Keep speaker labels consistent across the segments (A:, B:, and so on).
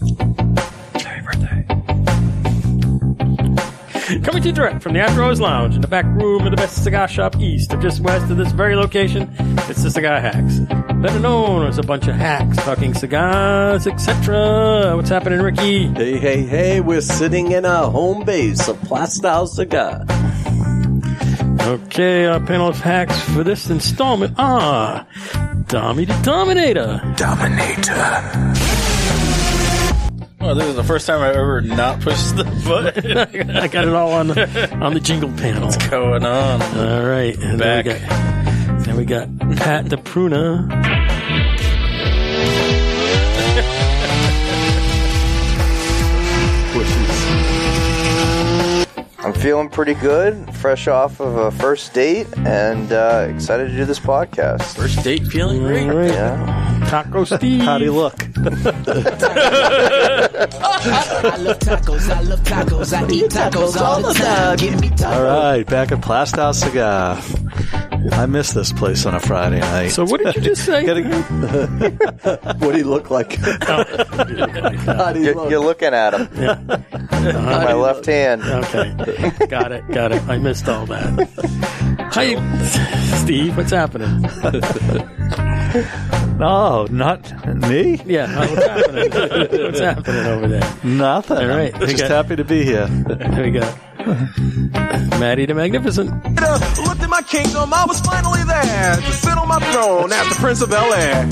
A: Happy birthday. Coming to you direct from the After Hours Lounge in the back room of the best cigar shop east or just west of this very location, it's the Cigar Hacks. Better known as a bunch of hacks talking cigars, etc. What's happening, Ricky?
B: Hey, hey, hey, we're sitting in our home base of Plastow Cigar.
A: Okay, our panel of hacks for this installment are Dommy the Dominator.
B: Dominator.
C: Well, Oh, this is the first time I've ever not pushed the button.
A: I got it all on the, on the jingle panel.
C: Going on.
A: All right. And
C: Back.
A: Then we got, then we got Pat the Pruna.
D: I'm feeling pretty good, fresh off of a first date, and uh, excited to do this podcast.
C: First date feeling
A: All
C: great.
A: right.
D: Yeah.
A: Taco Steve.
B: How do you look?
E: I love tacos, I love tacos, I eat tacos all the time. Give me tacos.
B: All right, back at Plastow Cigar. I miss this place on a Friday night.
A: So what did you just say?
B: Gotta- what do you look like? How do you
D: You're,
B: look?
D: you're looking at him. My left hand.
A: okay. got it. Got it. I missed all that. Hi, Steve. What's happening?
B: No, not me.
A: Yeah. What's happening? what's happening over there?
B: Nothing.
A: All right,
B: I'm
A: we
B: just
A: got-
B: happy to be here.
A: There we go. Maddie the Magnificent.
F: Looked at my kingdom, I was finally there to sit on my throne as the Prince of Bel Air.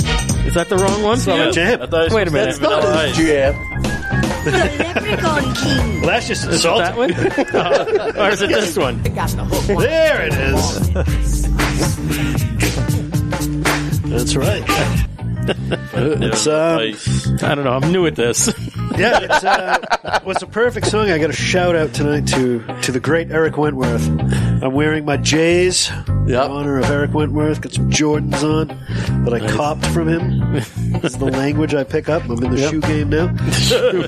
A: Is that the wrong one?
C: Son of a champ. I thought it was
A: Wait a minute.
C: supposed to be vanilla ice.
G: The Leprechaun King.
H: Well, that's just
A: That
H: insulting.
A: one? or is it this one?
H: There it is. That's right. it's um,
C: Ice.
A: uh, I don't know. I'm new at this.
H: yeah, it's uh, was a perfect song. I got a shout out tonight to to the great Eric Wentworth. I'm wearing my J's in honor of Eric Wentworth. Got some Jordans on that I copped from him. It's the language I pick up. I'm in the shoe game now.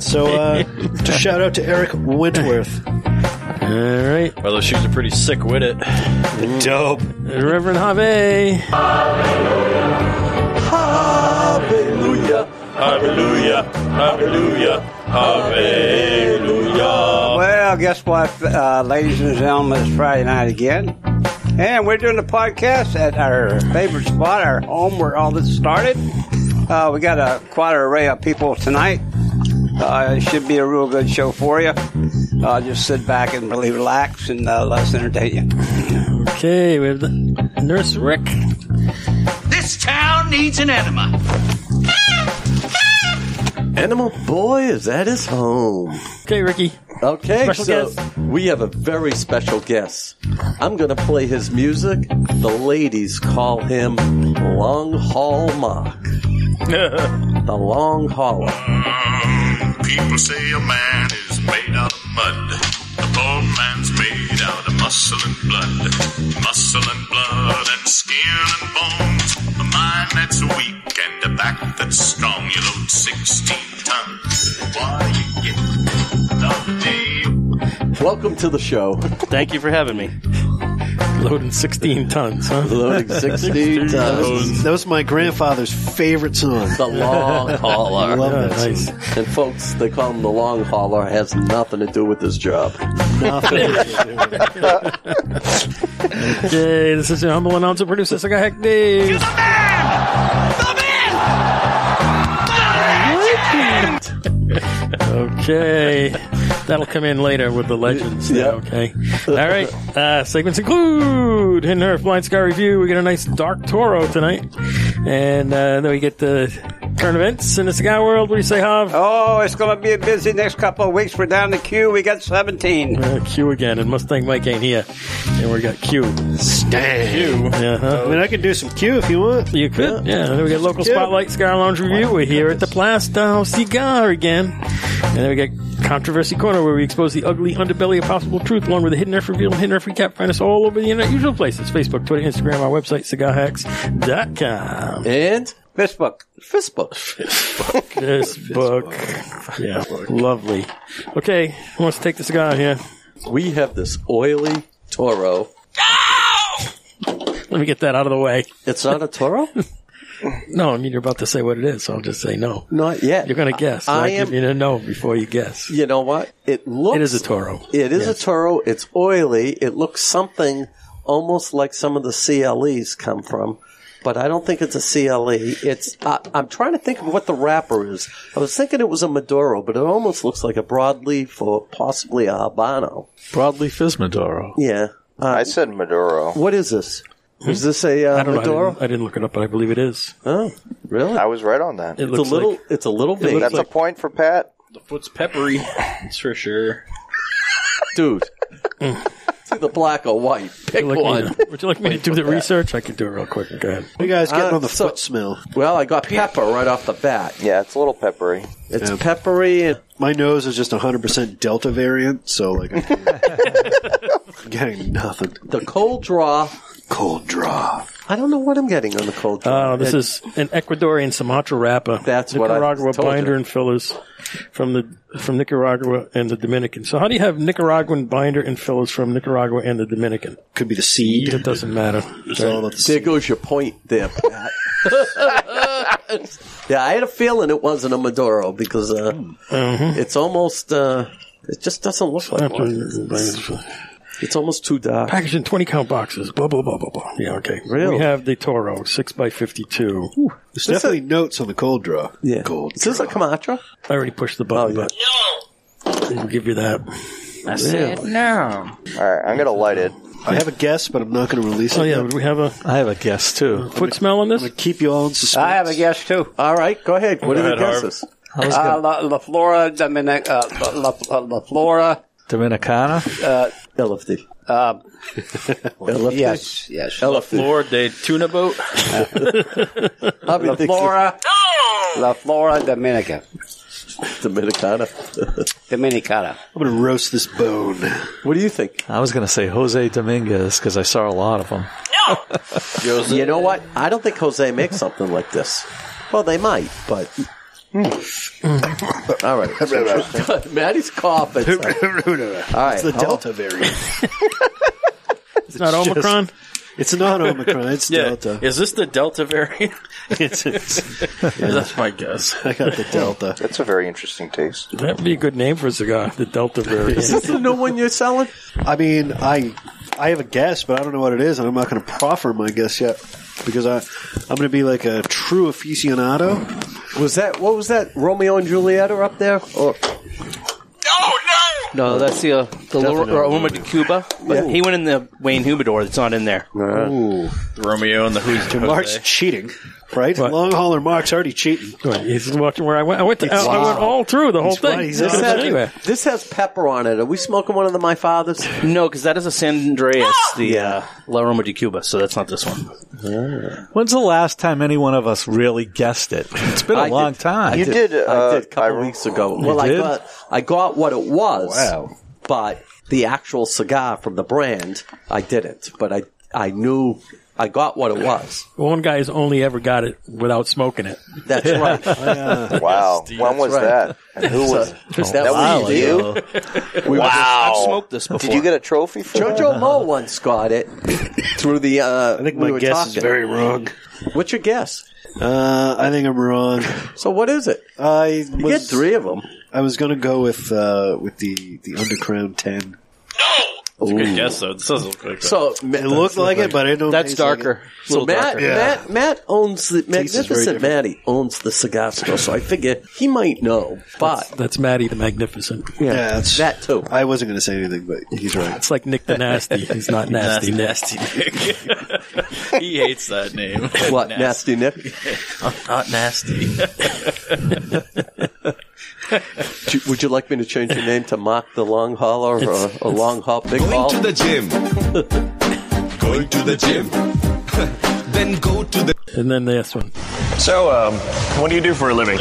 H: so uh, to shout out to Eric Wentworth.
A: All right.
C: Well, those shoes are pretty sick with it.
H: Dope.
A: Reverend Harvey.
C: Hallelujah. Hallelujah. Hallelujah.
I: Well, guess what, uh, ladies and gentlemen, it's Friday night again. And we're doing the podcast at our favorite spot, our home where all this started. Uh, we got a quite an array of people tonight. Uh, it should be a real good show for you. Uh, just sit back and really relax and uh, let us entertain you.
A: Okay, we have the Nurse Rick.
E: This town needs an enema.
B: Animal Boy is at his home.
A: Okay, Ricky.
B: Okay,
A: Special
B: so
A: guest.
B: we have a very special guest. I'm going to play his music. The ladies call him Long Haul Mark. the Long Hauler.
J: People say a man is made out of mud. The poor man's made out of muscle and blood. Muscle and blood and skin and bones. A mind that's weak and a back that's strong. You load 16 tons. What do you get? The day
B: Welcome to the show.
C: Thank you for having me.
A: Loading 16 tons, huh?
B: Loading 16 times.
H: That was my grandfather's favorite song.
B: The Long
H: I
B: Hauler.
H: love that song.
A: Nice.
B: And folks, they call him the Long Hauler. It has nothing to do with his job.
A: Okay, this is your humble announcer, producer, Cigar Hack Dave.
E: The man! The man!
A: Okay, that'll come in later with the legends.
B: Yeah.
A: Okay. All right. Uh, segments include Hidden Earth Blind Sky Review. We get a nice dark Toro tonight, and uh, then we get the current events in the cigar world. What do you say, Hav?
I: Oh, it's going to be a busy next couple of weeks. We're down the queue. We got 17.
A: Uh, Q again, and Mustang Mike ain't here, and we got Q.
H: Stank.
A: Yeah. huh
H: I mean, I can do some Q if you want.
A: You could, yeah. And then we got local
H: Yeah.
A: spotlight cigar lounge review. We're here at the Plastow Cigar again, and then we got controversy corner where we expose the ugly underbelly of possible truth, along with the hidden earth reveal and hidden earth recap. Find us all over the internet, usual places: Facebook, Twitter, Instagram, our website, cigarhacks.com.
B: And
I: Facebook.
B: Facebook.
A: This book, yeah, lovely. Okay, who wants to take the cigar here?
B: We have this oily Toro.
A: Let me get that out of the way.
B: It's not a Toro?
A: no, I mean, you're about to say what it is, so I'll just say no.
B: Not yet.
A: You're going to guess.
B: I
A: I,
B: am-
A: give you a no before you guess.
B: You know what? It looks.
A: It is a Toro.
B: It is a Toro. It's oily. It looks something almost like some of the CLEs come from, but I don't think it's a CLE. It's. I I'm trying to think of what the wrapper is. I was thinking it was a Maduro, but it almost looks like a broadleaf or possibly a Habano.
K: Broadleaf is Maduro.
B: Yeah. Um,
D: I said Maduro.
B: What is this? Is this a uh,
A: Hmm? I don't know. I
B: Maduro?
A: didn't, I didn't look it up, but I believe it is.
B: Oh, really?
D: I was right on that.
A: It looks like-
B: it's a little
A: looks
D: That's
A: like-
D: a point for Pat.
C: The foot's peppery. That's for sure.
B: dude. See the black or white. Pick
A: Would you like me
B: one.
A: to- would you like me to do the research? I can do it real quick. Go ahead.
H: You guys getting
B: Uh,
H: on the
B: so-
H: foot smell?
B: Well, I got pepper right off the bat.
D: Yeah, it's a little peppery.
B: It's
H: Yeah.
B: peppery. And
H: My nose is just 100% Delta variant, so like I'm getting nothing.
B: the cold draw.
H: Cold draw.
B: I don't know what I'm getting on the cold draw.
A: Uh, this is an Ecuadorian Sumatra wrapper.
B: That's what I
A: Nicaragua
B: told you.
A: binder and fillers from the from Nicaragua and the Dominican. So how do you have Nicaraguan binder and fillers from Nicaragua and the Dominican?
H: Could be the seed.
A: It doesn't matter.
H: It's all about the
B: There
H: seed.
B: goes your point there, Pat. yeah, I had a feeling it wasn't a Maduro because uh, it's almost, uh, it just doesn't look like one. It's almost too dark.
A: Packaged in twenty count boxes. Blah blah blah blah blah. Yeah, okay.
B: Really?
A: We have the Toro six x fifty two.
H: There's definitely notes on the cold draw.
B: Yeah.
H: Cold
B: Is this a
H: draw.
B: Camatra?
A: I already pushed the button,
B: Oh,
A: but we'll give you that.
D: All right, I'm gonna light it.
H: I have a guess, but I'm not going to release
A: Oh
H: it.
A: yeah,
H: yet.
A: would we have a
K: I have a guess too.
A: foot smell on
H: I'm
A: this?
H: going to keep you all in suspense.
I: I have a guess too.
B: All right, go ahead. What
C: Go
B: are the
C: ahead, Harv.
B: guesses?
I: Uh, La, La Flora Dominic, uh, La, La, La Flora. uh,
K: Dominicana.
B: LFD.
I: Um,
B: LFD.
I: yes, yes. Uh,
B: LFD.
C: Lord, they tuna boat.
B: I'll be
I: La
B: thinking
I: Flora. La Flora Dominica.
B: Dominicana.
I: Dominicana.
H: I'm going to roast this bone.
B: what do you think?
K: I was going to say Jose Dominguez because I saw a lot of them.
B: You know what? I don't think Jose makes something like this. Well, they might, but. All right. Maddie's coughing. All right.
H: It's the
B: Oh,
H: Delta variant.
A: It's not Omicron.
H: It's not Omicron. It's
C: Yeah.
H: Delta.
C: Is this the Delta variant?
H: It's, it's,
C: That's my guess.
H: I got the Delta.
D: That's a very interesting taste.
A: That'd be a good name for a cigar. The Delta variant.
B: Is this the new one you're selling?
H: I mean, I I have a guess, but I don't know what it is, and I'm not going to proffer my guess yet because I I'm going to be like a true aficionado.
B: Was that what was that Romeo and Juliet are up there? Or
C: No, that's the uh, the Roma de Cuba. But He went in the Wayne Humidor. That's not in there.
H: Ooh,
C: Romeo and the Who's
H: Mark's cheating, right?
A: What?
H: Long hauler Mark's already cheating.
A: Right, He's watching where I went. I went, to, I, I
H: Wow.
A: went all through the whole
H: He's
A: thing.
H: right, he's
A: This
H: out.
A: is anyway.
B: this has pepper on it. Are we smoking one of the my father's?
C: No, because that is a San Andreas, the uh, La Roma de Cuba. So that's not this one.
B: Ah.
K: When's the last time any one of us really guessed it? It's been a
B: I
K: long
B: did.
K: time.
D: You did.
B: I
D: uh,
B: did a couple
D: I-
B: weeks ago. well, I
K: did?
B: got I got what it was.
K: Wow.
B: But the actual cigar from the brand, I didn't. But I I knew I got what it was.
A: One guy's only ever got it without smoking it.
B: That's right.
D: Wow, when was that? And who was?
B: that
D: That
B: was
D: was you. Wow.
C: I've smoked this before.
D: Did you get a trophy for that?
B: Jojo Mo once got it through the. Uh,
H: I think
B: we
H: my
B: were
H: guess
B: talking.
H: is very wrong.
B: What's your guess?
H: Uh, I think I'm wrong.
B: So what is it?
H: I
B: You get
H: was
B: three of them.
H: uh, I was going to go with uh, with the the Underground Ten.
C: That's a good guess though. This doesn't look like that.
B: So
H: It looked like it, but it don't.
C: that's
H: taste like it.
C: darker. It's a
B: Well,
C: little
B: Matt,
C: darker.
B: Matt, Matt owns the
H: Taste is very
B: magnificent.
H: different.
B: Matty owns the cigar store, so I figure he might know. But
A: That's Maddie the Magnificent.
H: Yeah, that's,
B: that too.
H: I wasn't going to say anything, but he's right.
A: It's like Nick the Nasty. He's not nasty. Nick.
C: nasty Nick. he hates that name.
B: What nasty Nick?
C: Not nasty.
B: Do- Would you like me to change your name to Mark the Long Hauler or a Long Haul Big Haul?
J: Going to the gym. Going to the gym. then go to the.
A: And then this one.
L: So, um, what do you do for a living?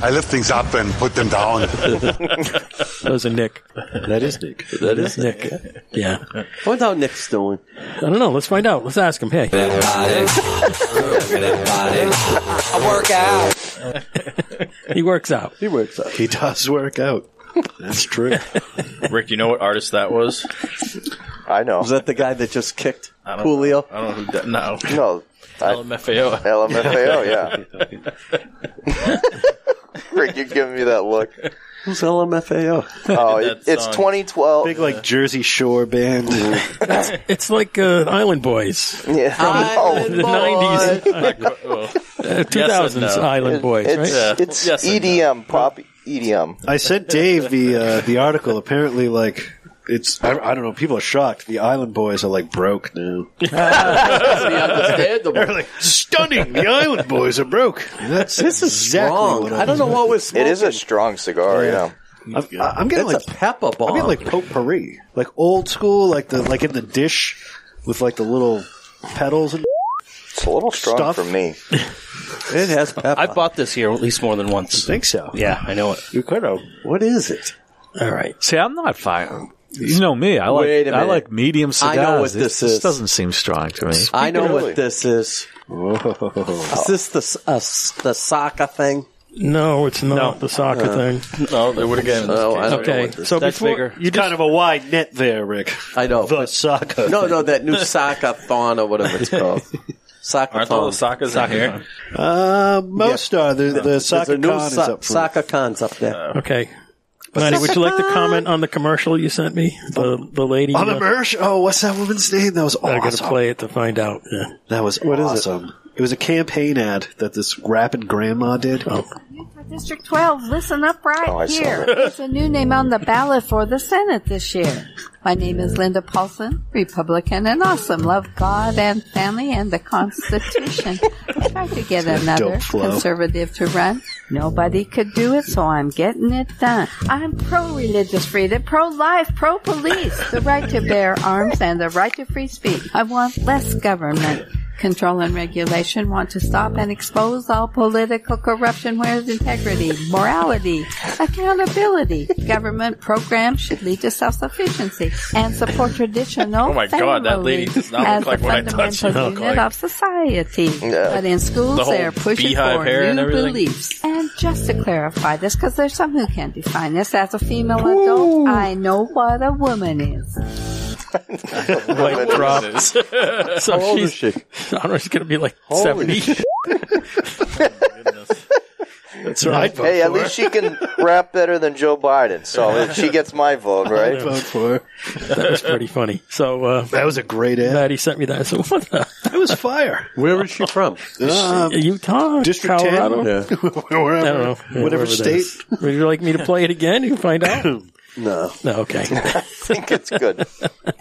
J: I lift things up and put them down.
A: Those are Nick.
H: That is Nick.
B: that is Nick.
A: Nick. Yeah. I
B: I wonder how Nick's doing.
A: don't know. Let's find out. Let's ask him. Hey. He works out.
B: He works out.
H: He does work out. That's true.
C: Rick, you know what artist that was?
D: I know.
B: Was that the guy that just kicked
C: I don't
B: Julio?
C: know. I don't know who. Did, no.
D: No. I-
C: LMFAO.
D: LMFAO, yeah. Rick, you're giving me that look.
B: Who's LMFAO?
D: Oh, it, it's 2012.
H: Big like Jersey Shore band.
A: It's like uh, Island Boys.
D: Yeah. Oh,
A: From the nineties, two thousands Island Boys.
D: It's,
A: right?
D: it's EDM, pop E EDM.
H: I sent Dave the uh, the article. Apparently, like it's I, I don't know. People are shocked. The Island Boys are like broke now. They're like stunning. The Island Boys are broke. That's this is exactly What I,
B: was.
D: It is a strong cigar, yeah.
H: I'm, I'm getting
B: That's
H: like
B: a Peppa
H: I'm
B: bomb.
H: getting like potpourri, like old school, like the like in the dish with like the little petals and.
D: It's a little strong
H: Stuff.
D: for me.
B: It has pepper.
C: I bought this here at least more than once.
H: think so.
C: Yeah, I know it.
H: You could have.
B: What is it?
A: All right.
K: See, I'm not fine. You know me. I like
B: Wait a
K: I
B: minute.
K: like medium
B: I
K: cigars.
B: know what this is.
K: doesn't seem strong to me.
B: I know
D: Really?
B: what this is. Is this the s- uh, s- the soccer thing? Uh.
A: No, it's not the
H: Uh,
A: soccer thing.
C: No, they would have given
B: No, Oh, I don't know
A: Okay,
B: what this.
A: so
C: That's
A: before
C: bigger.
A: you
H: kind of a wide net there, Rick.
B: I know.
H: The soccer.
B: No, no, that new soccer thon or whatever it's called. Soccer
C: Aren't all
B: thon.
C: the Sakas out here?
H: Uh, most are the the
B: There's
H: soccer
B: a new
H: con is
B: so-
H: up for
B: soccer cons up there.
C: Uh,
A: okay. Lanny, would you like to comment on the commercial you sent me? The the lady
H: on the
A: uh,
H: merch. Oh, what's that woman's name? That was
A: I got to
H: awesome.
A: play it to find out. Yeah.
H: That was what is awesome. It? was a campaign ad that this rapping grandma did.
M: District 12, listen up right
D: Oh, I saw
M: here.
D: that.
M: There's a new name on the ballot for the Senate this year. My name is Linda Paulson, Republican and awesome. Love God and family and the Constitution. I tried to get another
H: Don't flow.
M: conservative to run. Nobody could do it, so I'm getting it done. I'm pro religious freedom, pro life, pro police, the right to bear arms, and the right to free speech. I want less government. Control and regulation want to stop and expose all political corruption. Where's integrity, morality, accountability? Government programs should lead to self-sufficiency and support traditional
C: Oh my God, that
M: family
C: lady does not
M: as
C: look like
M: the
C: what I thought she
M: fundamental
C: looked
M: unit
C: like.
M: of society.
D: Yeah.
M: But in schools,
C: The whole
M: they're pushing
C: beehive
M: for
C: hair and
M: new
C: everything.
M: beliefs. And just to clarify this, because there's some who can't define this, as a female adult, I know what a woman is.
A: White drop. so
B: How old
A: she's,
B: is she?
A: I don't know. She's gonna be like
B: Holy
A: seventy.
H: That's right.
D: Hey, at least she can rap better than Joe Biden, so if she gets my vote, right?
H: Vote for her.
A: that was pretty funny. So uh,
H: That was a great ad.
A: Maddie sent me that. So what the
H: It was fire.
B: Where is she from?
H: Um,
A: Utah,
H: District
A: Colorado?
H: 10?
A: I
H: Wherever.
A: don't know.
H: Whatever
A: Yeah, wherever that
H: state.
A: is. Would you like me to play it again? You can find out.
B: No.
A: No, okay.
D: I think it's good.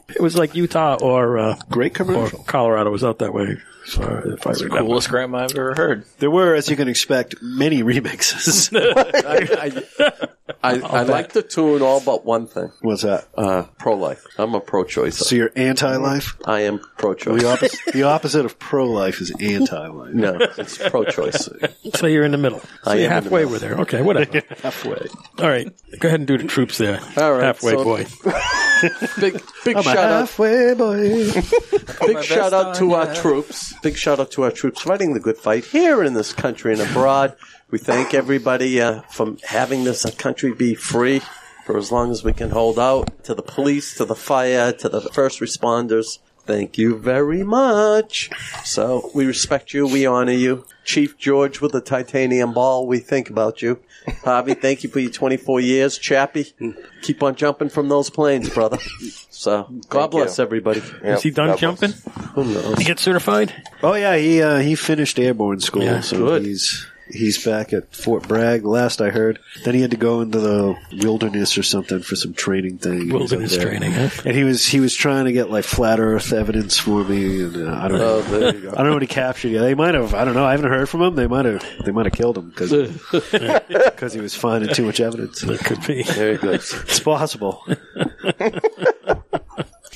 A: It was like Utah or uh,
H: Great
A: or
H: commercial.
A: Colorado was out that way. So if I remember.
C: Coolest grandma I've ever heard.
H: There were, as you can expect, many remixes.
B: I, I, I, I like the tune all but one thing.
H: What's that?
B: Uh, pro life. I'm a pro choicer.
H: So you're anti-life?
B: I am pro choice.
H: The opposite, the opposite of pro-life is anti-life.
B: No, it's pro choice.
A: So you're in the middle. So
B: I
A: you're
B: am in the
A: halfway
B: middle.
A: with her. Okay, whatever.
H: Halfway.
A: All right. Go ahead and do the troops there.
B: All right,
A: Halfway
B: so-
A: boy.
B: Big, big
H: I'm
B: shout
H: a
B: out.
H: halfway boy.
B: Big shout out to our troops. Big shout out to our troops fighting the good fight here in this country and abroad. We thank everybody uh, for having this uh, country be free for as long as we can hold out. To the police, to the fire, to the first responders. Thank you very much. So we respect you. We honor you. Chief George with the titanium ball, we think about you. Javi, thank you for your 24 years. Chappie, keep on jumping from those planes, brother. So, God
D: Thank you.
B: bless everybody.
D: Yep,
A: Is he done
D: that was-
A: jumping?
B: Who knows?
A: He get certified?
H: Oh yeah, he uh, he finished airborne school,
A: Yeah,
H: so
B: good.
H: he's he's back at Fort Bragg. Last I heard, then he had to go into the wilderness or something for some training thing. He was up
A: Wilderness
H: there.
A: training, huh?
H: and he was he was trying to get like flat Earth evidence for me, and uh, I don't
B: Oh,
H: know.
B: there you go.
H: I don't know what he captured yet. They might have. I don't know. I haven't heard from him. They might have. They might have killed him because he was finding too much evidence.
A: It could be.
B: Very good.
H: It's possible.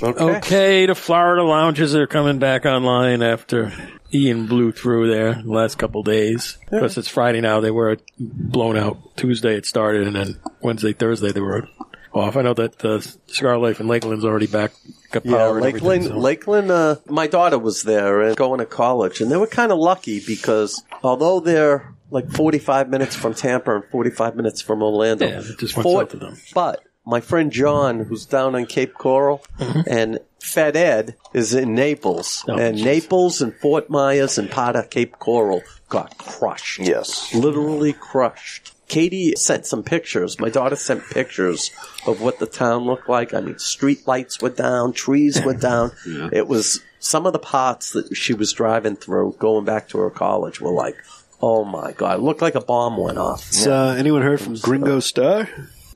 A: Okay, the Florida lounges are coming back online after Ian blew through there the last couple days. Because it's Friday now, they were blown out. Tuesday it started, and then Wednesday, Thursday they were off. I know that uh, Cigar Life in Lakeland's already back. Got power
B: Yeah,
A: and everything,
B: Lakeland.
A: so-
B: Lakeland. Uh, my daughter was there and going to college, and they were kind of lucky because although they're like 45 minutes from Tampa and 45 minutes from Orlando,
A: Yeah, it just went south of them.
B: But my friend John, who's down on Cape Coral, and Fed Ed is in Naples, and Naples and Fort Myers and part of Cape Coral got crushed.
D: Yes,
B: literally crushed. Katie sent some pictures. My daughter sent pictures of what the town looked like. I mean, street lights were down, trees were down. It was some of the parts that she was driving through going back to her college were like, oh my god, it looked like a bomb went off.
H: So, anyone heard from Gringo Star?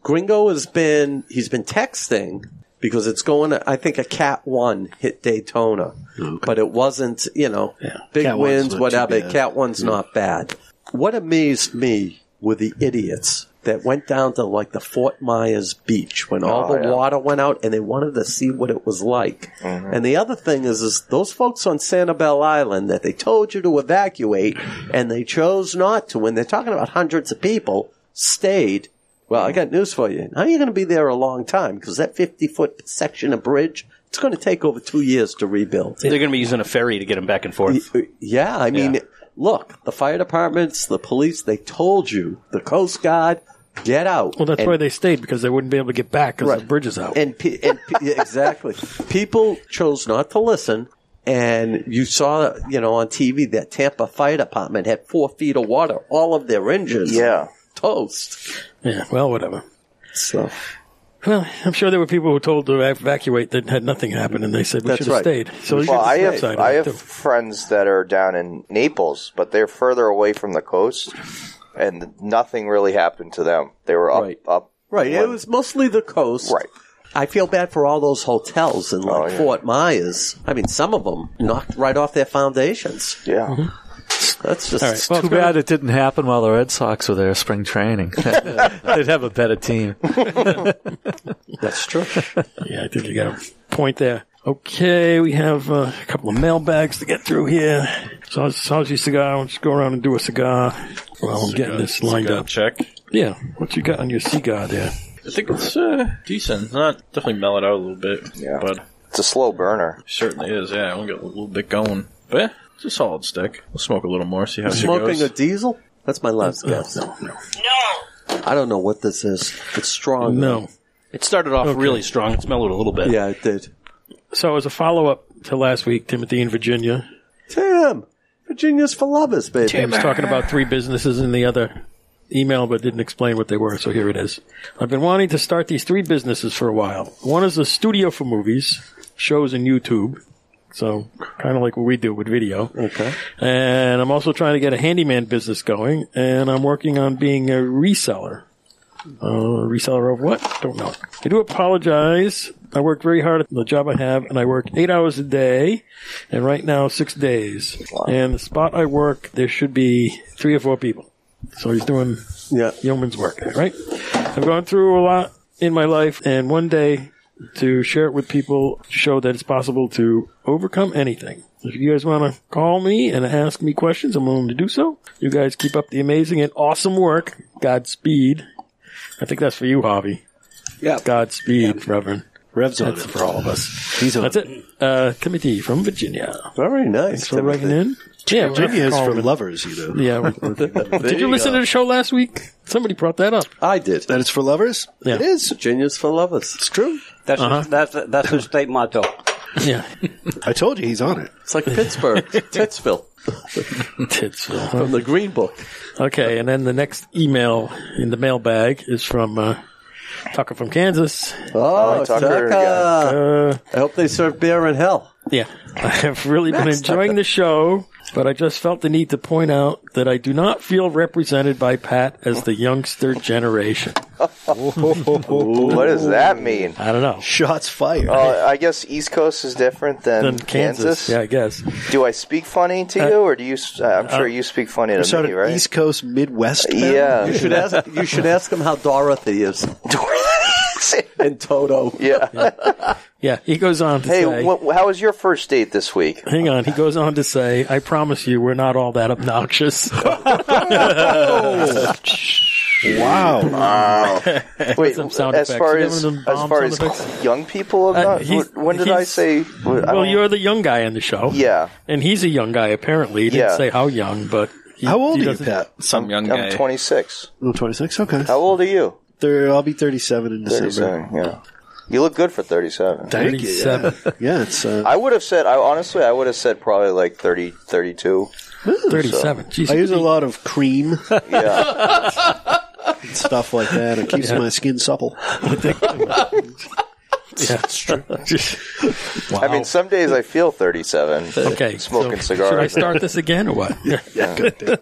B: Gringo has been he's been texting because it's going. To, I think a Cat One hit Daytona, but it wasn't. You know, big
N: Cat One's
B: wins,
N: not too
B: whatever.
N: bad.
B: Cat One's not bad. What amazed me were the idiots that went down to like the Fort Myers beach when all
N: Oh,
B: the
N: yeah.
B: water went out, and they wanted to see what it was like.
N: Mm-hmm.
B: And the other thing is, is those folks on Sanibel Island that they told you to evacuate and they chose not to, when they're talking about hundreds of people, stayed. Well, I got news for you. Now you're going to be there a long time because that 50 foot section of bridge, it's going to take over two years to rebuild.
C: They're going to be using a ferry to get them back and forth.
B: Yeah, I mean, look, the fire departments, the police, they told you, the Coast Guard, get out.
A: Well, that's
B: And-
A: why they stayed because they wouldn't be able to get back because the
B: Right.
A: bridge is out.
B: And, pe- and pe- yeah, exactly, people chose not to listen. And you saw, you know, on TV that Tampa Fire Department had four feet of water, all of their engines.
A: Yeah.
B: toast.
A: Yeah, well, whatever.
B: So,
A: Well, I'm sure there were people who were told to ev- evacuate that had nothing happen, and they said we
B: That's
A: should have
B: right.
A: stayed. So
D: well, I have
A: here's the flip side of
D: I
A: it,
D: have
A: too.
D: friends that are down in Naples, but they're further away from the coast, and nothing really happened to them. They were up up
B: right, it
D: when-
B: was mostly the coast.
D: Right. Oh,
B: I feel bad for all those hotels in like
D: yeah.
B: Fort Myers. I mean, some of them knocked right off their foundations.
D: Yeah, Mm-hmm.
B: that's just
K: It's too bad it didn't happen while the Red Sox were there spring training. They'd have a better team.
B: That's true.
A: yeah, I think you got a point there. Okay, we have uh, a couple of mailbags to get through here. So, Saucy cigar. Let's go around and do a cigar. Well, I'm getting this lined
O: cigar
A: up.
O: Check.
A: Yeah, what you got on your cigar there?
O: I think it's uh, decent. It's Not definitely mellowed out a little bit. Yeah, but
D: it's a slow burner.
O: Certainly is. Yeah, I only got a little bit going, but yeah, it's a solid stick. We'll smoke a little more. See how it
B: Smoking
O: goes.
B: a diesel? That's my last guess. No, I don't know what this is. It's strong.
A: No.
C: It started off
A: Okay.
C: really strong. It's mellowed a little bit.
B: Oh, Yeah, it did.
A: So, as a follow up to last week, Timothy in Virginia,
B: Tim, Virginia's for lovers, baby.
A: He was talking about three businesses in the other email, but didn't explain what they were. So here it is. I've been wanting to start these three businesses for a while. One is a studio for movies, shows, and YouTube. So kind of like what we do with video.
B: Okay.
A: And I'm also trying to get a handyman business going, and I'm working on being a reseller. Uh, reseller of what? Don't know. I do apologize. I worked very hard at the job I have, and I work eight hours a day, and right now six days. And the spot I work, there should be three or four people. So he's doing
B: yeah.
A: yeoman's work, there, right? I've gone through a lot in my life, and one day to share it with people to show that it's possible to overcome anything. If you guys want to call me and ask me questions, I'm willing to do so. You guys keep up the amazing and awesome work. Godspeed. I think that's for you, Javi.
I: Yeah.
A: Godspeed, Reverend.
H: Rev's
A: on That's for all of us.
H: He's on
A: That's it. Uh, Timothy from Virginia.
B: Very nice.
A: Thanks for writing in. Yeah,
H: Virginia is for
A: Colin.
H: lovers, you know.
A: Yeah. we- Did you listen to the show last week? Somebody brought that up.
B: I did.
H: That it's for lovers?
A: Yeah.
H: It is.
B: Virginia's for lovers.
H: It's true.
I: That's
H: Uh-huh.
I: that's that's his state motto.
A: Yeah.
H: I told you he's on it.
B: It's like Pittsburgh, Titsville.
A: Titsville.
B: From the Green Book.
A: uh-huh. Okay, and then the next email in the mailbag is from uh, Tucker from Kansas.
B: Oh, Tucker.
A: Uh,
B: I hope they serve beer in hell.
A: Yeah. I have really been
B: Max
A: enjoying the show, but I just felt the need to point out that I do not feel represented by Pat as the youngster generation.
D: What does that mean?
A: I don't know.
H: Shots fired.
D: Uh, I guess East Coast is different than,
A: Than Kansas. Yeah, I guess.
D: Do I speak funny to
A: Uh,
D: you, or do you? s- Uh, I'm sure
A: uh,
D: you speak funny to
H: sort
D: me,
H: of
D: right? Uh,
H: East Coast Midwest. man.
D: Yeah.
B: You should ask. You should ask him how Dorothy is. and Toto.
D: Yeah.
A: Yeah, he goes on to
D: Hey,
A: say.
D: wh- how was your first date this week?
A: Hang on. He goes on to say, I promise you, we're not all that obnoxious.
H: Wow.
D: Wow. Wait,
A: Oh! Some sound
D: as
A: effects.
D: far
A: You
D: as,
A: having
D: as
A: them bomb
D: far
A: sound
D: as
A: effects?
D: young people, of
A: Uh,
D: that-
A: he's-
D: when did I
A: he's-
D: say? I
A: Well,
D: don't-
A: you're the young guy on the show.
D: Yeah.
A: And he's a young guy, apparently. He didn't
D: Yeah.
A: say how young, but. He,
H: How old
A: he
H: are you,
A: doesn't-
H: Pat?
O: Some young
D: I'm 26.
H: I'm 26. Oh, Okay.
D: How old are you?
H: Thir- I'll be 37 in December.
D: 37. Yeah. You look good for 37.
H: Thank you. Yeah. Yeah, it's uh,
D: I would have said, I honestly, I would have said probably like 30, 32. So-
H: I use a lot of cream.
D: Yeah.
H: and stuff like that. It keeps
A: Yeah.
H: my skin supple.
A: Yeah, it's true.
D: I mean, some days I feel 37.
A: Okay,
D: Smoking
A: so
D: cigars.
A: Should I start this again or what? Yeah.
D: Yeah.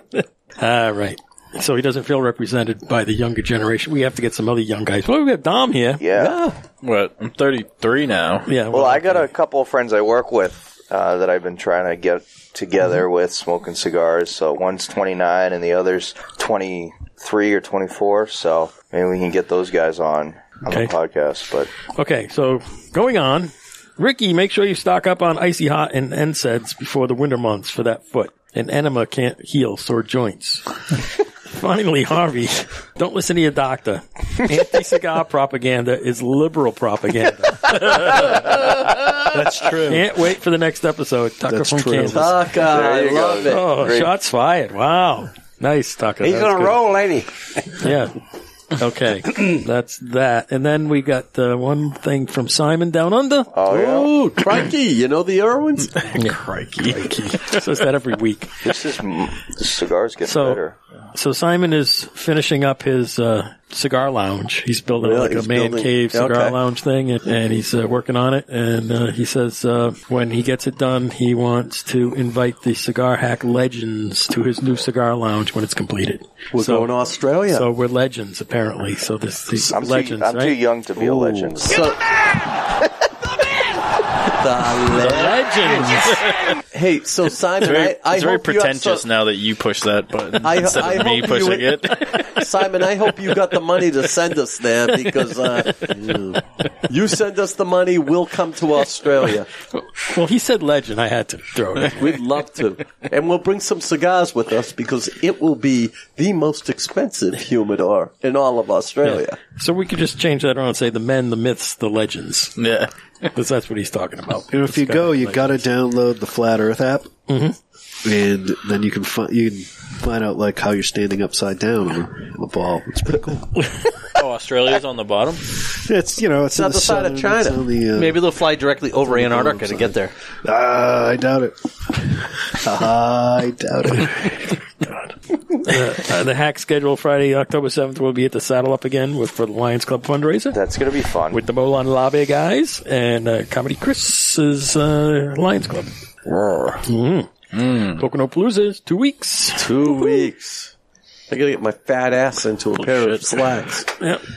A: All right. So he doesn't feel represented by the younger generation. We have to get some other young guys. Well, we have Dom here.
D: Yeah.
O: What? I'm 33 now.
A: Yeah.
D: Well, I got a couple of friends I work with uh, that I've been trying to get together
O: Mm-hmm.
D: with smoking cigars. So one's 29 and the other's 23 or 24. So maybe we can get those guys on on
A: Okay.
D: the podcast. But
A: Okay, so going on, Ricky, make sure you stock up on icy hot and NSAIDs before the winter months for that foot. And enema can't heal sore joints. Finally, Harvey, don't listen to your doctor. Anti-cigar propaganda is liberal propaganda.
H: That's true.
A: Can't wait for the next episode. Tucker
H: That's
A: from
H: true.
A: Kansas.
H: Tucker, I There you go. love it.
A: Oh,
H: Great.
A: shots fired! Wow, nice Tucker.
I: He's
A: That was
I: on a
A: good.
I: roll, ain't
A: Yeah. Okay, that's that. And then we got uh, one thing from Simon Down Under.
D: Oh,
A: yeah.
B: crikey! You know the Irwins.
A: crikey. so it's that every week.
D: this is m- this cigar's getting
A: So-
D: better.
A: So Simon is finishing up his uh, cigar lounge. He's building
D: Really?
A: like a
D: He's
A: man
D: building-
A: cave
D: Yeah,
A: cigar
D: okay.
A: lounge thing, and, and he's uh, working on it. And uh, he says uh, when he gets it done, he wants to invite the cigar hack legends to his new cigar lounge when it's completed.
B: We're going to Australia.
A: So we're legends apparently. So this these
D: Oh, I'm,
A: legends.
D: too, I'm
A: right?
D: too young to be a legend.
B: legends. hey, so Simon,
O: It's very,
B: I, I
O: it's very
B: hope you have
O: pretentious
B: some-
O: now that you push that button
B: I-
O: instead
B: I
O: of me
B: hope you
O: pushing
B: would-
O: it.
B: Simon, I hope you got the money to send us there because uh, you send us the money, we'll come to Australia.
A: Well, he said legend. I had to throw it.
B: We'd love to, and we'll bring some cigars with us because it will be the most expensive humidor in all of Australia.
A: So we could just change that around and say the men, the myths, the legends.
O: Yeah.
A: Because that's what he's talking about.
H: You know, if you
A: Cigar
H: go, you
A: legends.
H: got to download the Flat Earth app,
A: Mhm.
H: and then you can find you can find out like how you're standing upside down on the ball. It's pretty cool.
C: Oh, Australia's on the bottom.
H: It's you know, it's,
C: It's
H: in
C: on
H: the
C: the side of
H: southern, it's
C: China.
H: on the, uh,
C: Maybe they'll fly directly over
H: the
C: Antarctica to
H: side.
C: get there.
H: Ah, I doubt it. I doubt it.
A: the, uh, the hack schedule Friday, October 7th, we'll be at the Saddle Up again with for the Lions Club fundraiser.
D: That's going to be fun.
A: With the Molan Labe guys and uh, Comedy Chris's uh, Lions Club. Mm. Pocono Palooza, two weeks.
B: Two weeks. I gotta get my fat ass into a pair of slacks.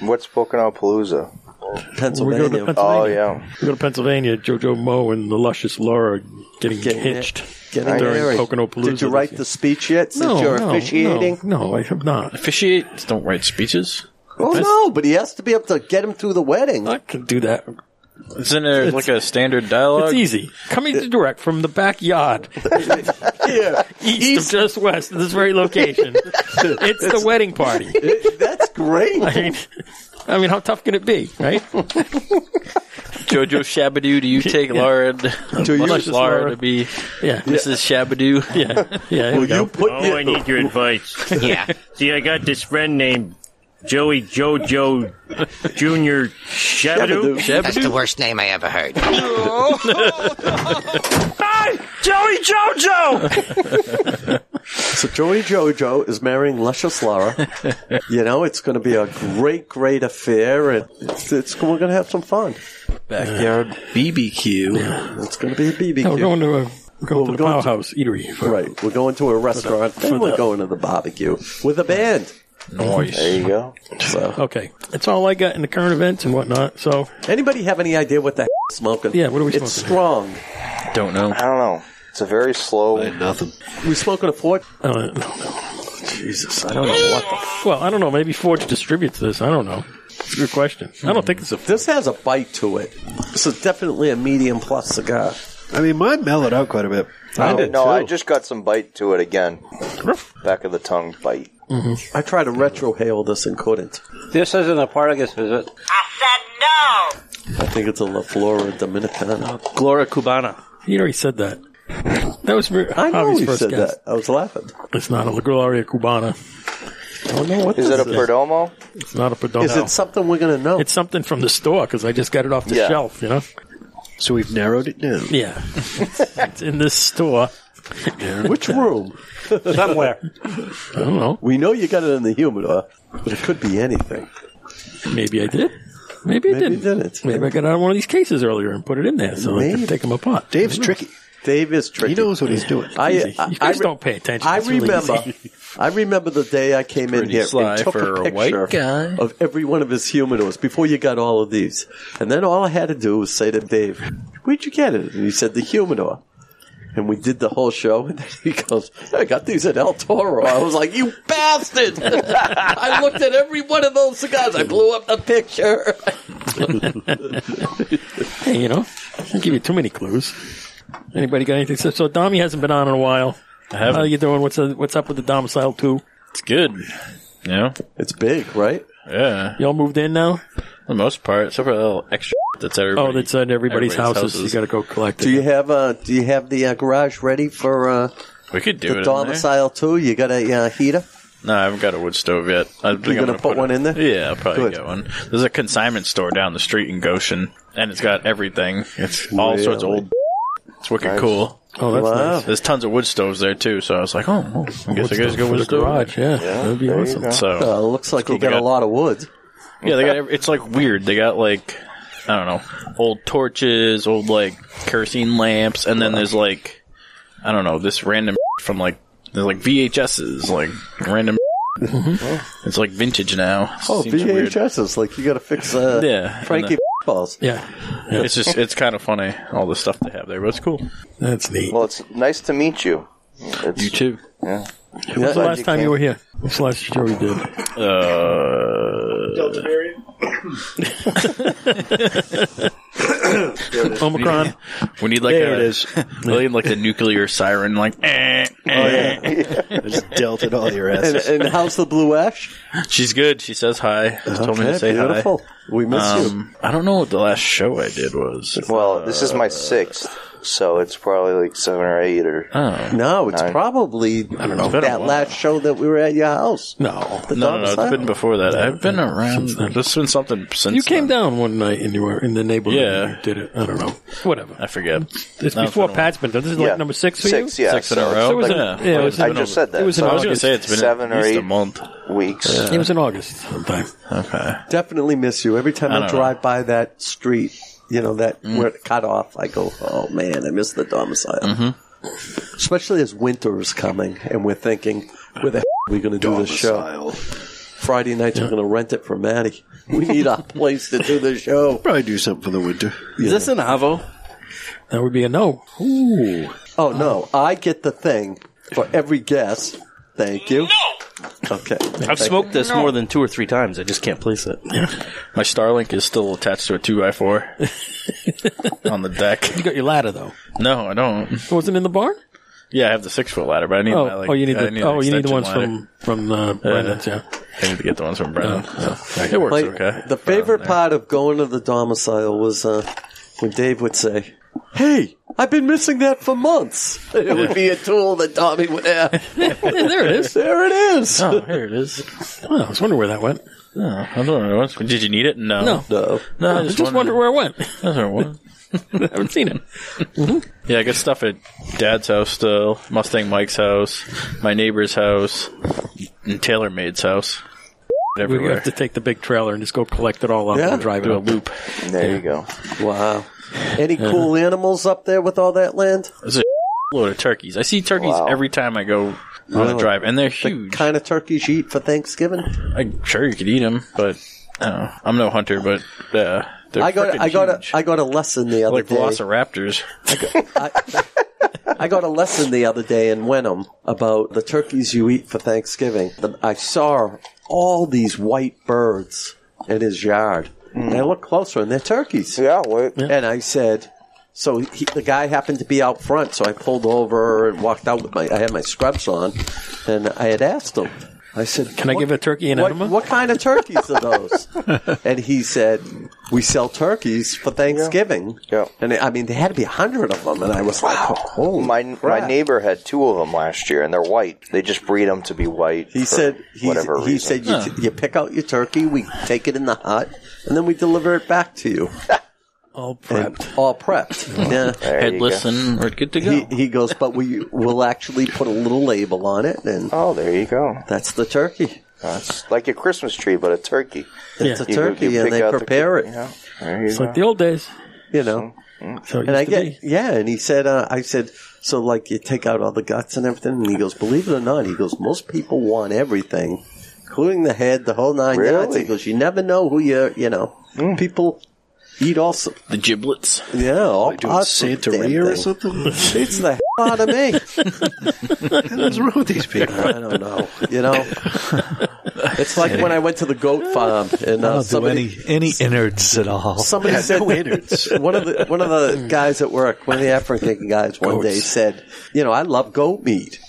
D: What's Pocono Palooza?
A: We go to
D: Oh
A: Pennsylvania.
D: yeah.
A: We go to Pennsylvania. JoJo Moe and the luscious Laura getting, hitched
B: Getting
A: during
B: married.
A: Pocono Palooza.
B: Did you write the speech yet? Since
A: No,
B: you're
A: no,
B: officiating?
A: No, no, I have not.
O: Officiate? Don't write speeches?
B: Oh no, but he has to be able to get him through the wedding. I
A: can do that.
O: Isn't there like a standard dialogue?
A: It's easy. Coming direct from the backyard, yeah, east, of just west of this very location. it's, the wedding party.
B: that's great.
A: I mean, I mean, how tough can it be, right?
C: Jojo Shabadoo, do you take
A: Yeah.
C: Laura, to,
A: Do you-
C: Luscious Laura, to be
A: Yeah.
C: Mrs. Shabadoo?
A: Yeah, yeah.
N: Will you put oh, I need your advice. yeah. See, I got this friend named Joey Jojo Junior Shabadoo.
P: That's the worst name I ever heard.
N: Hi, Joey Jojo.
B: So Joey Jojo is marrying Luscious Lara. you know, it's going to be a great, great affair, and it's, it's we're going to have some fun.
O: Backyard BBQ.
B: It's going to be a BBQ.
A: No, we're going to a we're going
B: Well,
A: to the Powerhouse Eatery. for-
B: right, we're going to a restaurant, then we're going to the barbecue with a band.
O: Nice.
D: There you go.
A: Okay, that's all I got in the current events and whatnot. So,
B: anybody have any idea what the heck is smoking?
A: Yeah, what are we
B: It's
A: smoking?
B: strong.
O: Don't know.
D: I don't know. It's a very slow.
H: nothing.
B: We smoking a fork?
A: I don't know.
B: Jesus, I don't know what the
A: Well, I don't know. Maybe Forge distributes this. I don't know. It's a good question. I don't think it's a.
B: This has a bite to it. This is definitely a medium plus cigar.
H: I mean, mine mellowed out quite a bit.
D: I didn't know. Um, I just got some bite to it again. Back of the tongue bite.
B: Mm-hmm. I tried to retrohale this and couldn't.
I: This isn't a Partagas, is it?
B: I think it's a La Flora Dominicana.
C: Glora Cubana.
A: He already said that. That was.
B: I know
A: Javi's
B: he
A: first
B: said
A: guess.
B: that. I was laughing.
A: It's not a La Gloria Cubana.
B: don't know what
D: Is
B: this
D: it a Perdomo?
A: It's not a Perdomo.
B: Is it something we're going to know?
A: It's something from the store because I just got it off the
B: Yeah.
A: shelf, you know?
H: So we've narrowed it down.
A: Yeah. it's in this store.
B: Which room?
I: Somewhere.
A: I don't know.
B: We know you got it in the humidor, but it could be anything.
A: Maybe I did. Maybe I
B: Maybe you
A: didn't.
B: did it.
A: Maybe I got out of one of these cases earlier and put it in there so I
B: Maybe.
A: could take them apart.
H: Dave's tricky.
B: Dave is tricky.
H: He knows what he's doing.
B: I,
A: Easy.
B: I,
A: You guys
B: I re-
A: don't pay attention.
B: I
A: It's really
B: remember.
A: easy.
B: I remember the day I came in
A: Pretty
B: here
A: sly
B: and took
A: for
B: a
A: a
B: picture
A: white guy.
B: of every one of his humidors before you got all of these, and then all I had to do was say to Dave, "Where'd you get it?" And he said, "The humidor." And we did the whole show, and then he goes, "I got these at El Toro." I was like, "You bastard!" I looked at every one of those cigars. I blew up the picture.
A: Hey, you know, I didn't give you too many clues. Anybody got anything? So, so Dommy hasn't been on in a while.
O: I haven't.
A: How you doing? What's uh, what's up with the domicile too?
O: It's good. Yeah.
B: It's big, right?
O: Yeah.
A: Y'all moved in now?
O: For the most part, except for that little extra that's everybody.
A: Oh, that's in everybody's, houses. You got to go collect
B: Do
A: it.
B: you have uh, Do you have the uh, garage ready for uh,
O: We could do it
B: the
O: in
B: domicile too? You got a uh, heater?
O: No, I haven't got a wood stove yet. I think
B: You
O: I'm
B: gonna put
O: a-
B: one in there?
O: Yeah, I'll probably
B: Good.
O: get one. There's a consignment store down the street in Goshen, and it's got everything. It's all sorts of
B: Really?
O: old. It's wicked
B: Nice.
O: cool.
A: Oh, that's Wow. nice.
O: There's tons of wood stoves there too, so I was like, oh, well, I guess I guess go
A: for
O: wood
A: the
O: stove.
A: garage. Yeah, that'd be
O: there you
A: awesome.
O: go. So-
B: Uh, looks like
O: cool.
B: you got,
O: They got-
B: a lot of wood.
O: Yeah, they got. every- It's like weird. They got like I don't know, old torches, old like kerosene lamps, and then there's like I don't know this random from like there's like VHSs, like random.
A: Mm-hmm.
O: It's like vintage now.
B: Oh,
O: Seems weird.
B: VHS is like you got to fix uh,
O: Yeah,
B: Frankie
O: and
B: balls. Oh,
A: Yeah,
O: It's just it's kind of funny all the stuff they have there, but it's cool.
A: That's neat.
D: Well, it's nice to meet you. It's,
O: You too.
D: Yeah.
A: When's the
D: Glad
A: last time
D: came.
A: you were here? What's the last show we did?
O: Uh,
A: Omicron.
O: We need like
A: There
O: a,
A: it is.
O: we need like the nuclear siren, like. Eh,
D: Oh,
O: eh.
H: Just delted all your
B: And,
H: asses.
B: and how's the blue ash?
O: She's good. She says hi. She told
B: Okay,
O: me to say
B: beautiful.
O: hi. Um,
B: We miss you.
O: I don't know what the last show I did was.
D: Well, this is my sixth, so it's probably like seven or eight or.
O: Oh.
B: No, it's
D: Nine.
B: probably
O: know. It's been a
B: that
O: while.
B: last show that we were at your house.
A: No,
B: The
O: no, no, no,
B: domicile.
O: it's been before that. I've been around. There's been something since.
A: you came down one night and you were in the neighborhood.
O: Yeah.
A: and you did it. I don't know. Whatever.
O: I forget.
A: It's
O: No,
A: before
O: been a while.
A: Pat's been done. This is
D: Yeah.
A: like number six for
D: Six,
A: you.
D: yeah.
O: Six in
D: so
O: a
D: it's
O: row.
A: So it was in-
O: yeah.
A: yeah, it was in-
D: I just said that.
A: It was in
D: so
O: I was gonna
A: August.
O: say it's been
D: Seven
O: at
D: or
O: least a
D: eight.
O: month.
D: Weeks.
A: It was in August sometime.
O: Okay.
B: Definitely miss you. Every time
O: I
B: I,
O: don't know. Mm.
B: drive by that street, you know that where it cut off, I go, "Oh man, I miss the domicile."
O: Mm-hmm.
B: Especially as winter is coming, and we're thinking, "Where the are we going to do this show?" Friday nights, we're going to rent it for Maddie. We need a place to do the show.
H: Probably do something for the winter.
C: Is this an Avo?
A: That would be a no.
H: Ooh.
B: Oh no, I get the thing for every guess. Thank you. Okay.
C: I've smoked this more than two or three times. I just can't place it.
O: My Starlink is still attached to a two x four on the deck.
A: You got your ladder though.
O: No, I don't.
A: Oh, It wasn't in the barn.
O: Yeah, I have the six foot ladder, but I need.
A: Oh,
O: my, like,
A: oh, you need
O: I
A: the oh, you need
O: extension
A: the ones
O: ladder.
A: from from uh, Brennan's. Yeah.
O: I need to get the ones from Brennan. so. It works
B: My-
O: okay.
B: The favorite part of going to the domicile was uh, when Dave would say, "Hey, I've been missing that for months." It would be a tool that Tommy would have.
A: Yeah, there it is.
B: there it is.
O: Oh, here it is.
A: Oh, I was wondering where that went.
O: Oh, I don't know. what it was. Did you need it? No.
A: No.
B: No.
O: No, I
A: I
O: just,
A: just wonder where it went.
O: That's what it was.
A: I haven't seen it.
O: Yeah, I got stuff at Dad's house still, Mustang Mike's house, my neighbor's house, and TaylorMade's house.
A: We're gonna
O: Everywhere.
A: have to take the big trailer and just go collect it all up
B: Yeah.
A: and drive it
O: Do a
A: up.
O: loop.
D: There you go.
B: Wow. Any
O: Uh-huh.
B: cool animals up there with all that land?
O: There's a load of turkeys. I see turkeys
D: Wow.
O: every time I go on a
B: Really?
O: drive, and they're
B: The
O: huge.
B: kind of turkeys you eat for Thanksgiving?
O: I'm sure you could eat them, but I don't know. I'm no hunter, but uh, they're
B: I got
O: frickin'
B: I got a,
O: huge.
B: I got a lesson the other
O: like
B: day.
O: velociraptors.
B: I got a lesson the other day in Wenham about the turkeys you eat for Thanksgiving. The- I saw all these white birds in his yard. And I looked closer, and they're turkeys.
D: Yeah, wait.
B: And I said, so he, the guy happened to be out front, so I pulled over and walked out with my, I had my scrubs on, and I had asked him, I said,
A: Can I give a turkey an
B: what,
A: enema?
B: What kind of turkeys are those? and he said, We sell turkeys for Thanksgiving. Yeah. And I mean, there had to be a hundred of them. And I was like, Oh,
D: my my
B: crap.
D: neighbor had two of them last year, and they're white. They just breed them to be white.
B: He said, he,
D: whatever
B: he
D: reason.
B: said, you, t- you pick out your turkey, we take it in the hut, and then we deliver it back to you.
A: all
B: prepped. all prepped. Yeah.
D: There you Headless go. and
B: we're good to go. He, he goes, but we will actually put a little label on it. And
D: oh, there you go.
B: That's the turkey.
D: That's Uh, like a Christmas tree, but a turkey.
B: It's a turkey, and
D: pick
B: they
D: out the-
B: prepare it.
D: yeah. There you
B: It's
D: go.
B: like
A: the old days.
B: You know.
A: So it
B: and I
A: used to
B: get
A: be.
B: yeah, and he said, uh, I said, so like you take out all the guts and everything, and he goes, believe it or not, he goes, most people want everything, including the head, the whole nine yards. He
D: Really?
B: goes, you never know who you, you know, people eat also
O: the giblets.
B: Yeah, all
H: doing
B: parts of the damn
H: Santeria or
B: thing.
H: something?
B: It's the hell out of me.
H: What's wrong with these people?
B: I don't know. You know, it's like when I went to the goat farm and
K: I
B: uh,
K: don't
B: somebody
K: do any any innards at all.
B: Somebody said one of the one of the guys at work, one of the African thinking guys, one day said, "You know, I love goat meat."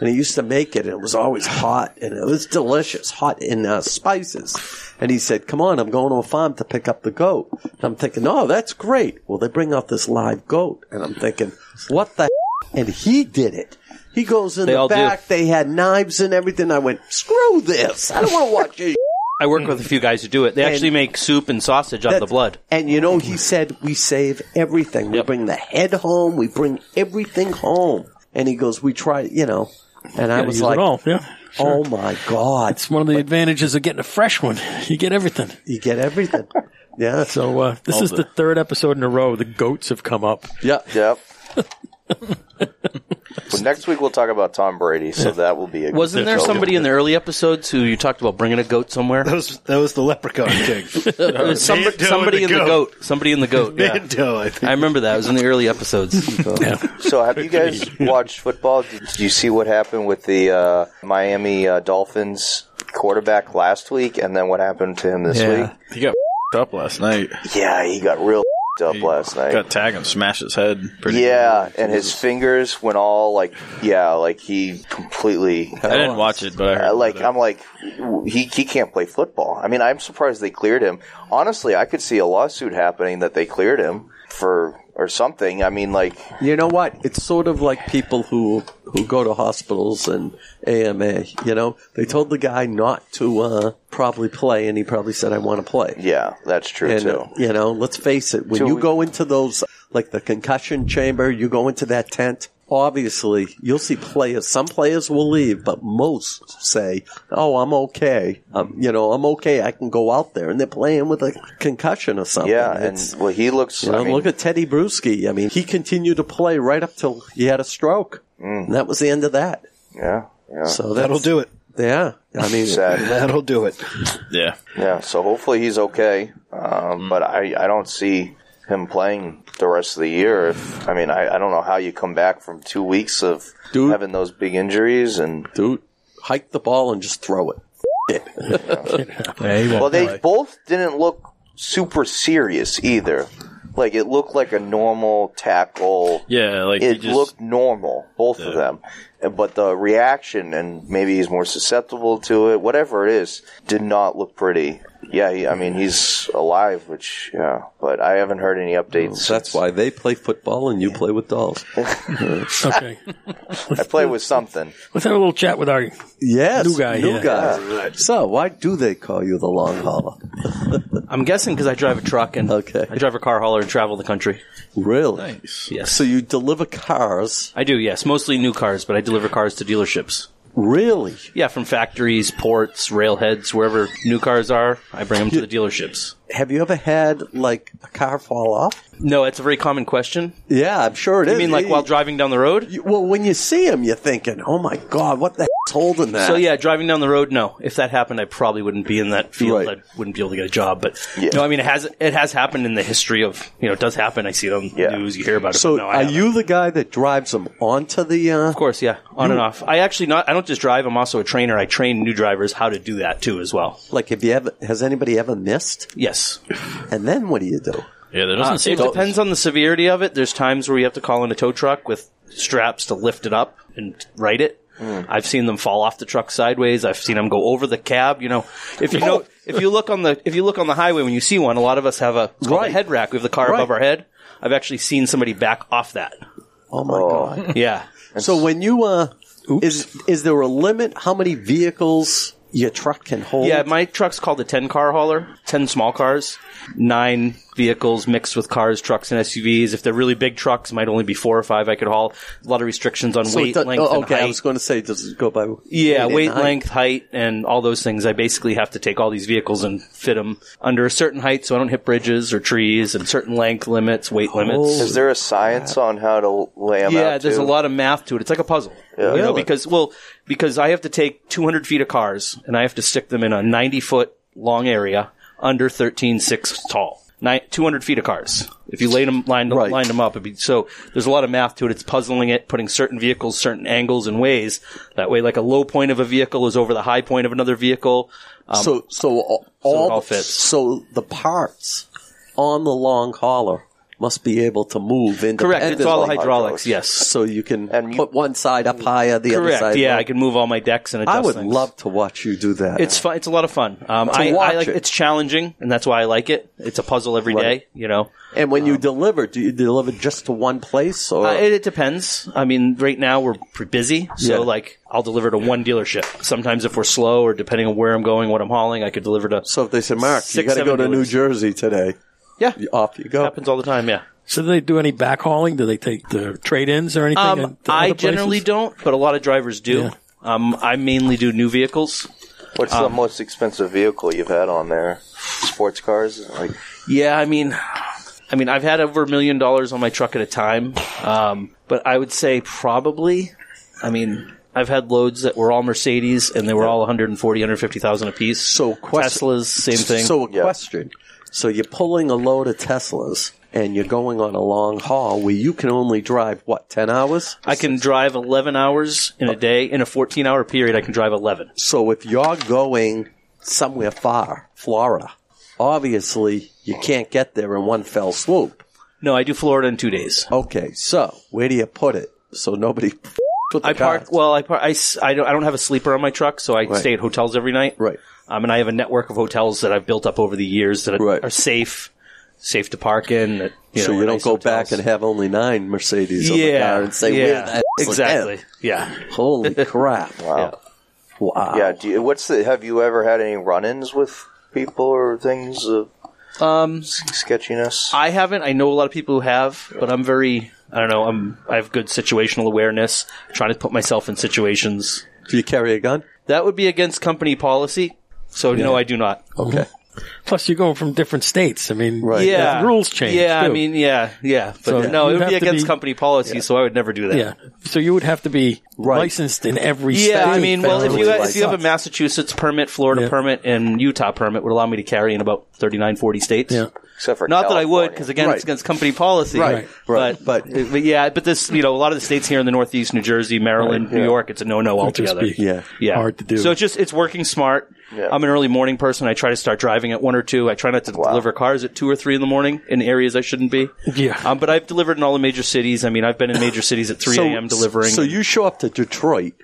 B: And he used to make it, and it was always hot, and it was delicious, hot in uh, spices. And he said, "Come on, I'm going to a farm to pick up the goat." And I'm thinking, "Oh, that's great." Well, they bring out this live goat, and I'm thinking, "What the?" And he did it. He goes in
C: They
B: the
C: all do.
B: back. They had knives and everything. I went, "Screw this! I don't want to watch this."
C: I work with a few guys who do it. They actually make soup and sausage out of the
B: That's-
C: blood.
B: And you know, he said, we save everything. We bring the head home. We bring everything home. And he goes, we try, you know. And I
A: Gotta
B: was
A: use
B: like,
A: it all. Yeah.
B: oh my God.
A: It's one of the advantages of getting a fresh one. You get everything.
B: You get everything. yeah.
A: So uh, this
D: All
A: is
D: the-
A: the third episode in a row. The goats have come up.
B: Yeah.
D: Yep. well, next week we'll talk about Tom Brady, so that will be a
C: Wasn't there
D: joke.
C: somebody in the early episodes who you talked about bringing a goat somewhere?
H: That was, that was the leprechaun king. Uh,
C: There was somebody,
H: Mando and
C: somebody in the goat. Somebody in the goat. Yeah.
H: Mando, I think.
C: I remember that. It was in the early episodes.
D: So, have you guys watched football? Did, did you see what happened with the uh, Miami uh, Dolphins quarterback last week, and then what happened to him this week?
O: He got up last night.
D: Yeah, he got real up last night.
O: Got tagged and smashed his head. Pretty
D: yeah, and his fingers went all like, yeah, like he completely.
O: I didn't watch it, but I heard
D: Uh, like I'm like he he can't play football. I mean, I'm surprised they cleared him. Honestly, I could see a lawsuit happening that they cleared him for or something. I mean, like
B: You know what? It's sort of like people who who go to hospitals and AMA. You know, they told the guy not to uh, probably play, and he probably said, "I want to play."
D: yeah, that's true
B: and,
D: too.
B: uh, You know, let's face it. When
D: Till
B: you
D: we-
B: go into those, like the concussion chamber, you go into that tent. Obviously, you'll see players. Some players will leave, but most say, "Oh, I'm okay. Um, you know, I'm okay. I can go out there." And they're playing with a concussion or something.
D: yeah, and
B: It's-
D: well, he looks.
B: you know,
D: I mean,
B: look at Teddy Bruschi. I mean, he continued to play right up till he had a stroke, and that was the end of that.
D: Mm. yeah, yeah.
B: So that's-
H: That'll do it.
B: Yeah, I mean,
D: Sad.
H: That'll do it.
O: Yeah.
D: Yeah, so hopefully he's okay. Um, but I, I don't see him playing the rest of the year. If I mean, I, I don't know how you come back from two weeks of having those big injuries and
B: dude, hike the ball and just throw it.
D: well, they both didn't look super serious either. Like it looked like a normal tackle.
O: Yeah, like
D: it
O: he just-
D: looked normal, both of them. Uh, But the reaction, and maybe he's more susceptible to it, whatever it is, did not look pretty. Yeah, he, I mean, he's alive, which, yeah, but I haven't heard any updates.
B: That's why they play football and you play with dolls.
A: Okay.
D: I play with something.
A: Let's have a little chat with our
B: Yes,
A: new guy.
B: new
A: here.
B: guy. So why do they call you the long hauler?
C: I'm guessing because I drive a truck and
B: okay.
C: I drive a car hauler and travel the country.
B: Really?
C: Yes.
B: So you deliver cars?
C: I do, yes. Mostly new cars, but I deliver cars to dealerships.
B: Really?
C: Yeah, from factories, ports, railheads, wherever new cars are, I bring them to the dealerships.
B: Have you ever had like a car fall off?
C: No, it's a very common question.
B: Yeah, I'm sure it is.
C: You mean like
B: You-
C: while driving down the road?
B: you- well, when you see them, you're thinking, "Oh my God, what the hell's holding that?"
C: So yeah, driving down the road, no. If that happened, I probably wouldn't be in that field.
B: Right.
C: I wouldn't be able to get a job. But no, I mean it has it has happened in the history of you know it does happen. I see it on the news, you hear about it.
B: So
C: but no, I
B: are
C: haven't.
B: you the guy that drives them onto the? Uh, of
C: course, yeah. on and off. I actually not. I don't just drive. I'm also a trainer. I train new drivers how to do that too, as well.
B: Like, have you ever? Has anybody ever missed?
C: Yes.
B: And then what do you do?
O: Yeah, there
C: Uh, it depends on the severity of it. There's times where you have to call in a tow truck with straps to lift it up and right it. I've seen them fall off the truck sideways. I've seen them go over the cab. You know, if you know, if you look on the if you look on the highway when you see one, a lot of us have a, it's called a head rack. We have the car above our head. I've actually seen somebody back off that.
B: Oh my god!
C: Yeah.
B: So when you uh, is is there a limit how many vehicles your truck can hold?
C: Yeah, my truck's called a 10 car hauler, 10 small cars, nine vehicles mixed with cars, trucks, and SUVs. If they're really big trucks, it might only be four or five I could haul. A lot of restrictions on
B: So it
C: weight,
B: does-
C: length,
B: oh,
C: and
B: okay, I
C: height.
B: was going to say, does it go by?
C: Yeah,
B: and
C: weight,
B: height?
C: length, height, and all those things. I basically have to take all these vehicles and fit them under a certain height so I don't hit bridges or trees and certain length limits, weight limits.
D: Is there a science on how to lay them out?
C: Yeah, there's
D: too?
C: a lot of math to it. It's like a puzzle. You know,
D: Really?
C: because well, because I have to take 200 feet of cars and I have to stick them in a 90 foot long area under 13 six tall. Nine, 200 feet of cars. If you laid them lined lined them up, it'd be, so there's a lot of math to it. It's puzzling it, putting certain vehicles, certain angles and ways. That way, like a low point of a vehicle is over the high point of another vehicle. Um,
B: so so all,
C: so it all
B: the-
C: fits.
B: So the parts on the long hauler must be able to move independently.
C: It's all hydraulics, yes.
B: So you can put one side up higher, the
C: Correct.
B: other side.
C: yeah,
B: low.
C: I can move all my decks and adjust
B: I would
C: things.
B: love to watch you do that.
C: It's fun. It's a lot of fun. Um,
B: To
C: I,
B: watch
C: I like
B: it.
C: it's challenging, and that's why I like it. It's a puzzle every day.
B: Right.
C: You know,
B: and when you deliver, do you deliver just to one place or?
C: Uh, it, it depends. I mean, right now we're pretty busy, so
B: Yeah.
C: like I'll deliver to one dealership. Sometimes if we're slow or depending on where I'm going, what I'm hauling, I could deliver to.
B: So if they said, Mark, you got to go to New Jersey today.
C: Yeah,
B: off you go.
C: Happens all the time. Yeah.
A: So do they do any backhauling? Do they take the trade-ins or anything?
C: Um,
A: at the
C: I
A: other places?
C: generally don't, but a lot of drivers do.
A: Yeah.
C: Um, I mainly do new vehicles.
D: What's the
C: um,
D: most expensive vehicle you've had on there? Sports cars, like
C: Yeah, I mean, I mean, I've had over a million dollars on my truck at a time, um, but I would say probably. I mean, I've had loads that were all Mercedes, and they were all 140, 150,000 apiece. So Teslas, same thing.
B: So a question. So you're pulling a load of Teslas and you're going on a long haul where you can only drive what ten hours.
C: I can drive 11 hours in a day. In a 14 hour period, I can drive 11.
B: So if you're going somewhere far, Florida, obviously you can't get there in one fell swoop.
C: No, I do Florida in two days.
B: Okay, so where do you put it so nobody? f- with the
C: I park.
B: cars?
C: Well, I park. I, s- I don't. I don't have a sleeper on my truck, so I
B: Right.
C: stay at hotels every night.
B: Right.
C: Um, and I have a network of hotels that I've built up over the years that are, are safe, safe to park in. that, You
B: so
C: know,
B: you
C: are
B: don't
C: nice
B: go
C: hotels.
B: back and have only nine Mercedes on the
C: Yeah,
B: car and say,
C: yeah,
B: "Where the hell is
C: exactly.
B: them?"
C: Yeah.
B: Holy crap!
D: Wow.
B: Wow.
D: Yeah. Do you, what's the? Have you ever had any run-ins with people or things of
C: um,
D: sketchiness?
C: I haven't. I know a lot of people who have, but I'm very. I don't know. I'm. I have good situational awareness. Trying to put myself in situations.
B: Do you carry a gun?
C: That would be against company policy. So no, I do not.
B: Okay.
A: Plus, you're going from different states. I mean,
C: Yeah.
A: the rules change.
C: Yeah. I
A: too.
C: mean, yeah, yeah. But
A: So
C: no, it
A: you'd
C: would be
A: have to
C: against
A: be-
C: company policy, so I would never do that.
A: yeah. So you would have to be licensed in every state.
C: Yeah, I mean, well, if you if you have a
A: mask,
C: Massachusetts permit, Florida
A: Yeah.
C: permit, and Utah permit, would allow me to carry in about 39, 40 states. Yeah.
D: Except for
C: not that I
D: California.
C: would, because again,
D: Right.
C: it's against company policy.
D: Right,
C: But, but but yeah, but this you know a lot of the states here in the Northeast, New Jersey, Maryland, New York, it's a no no altogether. yeah.
A: hard to do.
C: So it's just it's working smart. I'm an early morning person. I try to start driving at one or two. I try not to deliver cars at two or three in the morning in areas I shouldn't be.
A: Yeah.
C: Um, but I've delivered in all the major cities. I mean, I've been in major cities at 3
B: So-
C: a.m. delivering. Mm-hmm.
B: So you show up to Detroit,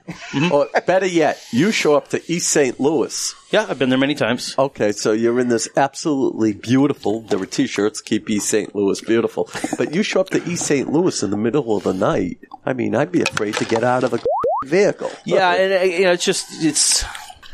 B: or better yet, you show up to East St. Louis.
C: Yeah, I've been there many times.
B: Okay, so you're in this absolutely beautiful. There were T-shirts keep East St. Louis beautiful, but you show up to East St. Louis in the middle of the night. I mean, I'd be afraid to get out of a vehicle.
C: Yeah, and uh, you know, it's just it's.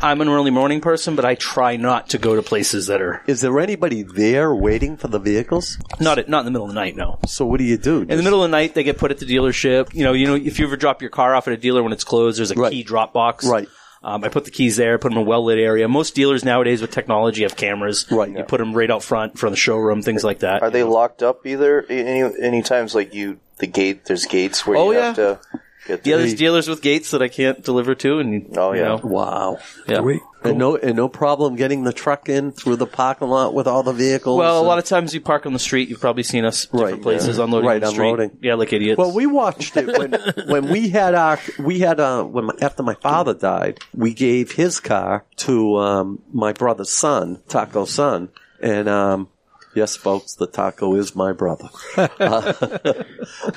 C: I'm an early morning person, but I try not to go to places that are
B: Is there anybody there waiting for the vehicles?
C: not at, not in the middle of the night. No,
B: So what do you do?
C: in the middle of the night they get put at the dealership. You know, you know, if you ever drop your car off at a dealer when it's closed, there's a key drop box. Right. Um, I put the keys there, put them in a well lit area. Most dealers nowadays with technology have cameras. Right. You put them right out front from the showroom, things like that.
D: Are they locked up either? Any any times like you the gate? There's gates where
C: Oh,
D: you
C: yeah.
D: have to get.
C: Yeah,
D: through.
C: there's dealers with gates that I can't deliver to, and oh
D: yeah.
B: Wow.
C: Yeah.
B: And no, and no problem getting the truck in through the parking lot with all the vehicles.
C: Well, a
B: and-
C: lot of times you park on the street. You've probably seen us different places
B: yeah.
C: unloading
B: Right,
C: on the street.
B: unloading.
C: Yeah, like idiots.
B: Well, we watched it when when we had our we had uh when my, after my father died, we gave his car to um, my brother's son, Taco's son, and um, yes, folks, the taco is my brother. Uh,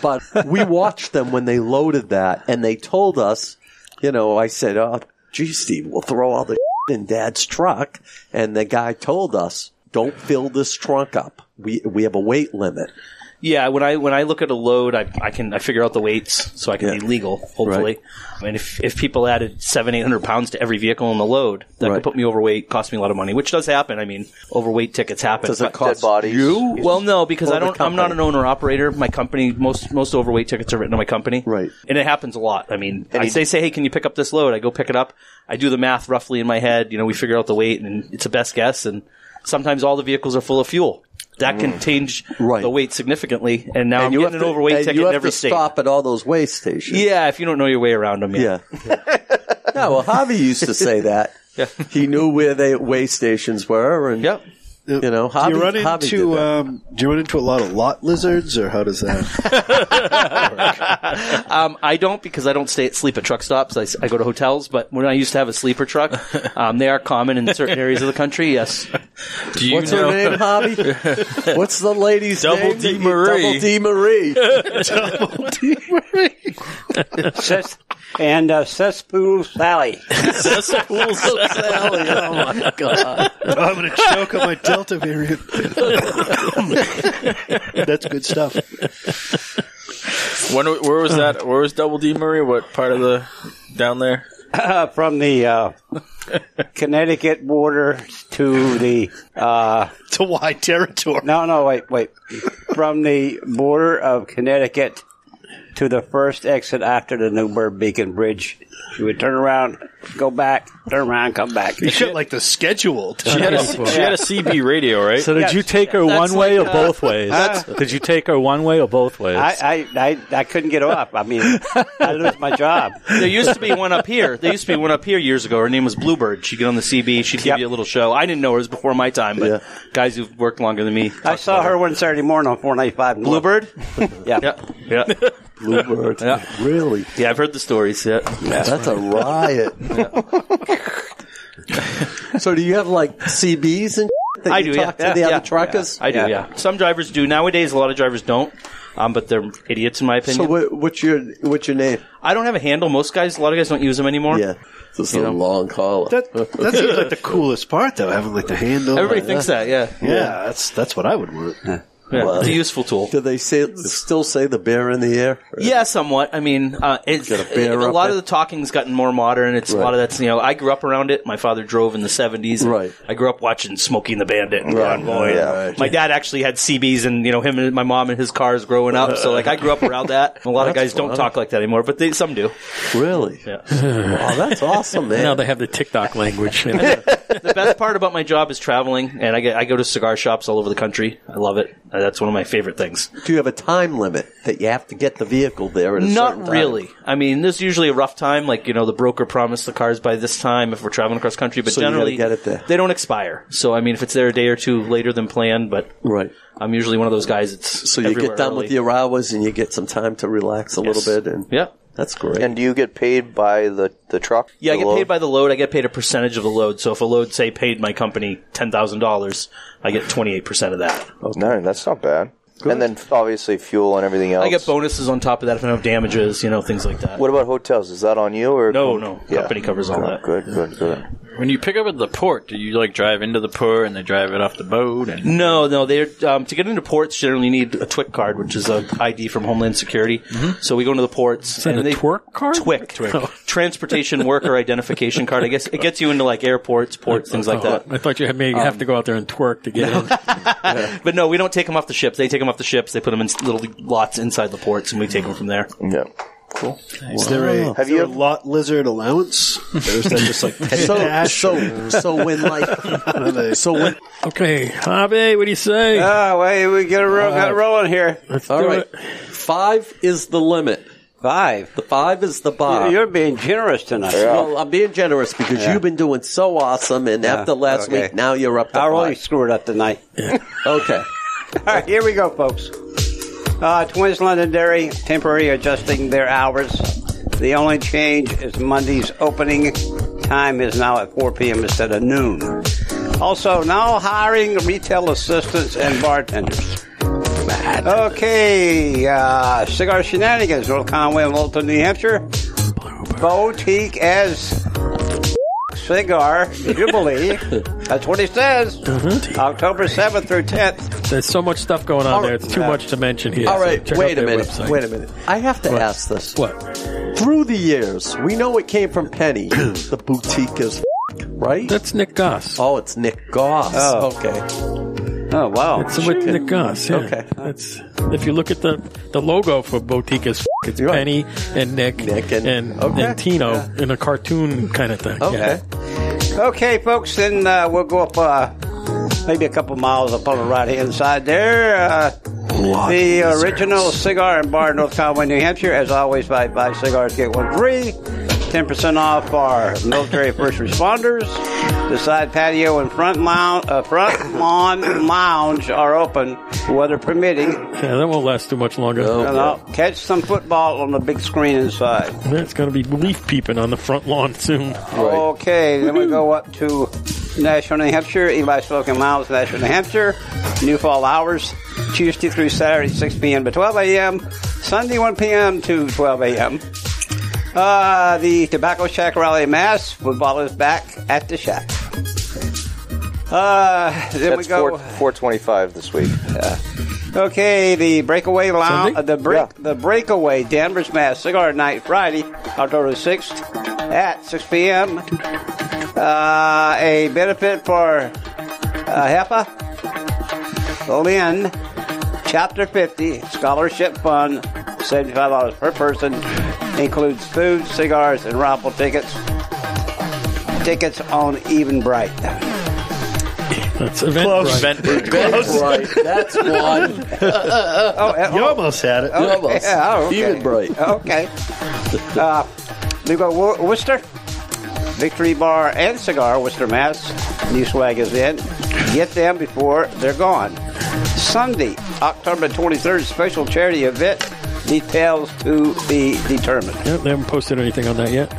B: but we watched them when they loaded that, and they told us you know, I said, "Oh, gee, Steve, we'll throw all the in Dad's truck," and the guy told us, "Don't fill this trunk up. We we have a weight limit."
C: Yeah, when I when I look at a load, I, I can I figure out the weights so I can be legal, hopefully. And if if people added seven eight hundred pounds to every vehicle in the load, that
B: Right.
C: could put me overweight, cost me a lot of money, which does happen. I mean, overweight tickets happen.
D: Does it
C: But-
D: cost Dead bodies? you?
C: Well, no, because
D: Or
C: I
D: the
C: don't. I'm not an
D: company?
C: owner operator. My company most most overweight tickets are written to my company, right? And it happens a lot. I mean,
D: And
C: I,
D: you-
C: they say, hey, can you pick up this load? I go pick it up. I do the math roughly in my head. You know, we figure out the weight, and it's a best guess. And sometimes all the vehicles are full of fuel. That can
B: Mm.
C: change the weight significantly, and now
B: And
C: I'm
B: you
C: getting
B: have
C: an
B: to-
C: overweight
B: and
C: ticket
B: you have
C: in every
B: to
C: state.
B: Stop at all those weigh stations.
C: Yeah, if you don't know your way around them, yeah.
B: no, well, Javi used to say that. He knew where they weigh stations were, and
C: yep.
B: you know, Javi,
H: do you run
B: Javi did
H: into
B: that.
H: um, do you run into a lot of lot lizards, or how does that?
C: um, I don't because I don't stay at sleep at truck stops. I, s- I go to hotels. But when I used to have a sleeper truck, um, they are common in certain areas of the country. Yes.
O: Do
B: What's her name, Javi? What's the lady's
C: Double
B: name?
C: D
B: that-
C: Marie.
B: Double D Marie.
I: Double D Cess- and uh, Cesspool Sally.
O: Cesspool
I: Sally.
H: Oh, my God. I'm going to choke on my Delta variant. That's good stuff.
O: When, where was that? Where was Double D Murray? What part of the down there?
I: from the uh, Connecticut border to the uh,
H: to wide territory.
I: No, no, wait, wait. From the border of Connecticut to the first exit after the Newburgh Beacon Bridge, you would turn around, go back, turn around, come back.
H: You should like the schedule.
O: She had a, she had a CB radio, right?
K: So did you take her one way or
B: uh,
K: both ways?
I: That's-
K: did you take her one way or both ways?
I: I, I, I, I couldn't get off. I mean, I lose my job.
C: There used to be one up here. There used to be one up here years ago. Her name was Bluebird. She'd get on the CB. She'd give you a little show. I didn't know her. It was before my time, but guys who've worked longer than me.
I: I saw her one Saturday morning on 495.
C: Bluebird?
I: yeah.
C: Yeah.
B: Bluebird.
C: Yeah.
B: Really?
C: Yeah, I've heard the stories. Yeah.
B: That's a riot. so do you have like CBs and that
C: I
B: you
C: do.
B: talk
C: yeah.
B: to the
C: yeah,
B: other truckers?
C: I do. Yeah. Some drivers do. Nowadays, a lot of drivers don't. Um, but they're idiots in my opinion.
B: So what, what's your what's your name?
C: I don't have a handle. Most guys, a lot of guys don't use them anymore. Yeah,
B: this is a long call.
H: That, that seems like the coolest part, though, having like the handle.
C: Everybody thinks that, yeah.
H: Yeah, that's that's what I would want.
C: it's a useful tool.
B: Do they say still say the bear in the air?
C: Yeah, somewhat. I mean, uh, it's,
B: Got a bear
C: a
B: up
C: lot
B: there?
C: of the talking's gotten more modern. It's a lot of that's you know. I grew up around it. My father drove in the seventies. Right. I grew up watching Smokey and the Bandit and
B: Right.
C: Convoy.
B: Yeah, right.
C: My dad actually had CBs and you know him and my mom and his cars growing up. So like I grew up around that. A lot of
B: That's
C: guys don't
B: fun.
C: talk like that anymore, but they some do.
B: Really?
C: Yeah.
B: oh, that's awesome, man.
A: Now they have the TikTok language. you know.
C: the best part about my job is traveling, and I, get, I go to cigar shops all over the country. I love it. Uh, That's one of my favorite things.
B: Do you have a time limit that you have to get the vehicle there at a certain
C: Not
B: time?
C: really. I mean, there's usually a rough time. Like you know, the broker promised the cars by this time if we're traveling across country, but
B: So you gotta
C: generally
B: get it there.
C: they don't expire. So I mean, if it's there a day or two later than planned, but
B: right,
C: I'm usually one of those guys. It's
B: So you get done with your hours and you get some time to relax a
C: Yes.
B: little bit, and
C: yeah,
B: that's great.
D: And do you get paid by the the truck?
C: Yeah, I
D: The
C: get
D: load?
C: paid by the load. I get paid a percentage of the load. So if a load, say, paid my company ten thousand dollars, I get twenty eight percent of that.
D: No, that's not bad. And then obviously fuel and everything else.
C: I get bonuses on top of that if I have damages, you know, things like that.
D: What about hotels? Is that on you or
C: No, no. Company covers all
D: Good,
C: that.
D: Good, good, good.
O: When you pick up at the port, do you like drive into the port and they drive it off the boat? And
C: No, no. They are um, to get into ports generally you need a TWIC card, which is a ID from Homeland Security. So we go into the ports
A: that a
C: they
A: twerk card? Oh.
C: TWIC, Transportation Worker Identification Card. I guess it gets you into like airports, ports, things like that.
A: Oh, I thought you had may have to go out there and twerk to get in.
C: But no, we don't take them off the ships. They take them off the ships. They put them in s- little lots inside the ports, and we take them from there.
D: Yeah.
C: Cool.
H: Is there a, is there a lot lizard allowance? Or is that just like petty
A: So-
H: cash?
A: so-
H: or-
A: so when, like-
H: What are they?
B: So when
A: Okay, Hobby, what do you say? Uh,
I: Ah, wait, we get a roll, got rolling here.
B: All right, five is the limit.
I: Five.
B: The five is the bar.
I: You're being generous tonight.
B: Well, I'm being generous because
I: Yeah.
B: you've been doing so awesome, and
I: Yeah,
B: after last
I: okay.
B: week, now you're up to
I: I
B: five.
I: really screwed up tonight.
B: Okay.
I: All right, here we go, folks. Uh, Twins Londonderry temporarily adjusting their hours. The only change is Monday's opening time is now at 4 p.m. instead of noon. Also, now hiring retail assistants and bartenders. Okay, uh, Cigar Shenanigans, North Conway and Littleton, New Hampshire. boutique as cigar jubilee. That's what he says. October seventh through tenth.
A: There's so much stuff going on
I: All
A: there.
I: right.
A: It's too much to mention here.
B: All
A: so
B: right,
A: check out
B: wait a
A: their
B: minute.
A: website.
B: Wait a minute. I have to
A: What?
B: ask this.
A: What?
B: Through the years, we know it came from Penny. the boutique is f- right.
A: That's Nick Goss.
B: Oh, it's Nick Goss.
A: Oh.
B: Okay. Oh wow.
A: It's with Nick Goss. Yeah.
B: Okay.
A: That's if you look at the the logo for Boutique is f- it's Penny and Nick, and and, Tino in a cartoon kind of thing.
I: Okay. Okay, folks, then uh, we'll go up uh, maybe a couple miles up on the right hand side there. Uh,
E: Bloody
I: the
E: lizards.
I: original cigar and bar in North Conway, New Hampshire. As always, buy, buy cigars, get one free. 10% off our military first responders. The side patio and front lounge, uh, front lawn lounge are open, weather permitting.
A: Yeah, that won't last too much longer.
I: And I'll catch some football on the big screen inside.
A: It's going to be leaf peeping on the front lawn soon.
I: Okay, then we go up to Nashville, New Hampshire, Eli Spoken Miles, Nashville, New Hampshire. New fall hours, Tuesday through Saturday, 6 p.m. to 12 a.m., Sunday, 1 p.m. to 12 a.m. Uh, the Tobacco Shack Rally Mass, football is back at the shack. Uh, then we
D: That's
I: go.
D: four four twenty five this week.
I: Okay, the breakaway lounge,
D: Sunday?
I: uh, the break, the breakaway Danvers Mass Cigar Night Friday, October sixth at six p.m. Uh, a benefit for uh, HEPA, Lynn, Chapter Fifty Scholarship Fund, seventy-five dollars per person, includes food, cigars, and raffle tickets. Tickets on Evenbright.
A: That's event
I: Close.
A: Right.
I: Eventbrite. Close. Right.
B: That's one.
I: you
H: almost had it.
I: Okay, yeah, oh, okay. Okay. Uh, we go Wor- Worcester, Victory Bar and Cigar, Worcester, Mass. New swag is in. Get them before they're gone. Sunday, October 23rd, special charity event. Details to be determined.
A: Yeah, they haven't posted anything on that yet.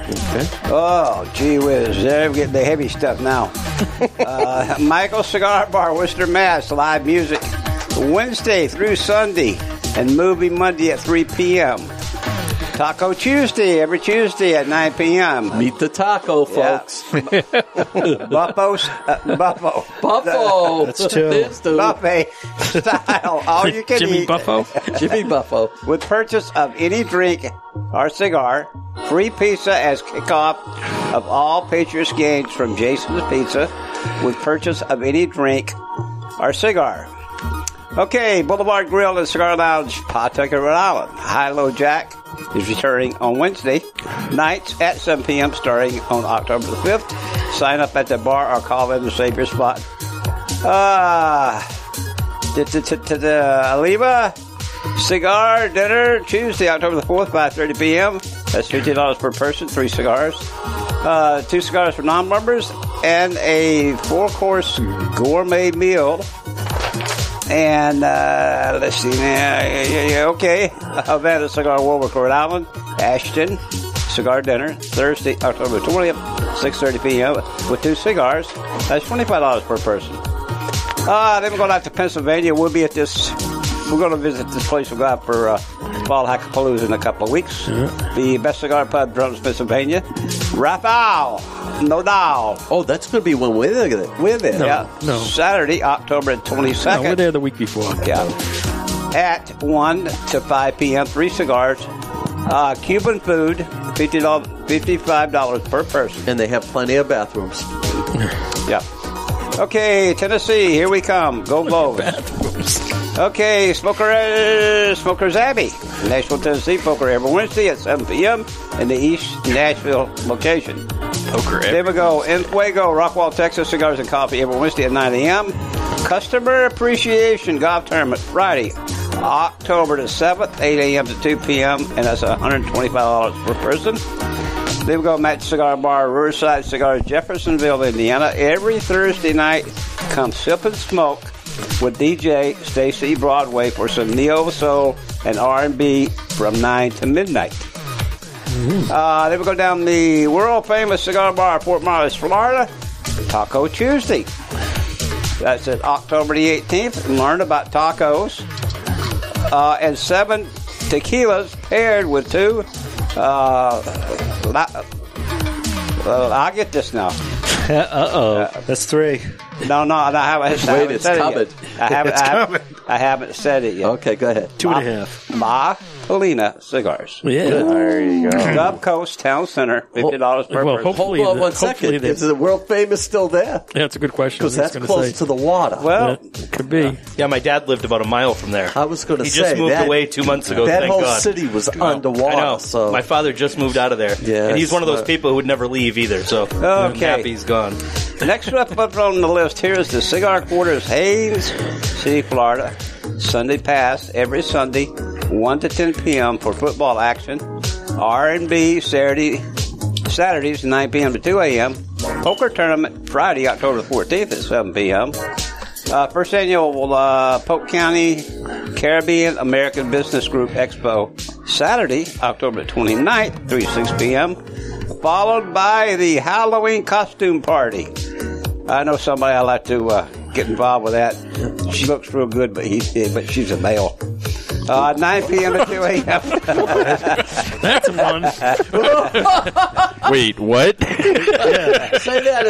I: Oh, gee whiz. They're getting the heavy stuff now. uh, Michael Cigar Bar, Worcester, Mass. Live music Wednesday through Sunday and movie Monday at 3 p.m. Taco Tuesday every Tuesday at 9 p.m.
B: Meet the taco, folks.
I: Buffos, uh, buffo.
B: Buffo. That's two. There's two.
I: Buffet style. All you can
B: Jimmy
I: eat.
B: Buffo? Jimmy Buffo.
I: With purchase of any drink or cigar, free pizza as kickoff of all Patriots games from Jason's Pizza with purchase of any drink or cigar. Okay, Boulevard Grill and Cigar Lounge, Pawtucket, Rhode Island. High Low Jack is returning on Wednesday nights at 7 p.m. starting on October the 5th. Sign up at the bar or call in to save your spot. Ah, to the Aliva Cigar Dinner Tuesday, October the fourth, five thirty p.m. That's fifty dollars per person, three cigars, uh, two cigars for non-members, and a four-course gourmet meal. And uh, let's see, now, yeah, yeah, yeah, okay, Havana Cigar Warwick, Rhode Island, Ashton Cigar Dinner Thursday, October twentieth, six thirty p.m. with two cigars. That's twenty-five dollars per person. Uh, then we're going out to Pennsylvania. We'll be at this. We're going to visit this place we got for uh, Fall Hackapalooza in a couple of weeks. The Best Cigar Pub, Drums, Pennsylvania. Raphael, no doubt.
B: Oh, that's going to be when we're there. We're there.
A: No,
I: yeah.
A: no.
I: Saturday, October
A: No,
I: 22nd.
A: we're there the week before.
I: Yeah. At 1 to 5 p.m., three cigars, uh, Cuban food, $50, $55 per person.
B: And they have plenty of bathrooms.
I: yeah. Okay, Tennessee, here we come. Go Globes. Okay, Smoker, uh, Smokers Abbey, Nashville, Tennessee. Poker every Wednesday at 7 p.m. in the East Nashville location. Poker There we go. In Fuego, Rockwall, Texas. Cigars and coffee every Wednesday at 9 a.m. Customer Appreciation Golf Tournament Friday, October the 7th, 8 a.m. to 2 p.m. And that's $125 per person. There we go, Matt Cigar Bar, Riverside Cigars, Jeffersonville, Indiana. Every Thursday night, come sip and smoke with DJ Stacy Broadway for some neo soul and R&B from nine to midnight. Uh, then we go down the world famous cigar bar, Fort Myers, Florida. Taco Tuesday. That's at October the 18th. Learn about tacos uh, and seven tequilas paired with two Uh, la- well, I'll get this now.
H: Uh oh. That's three.
I: No, no, I haven't. I
H: Wait,
I: haven't
H: it's
I: said
H: covered.
I: It yet. I haven't.
H: It's
I: I, haven't- I haven't said it yet.
B: Okay, go ahead.
H: Two and a
I: Ma Helena cigars.
B: Yeah.
I: there
D: you go.
I: Gulf Coast Town Center, fifty dollars per
B: Well,
I: person.
B: hopefully Hold on the- one second. hopefully the- Is the world famous still there?
A: Yeah, that's a good question.
B: Because that's close to the water.
I: Well,
A: could be.
C: Yeah, my dad lived about a mile from there.
B: I was going
C: He
B: to say
C: just moved
B: that-
C: away two months ago.
B: That
C: thank
B: whole
C: God.
B: city was
C: No,
B: underwater.
C: I know.
B: So
C: My father just moved out of there.
B: Yeah,
C: and he's one of those
B: but-
C: people who would never leave either. So I'm
I: Okay.
C: happy he's gone.
I: Next up, up on the list here is the Cigar Quarters, Haynes City, Florida. Sunday Pass every Sunday, one to ten p.m. for football action. R and B Saturday, Saturdays nine p.m. to two a.m. Poker tournament Friday, October fourteenth at seven p.m. Uh, first annual uh, Polk County Caribbean American Business Group Expo, Saturday, October 29th, 3 to 6 p.m., followed by the Halloween costume party. I know somebody I like to uh, get involved with that. She looks real good, but he, but she's a male. Uh, 9 p.m. to 2 a.m.
A: That's a one.
O: Wait, what?
B: Say that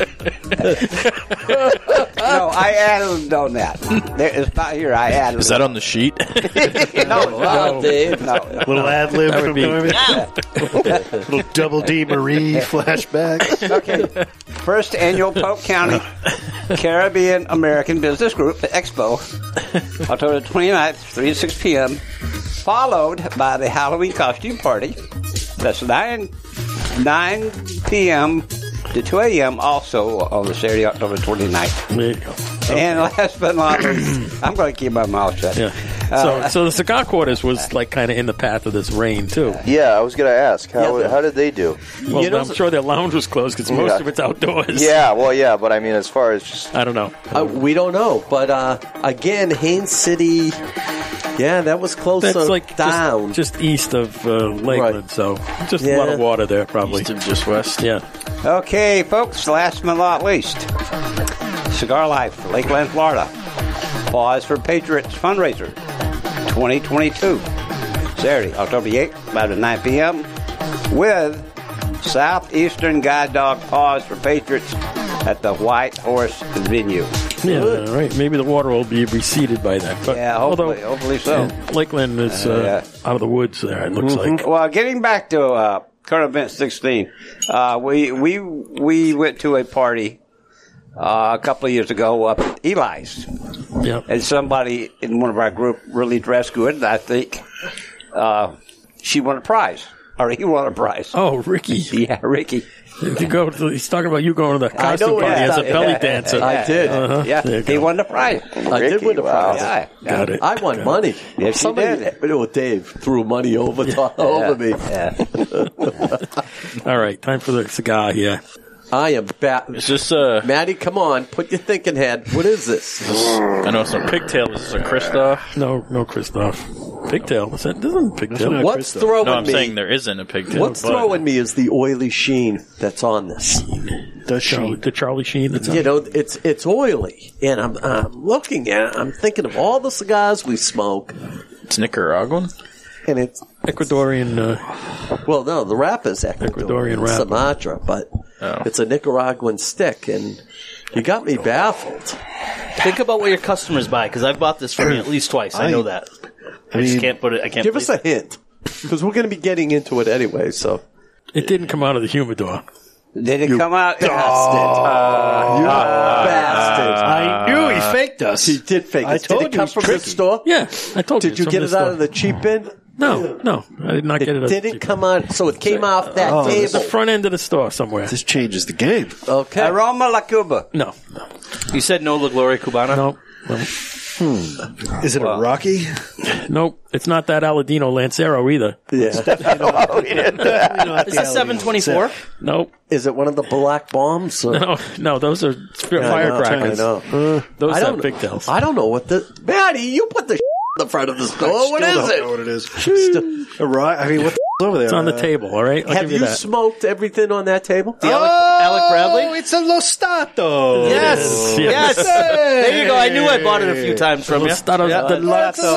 B: again.
I: no, I added on that. There, it's not here. I added.
O: Is that on the sheet?
I: no, no, Dave, no.
H: Little ad lib
I: That would
H: from
I: be-
H: Norman. Little double D Marie flashback.
I: okay. First annual Polk County Caribbean American Business Group Expo, October 29th, 3 to 6 p.m., followed by the Halloween costume party. That's 9, 9 p.m. to 2 a.m. also on the Saturday, October 29th.
A: There you go.
I: And last but not least, I'm going to keep my mouth shut.
A: Yeah. So,
I: Uh,
A: so the cigar quarters was like kind of in the path of this rain too.
D: Yeah, I was going to ask how how did they do?
A: Well, I'm sure their lounge was closed because most
D: Yeah.
A: of it's outdoors.
D: Yeah, well, yeah, but I mean, as far as just
A: I don't know.
B: Uh, we don't know, but uh, again, Haines City. Yeah, that was close.
A: That's
B: uh,
A: like just-
B: down.
A: Just, east of uh, Lakeland, so just a lot
I: Yeah.
A: of water there probably. East
O: of just west.
A: Yeah.
I: Okay, folks, last but not least, Cigar Life, Lakeland, Florida. Pause for Patriots Fundraiser 2022. Saturday, October 8th, about 9 p.m. with Southeastern Guide Dog Pause for Patriots at the White Horse Venue.
A: Yeah, all right. Maybe the water will be receded by then. But
I: Yeah, hopefully- hopefully so.
A: yeah, Lakeland is uh, out of the woods there. It looks like.
I: Mhm. Well, getting back to uh, current event sixteen, uh, we we we went to a party uh, a couple of years ago up at Eli's,
B: Mm-hmm.
A: Yep.
I: and somebody in one of our group really dressed good, and I think uh, she won a prize or he won a prize.
A: Oh, Ricky!
I: Yeah, Ricky.
A: If you go, to, he's talking about you going to the costume party as a belly dancer.
I: I did.
A: Uh-huh.
I: Yeah,
A: There you
I: he
A: go.
I: won the prize.
B: I did win the
I: wow.
B: prize.
I: Yeah.
A: Got it.
B: I won
A: Got it.
B: money.
I: Yes, you
B: Somebody,
I: did.
B: well, Oh, Dave threw money over to, over me.
A: All right, time for the cigar here.
B: I am bat.
O: It's just uh,
B: Maddie, come on, put your thinking head. What is this?
O: I know it's a pigtail. Is this a Kristoff?
A: No, no, Christoph. Pigtail. Is that doesn't pigtail?
B: What's throwing
O: No, I'm
B: me?
O: saying there isn't a pigtail.
B: What's
O: but-
B: throwing me is the oily sheen that's on this.
A: The Charlie, the Charlie Sheen. That's
B: You know, it's it's oily, and I'm I'm looking at. it. I'm thinking of all the cigars we smoke,
O: It's Nicaraguan.
B: and it's
A: Ecuadorian. Uh,
B: well, no, the wrap is Ecuadorian,
A: Ecuadorian wrap.
B: Sumatra, but
O: Oh.
B: it's a Nicaraguan stick, and you got me baffled.
C: Think about what your customers buy because I've bought this from you at least twice. I,
B: I-
C: know that. I, just
B: mean,
C: can't put it. I can't
B: Give us a hint, because we're going to be getting into it anyway. So
A: it didn't come out of the humidor.
I: Did it come out?
B: you
A: Ah.
B: bastard!
H: I knew he faked us.
B: He did fake.
H: I
B: us.
H: told
B: did it
H: you
B: come
H: it's
B: from
H: tricky.
B: this store?
A: Yeah, I told you.
B: Did you
A: it's
B: get
A: from
B: it
A: the
B: out of
A: store.
B: the cheap end?
A: No, no, I did not
B: It
A: get it. Out
B: didn't come out, so it came off that
A: Oh, it's the
B: table.
A: front end of the store somewhere.
H: This changes the game.
B: Okay.
I: Aroma La Cuba.
A: No,
C: believe- You said no La Gloria Cubana.
A: no,
H: Is it a Rocky?
A: nope. It's not that Aladino Lancero either.
B: Yeah.
C: Is this 724?
A: Nope.
B: Is it one of the black bombs? Or?
A: No, no, those are
B: I know,
A: firecrackers.
B: I know.
A: Those
B: I
A: are
B: don't,
A: pigtails.
B: I don't know what the Maddie. You put the in the front of the store. Oh, What
H: Still
B: is
H: don't
B: it?
H: Know what it is? A Rock? I mean, what the over there.
A: It's on the table, all right? I'll
B: Have
A: give you
B: you
A: that.
B: smoked everything on that table?
A: The Alec- Alec Bradley?
H: Oh, it's a Lostato.
C: Yes. Yes. There you go. I knew I bought it a few times from you.
A: Lostato
B: Oh,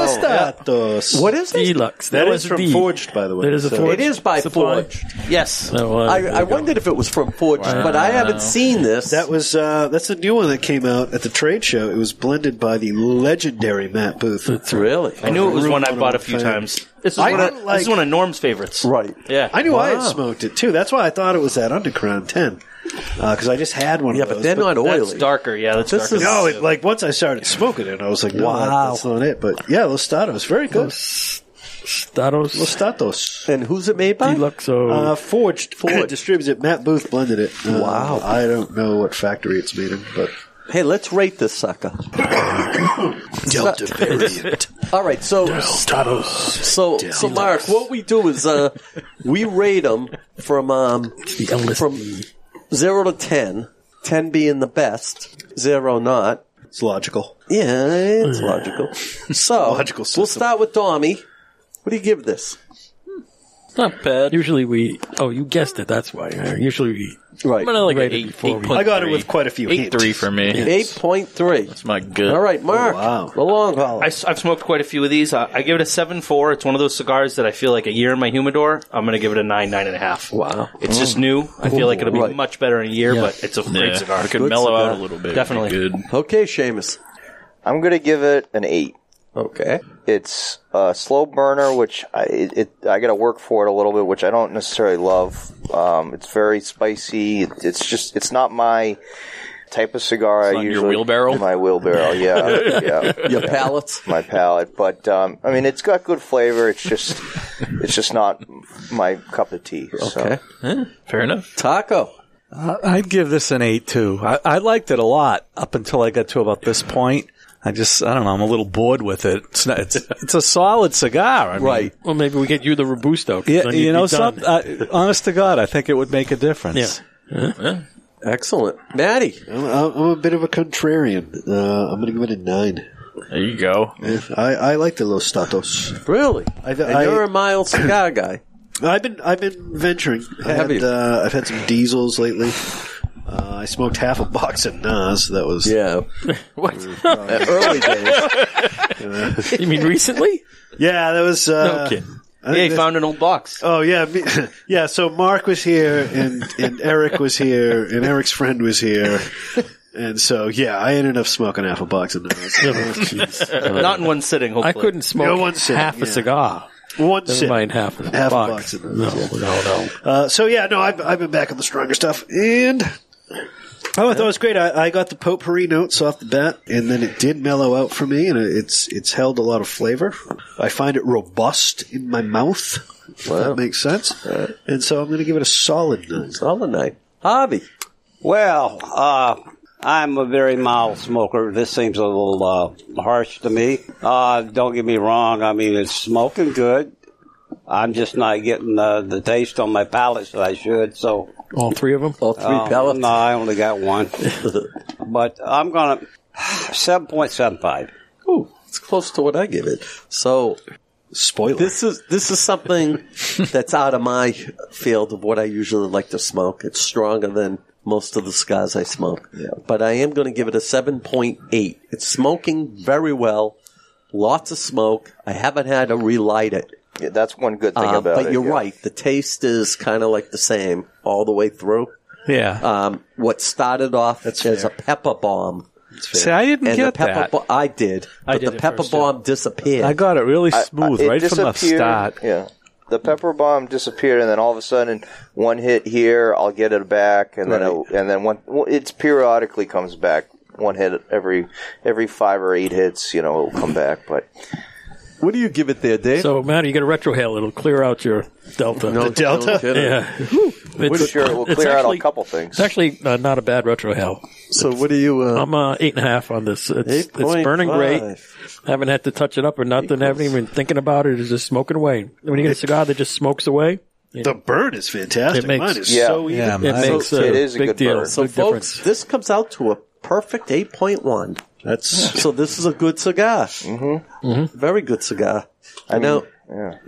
H: Lostatos.
B: What is
A: this? Deluxe. That
H: That
A: is
H: is from
A: the-
H: Forged, by the way.
A: that is a
H: so-
A: Forged
B: It is by
A: Supply.
B: Forge.
C: Yes.
B: I, I wondered if it was from Forge, but I haven't seen this.
H: That was uh, that's a new one that came out at the trade show. It was blended by the legendary Matt Booth. It's
B: really.
C: I knew it was one I bought a few times. This is,
H: oh I
C: one of,
H: don't
C: this is
H: like-
C: one of Norm's favorites.
B: Right.
C: Yeah.
H: I knew I had
C: Wow.
H: smoked it too. That's why I thought it was that Underground Ten because I just had one. Yeah, of those,
C: That's darker. Yeah, that's
H: This
C: darker.
H: is, no, it, like once I started smoking it, I was like, no,
B: Wow.
H: wow. that's not it. But yeah, Lostatos, very good.
A: Statos.
H: Lostatos.
B: And who's it made by?
A: Deluxo.
H: Uh, forged. Forged. distributes it. Matt Booth blended it. Uh,
B: Wow.
H: I don't know what factory it's made in, but
B: Hey, let's rate this sucker. Delta variant. All right, so So, so Mark, what we do is uh, we rate them from um, from zero to ten. Ten being the best, zero not.
H: It's logical.
B: Yeah, it's logical. So logical we'll start with Tommy. What do you give this?
A: Not bad. Usually we. Oh, you guessed it. That's why. Uh, Usually we.
B: Right.
A: I'm gonna like
O: Right
A: rate it before we-
O: Eight three for me.
B: Eight point three.
O: That's my good.
B: All right, Mark. wow. The long haul.
C: I, have smoked quite a few of these. Uh, I, I give it a seven four. It's one of those cigars that I feel like a year in my humidor. I'm going to give it a nine nine and a half.
B: Wow,
C: it's
O: Mm.
C: just new. I feel like it'll be
O: Right.
C: much better in a year,
O: Yeah.
C: but it's a great
O: Yeah.
C: cigar.
O: It could Good mellow out cigar. a little bit.
C: Definitely.
O: Good.
B: Okay, Seamus.
D: I'm gonna give it an eight.
B: Okay.
D: It's a slow burner, which I it, it- I gotta work for it a little bit, which I don't necessarily love. Um, it's very spicy. It, it's just it's not my type of cigar I
O: not your
D: usually
O: wheelbarrow?
D: My wheelbarrow, yeah, yeah.
B: Your
D: yeah.
B: palate?
D: My palate, but um, I mean, it's got good flavor. It's just it's just not my cup of tea.
K: Okay.
O: fair enough.
B: Taco.
K: Uh, I'd give this an eight too. I, I liked it a lot up until I got to about this point. I just I don't know. I'm a little bored with it. It's not, it's it's a solid cigar. I mean,
A: Right. Well, maybe we get you the robusto. 'cause
K: Yeah,
A: then you'd
K: you know,
A: be done.
K: some, I, honest to God, I think it would make a difference.
B: Excellent, Maddie.
H: I'm, I'm I'm a bit of a contrarian. Uh, I'm going to give it a nine.
O: There you go.
H: I, I like the Los Statos.
B: Really?
H: I,
B: and you're a mild cigar guy.
H: I've been I've been venturing.
B: Have
H: Had,
B: you?
H: Uh, I've had some diesels lately. Uh, I smoked half a box of Nas. That was
B: yeah.
H: what
B: early
H: days?
A: you mean recently?
H: Yeah, that was uh,
C: No kidding.
H: I think
C: Yeah, he
H: that's-
C: found an old box.
H: Oh yeah, me, yeah. So Mark was here, and and Eric was here, and Eric's friend was here, and so yeah, I ended up smoking half a box of those.
C: Not in one sitting. Hopefully,
A: Oh, I couldn't smoke
H: No one sitting,
A: half
H: yeah.
A: a cigar.
H: One
A: Never
H: sitting.
A: mind half a
H: Half a
A: box.
H: box of
A: no, no, no.
H: Uh, so yeah, no, I've, I've been back on the stronger stuff, and oh, I thought it was great. I, I got the potpourri notes off the bat, and then it did mellow out for me, and it's it's held a lot of flavor. I find it robust in my mouth. If that makes sense. And so I'm going to give it a solid nine.
B: Solid nine. Hobby.
I: Well, uh, I'm a very mild smoker. This seems a little uh, harsh to me. Uh, don't get me wrong. I mean, it's smoking good. I'm just not getting uh, the taste on my palate that I should. So
A: All three of Oh. them. All
I: three Um, pellets? no, I only got one. but I'm gonna seven point seven five.
B: Ooh, it's close to what I give it. So,
H: spoiler.
B: This is this is something that's out of my field of what I usually like to smoke. It's stronger than most of the cigars I smoke. But I am going to give it a seven point eight. It's smoking very well. Lots of smoke. I haven't had to relight it.
D: Yeah, that's one good thing
B: Uh,
D: about
B: but
D: it,
B: you're
D: yeah.
B: right. The taste is kind of like the same all the way through.
K: Yeah.
B: Um, what started off as a pepper bomb.
K: See, I didn't
B: and the
K: get
B: pepper
K: that.
B: bo- I did. But
K: did
B: the
K: at
B: pepper
K: first, too.
B: bomb disappeared.
K: I got it really
D: I- I-
K: smooth
D: it
K: right from the
D: disappeared-
K: start.
D: Yeah. The pepper bomb disappeared, and then all of a sudden, one hit here, I'll get it back, and then it, and then one. well, It's periodically comes back. One hit every every five or eight hits, you know, it'll come back. But
B: What do you give it there, Dave?
A: So, Matt, you got a retrohale. It'll clear out your Delta.
D: No, The Delta? no kidding.
A: yeah.
D: We're sure it will
A: it's
D: clear out a couple things.
A: It's actually uh, not a bad retrohale.
B: So, what are you? Uh,
A: I'm uh, eight and a half on this. It's, it's
B: 8.5.
A: burning great. Haven't had to touch it up or nothing. Haven't even been thinking about it. It's just smoking away. When you get a cigar that just smokes away,
H: The burn is fantastic.
A: It makes-
H: Mine is
A: Yeah.
H: so easy.
A: Yeah, It mine makes is- a it is a big good deal. burn.
B: So,
A: Big
B: folks, this comes out to a perfect 8.1.
H: That's
B: so. This is a
K: Mm-hmm.
B: good cigar. Mm-hmm. Very good cigar. I know.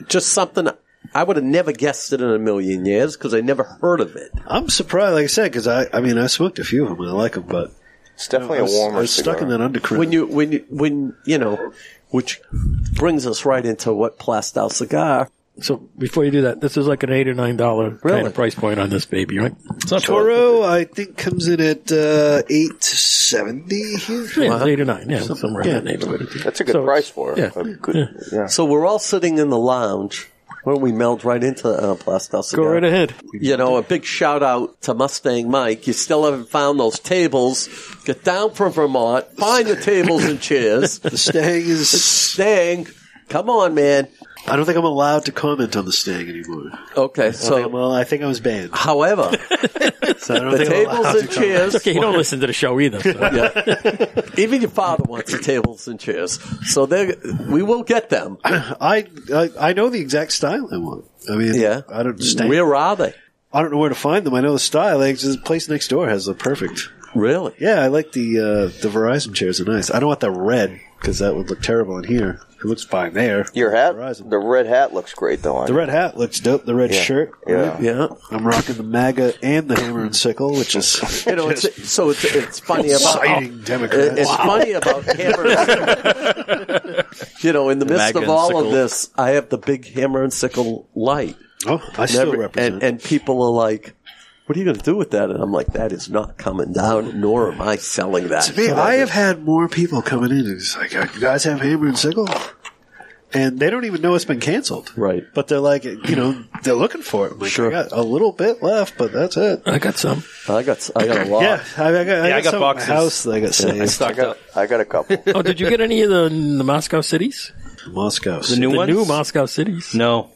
B: Just something I would have never guessed it in a million years because I never heard of it.
H: I'm surprised, like I said, because I, I mean, I smoked a few of them and I like them, but
B: It's definitely
H: I was-
B: a warmer
H: I was stuck in
B: cigar.
H: that undercurrent.
B: When you when you when you know, which brings us right into what Plastow cigar.
A: So before you do that, this is like an eight or nine dollar kind
H: Really?
A: of price point on this baby, right? It's not
H: Toro, I think, comes in at uh, eight seventy here.
A: Yeah, it's eight or nine, yeah, somewhere in that neighborhood.
B: That's a good price for it. Yeah. So we're all sitting in the lounge. Why don't we meld right into uh, Plastow cigar?
A: right ahead.
B: You know, a big shout out to Mustang Mike. You still haven't found those tables. Get down from Vermont, find the tables and chairs. the
H: Stang is
B: Stang. Come on, man.
H: I don't think I'm allowed to comment on the Stang anymore.
B: Okay,
H: I
B: so-
H: well, I think I was banned.
B: However,
H: so I don't
B: the
H: think I'm
B: tables
H: allowed
B: and
H: to comment.
B: chairs-
A: Okay, you don't listen to the show either. so.
B: Yeah. Even your father wants the tables and chairs. So they we will get them.
H: I, I I know the exact style I want. I mean,
B: Yeah.
H: I don't understand.
B: Where are they?
H: I don't know where to find them. I know the style. Like, the place next door has the perfect.
B: Really?
H: Yeah, I like the uh, the Verizon chairs are nice. I don't want the red because that would look terrible in here. It looks fine there.
D: Your hat, the red hat looks great though. on
H: The
D: you.
H: red hat looks dope. The red
D: Yeah.
H: shirt.
D: Yeah.
B: yeah.
H: I'm rocking the MAGA and the hammer and sickle, which is
B: You know, it's, so it's it's funny about
H: Exciting Democrats.
B: It's
H: Wow.
B: funny about hammer. you know, in the,
H: The
B: midst
H: MAGA
B: of
H: and
B: all
H: sickle.
B: of this, I have the big hammer and sickle light.
H: Oh, I still represent.
B: And, and people are like, "What are you going to do with that?" And I'm like, "That is not coming down, nor am I selling that."
H: to me, I have had more people coming in and it's like, "Uh, "You guys have hammer and sickle," and they don't even know it's been canceled.
B: Right.
H: But they're like, you know, they're looking for it. I'm like, I got a little bit left, but that's it.
A: I got some.
B: I got I got a lot.
H: Yeah, I, I got, I
B: Yeah,
H: got,
B: I got
H: some
B: boxes.
H: boxes. house that I got saved.
B: I stocked up. I got a couple.
A: oh, did you get any of the the Moscow cities?
H: Moscow.
A: The new ones? new Moscow cities.
C: No.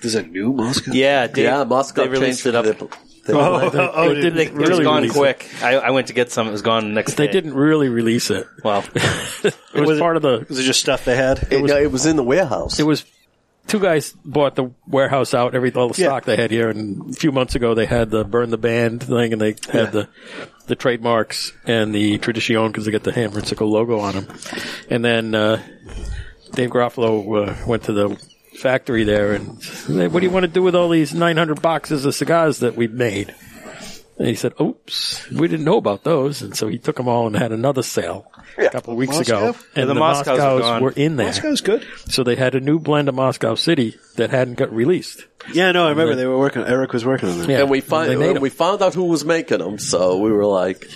H: There's a new Moscow.
C: Yeah, Dave,
A: Yeah, Moscow
C: They released it
A: changed
C: up.
A: they- Oh, they- oh, they didn't
C: it was
A: really
C: gone
A: release it.
C: quick. I, I went to get some. It was gone the next
A: They
C: day.
A: didn't really release it.
C: Wow.
A: it was, part of the.
H: Was it just stuff they had?
B: It, no, it was in the warehouse.
A: It was. Two guys bought the warehouse out, every all the stock they had here, and a few months ago they had the burn the band thing, and they had the the trademarks and the tradition because they got the hammer and sickle logo on them, and then uh, Dave Garofalo uh, went to the factory there and said, "What do you want to do with all these 900 boxes of cigars that we made?" And he said, "Oops, we didn't know about those." And so he took them all and had another sale a couple of weeks ago.
H: Moscow?
A: And the, Moscows, were in there.
H: Moscow's good.
A: So they had a new blend of Moscow City that hadn't got released.
H: Yeah, no, I remember they were working. Eric was working on them.
B: and we find
A: they made
B: we found out who was making them, so we were like,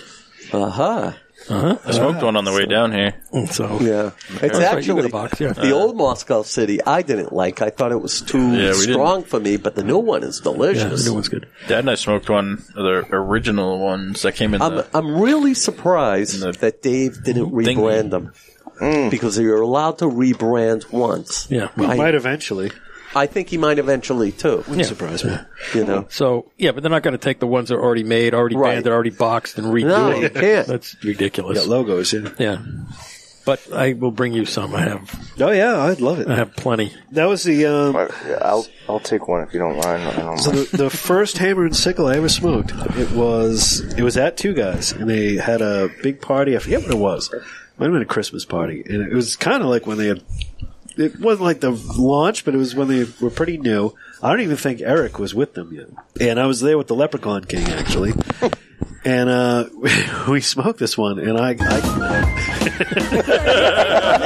B: "Aha."
A: Uh-huh. Mm,
O: I smoked one on the way down here.
A: So
B: yeah, it's
A: That's right, you got
B: actually
A: a box, yeah.
B: the old Moscow City. I didn't like. I thought it was too
O: Yeah, we didn't.
B: strong for me, but the new one is delicious.
A: good.
O: Dad and I smoked one of the original ones that came in
B: I'm
O: the.
B: I'm really surprised that Dave didn't rebrand them because you're allowed to rebrand once.
A: Yeah.
H: Mm. We
B: I,
H: might eventually.
B: I think he might eventually too.
H: Wouldn't surprise me.
B: You know.
A: So yeah, but they're not going to take the ones that are already made, already
B: Right.
A: banned, that are already boxed and redo
B: No,
A: them.
B: you can't.
A: That's ridiculous.
H: Got logos, yeah.
A: Yeah. But I will bring you some. I have
H: Oh yeah, I'd love it.
A: I have plenty.
H: That was the um,
D: Yeah, I'll I'll take one if you don't mind. I don't
H: So
D: mind.
H: the, the first hammer and sickle I ever smoked, it was it was at two guys, and they had a big party. I forget what it was. Might have been a Christmas party, and it was kind of like when they had. It wasn't like the launch, but it was when they were pretty new. I don't even think Eric was with them yet, and I was there with the Leprechaun King actually. And uh, we smoked this one, and I,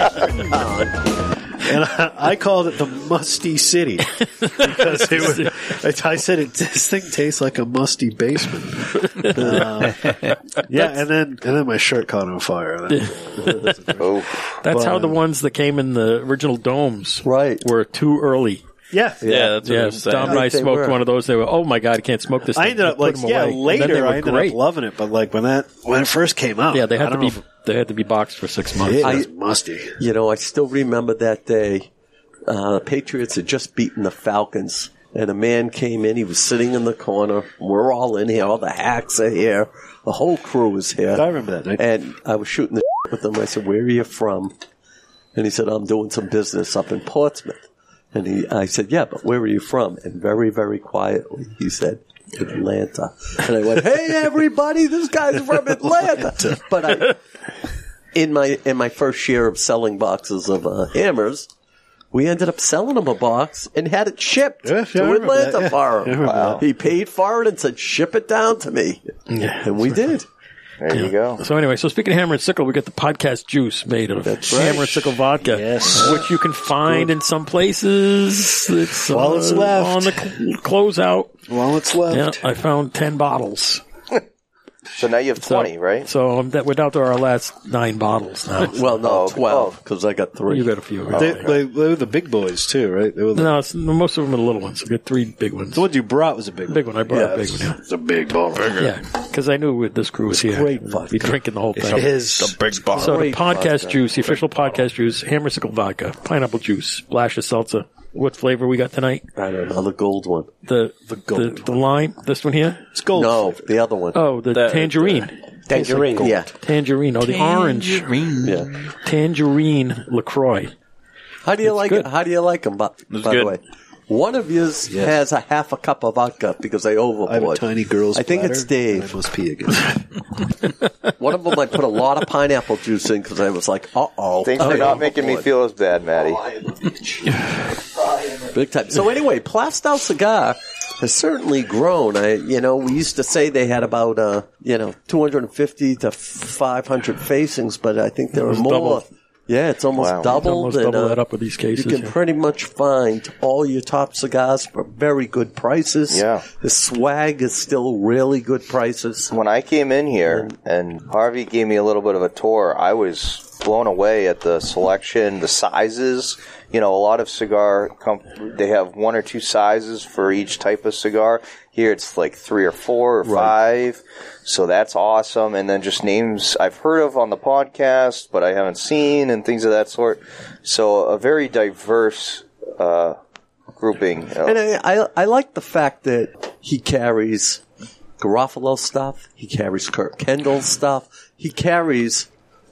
H: I and I, I called it the Musty City because it was, I said it, this thing tastes like a musty basement. Uh, yeah, and then and then my shirt caught on fire.
A: That's
H: But- uh,
A: how the ones that came in the original domes right. were too early.
H: Yeah. Yeah, that's what I was saying.
A: Dom and
H: I
A: I
H: think they
A: smoked
H: were.
A: one of those. They were, oh my god, I can't smoke this.
H: I
A: thing."
H: ended
A: You
H: up
A: put
H: like
A: them
H: yeah
A: away. And then they
H: later
A: were
H: I ended
A: great.
H: up loving it, but like when that when it first came out,
A: Yeah, they
H: I
A: had to
H: don't
A: be
H: know if-
A: they had to be boxed for six months.
B: I-
H: musty.
B: You know, I still remember that day. Uh, the Patriots had just beaten the Falcons, and a man came in. He was sitting in the corner. We're all in here. All the hacks are here. The whole crew is here.
H: I remember that night.
B: And I was shooting the shit with him. I said, "Where are you from?" And he said, "I'm doing some business up in Portsmouth." And he, I said, "Yeah, but where are you from?" And very, very quietly, he said. Atlanta, and I went, "Hey, everybody! This guy's from Atlanta." But I, in my in my first year of selling boxes of uh, hammers, We ended up selling him a box and had it shipped
H: yeah, I
B: to
H: remember
B: Atlanta
H: that, yeah.
B: for
H: I
B: him.
H: remember Wow. that.
B: He paid for it and said, "Ship it down to me," and we did.
D: There you go.
A: So anyway, so speaking of hammer and sickle, we got the podcast juice made of hammer and sickle vodka, yes. which you can find in some places. It's
H: While it's
A: uh,
H: left.
A: on the cl- closeout.
H: While it's left.
A: Yeah, I found ten bottles.
D: So now you have twenty, right?
A: So I'm that we're down to our last nine bottles now.
B: well, no,
D: Oh, okay.
B: twelve because I got three.
A: You got a few.
H: They, they, they were the big boys too, right? They were the,
A: No, it's, most of them are the little ones. We got three big ones.
H: the ones you brought was a big,
A: Big one. I brought a big one.
H: It's a big ball.
A: Yeah, because I knew with this crew was here.
H: great
A: Be drinking the whole thing.
H: It is the
O: big
A: So the
O: Great
A: podcast
O: vodka.
A: juice, the official podcast juice, hammersicle vodka, pineapple juice, splash of seltzer. What flavor we got tonight?
B: I don't know the gold one.
A: The the
B: gold
A: the, lime. This one here. It's
H: gold.
B: No, the other one.
A: Oh, the, tangerine. Tastes like
B: Tangerine,
A: gold.
B: yeah.
A: Tangerine. Oh, the orange.
O: Tangerine.
B: Yeah.
A: Tangerine Lacroix.
B: How do you like it? How do you like them? By, by the
A: good.
B: way, one of yous has a half a cup of vodka because I overboard.
H: I have a tiny girl's.
B: I think
H: bladder,
B: it's Dave.
H: and I must pee again.
B: One of them I put a lot of pineapple juice in because I was like, uh oh.
D: Thanks for not making me feel as bad, Maddie.
B: Big time. So anyway, Plastow Cigar has certainly grown. I, you know, we used to say they had about, uh, you know, 250 to 500 facings, but I think there are
A: Almost
B: more.
A: double.
B: Yeah, it's almost
A: Wow.
B: doubled.
A: Almost
B: and,
A: double
B: uh,
A: that up with these cases,
B: You can
A: yeah.
B: pretty much find all your top cigars for very good prices.
D: Yeah.
B: The swag is still really good prices.
D: When I came in here and Harvey gave me a little bit of a tour, I was blown away at the selection, the sizes. You know, a lot of cigar com- they have one or two sizes for each type of cigar. Here it's like three or four or five. So that's awesome. And then just names I've heard of on the podcast, but I haven't seen and things of that sort. So a very diverse uh, grouping.
B: And I, I, I like the fact that he carries Garofalo stuff. He carries Kirk Kendall stuff. He carries,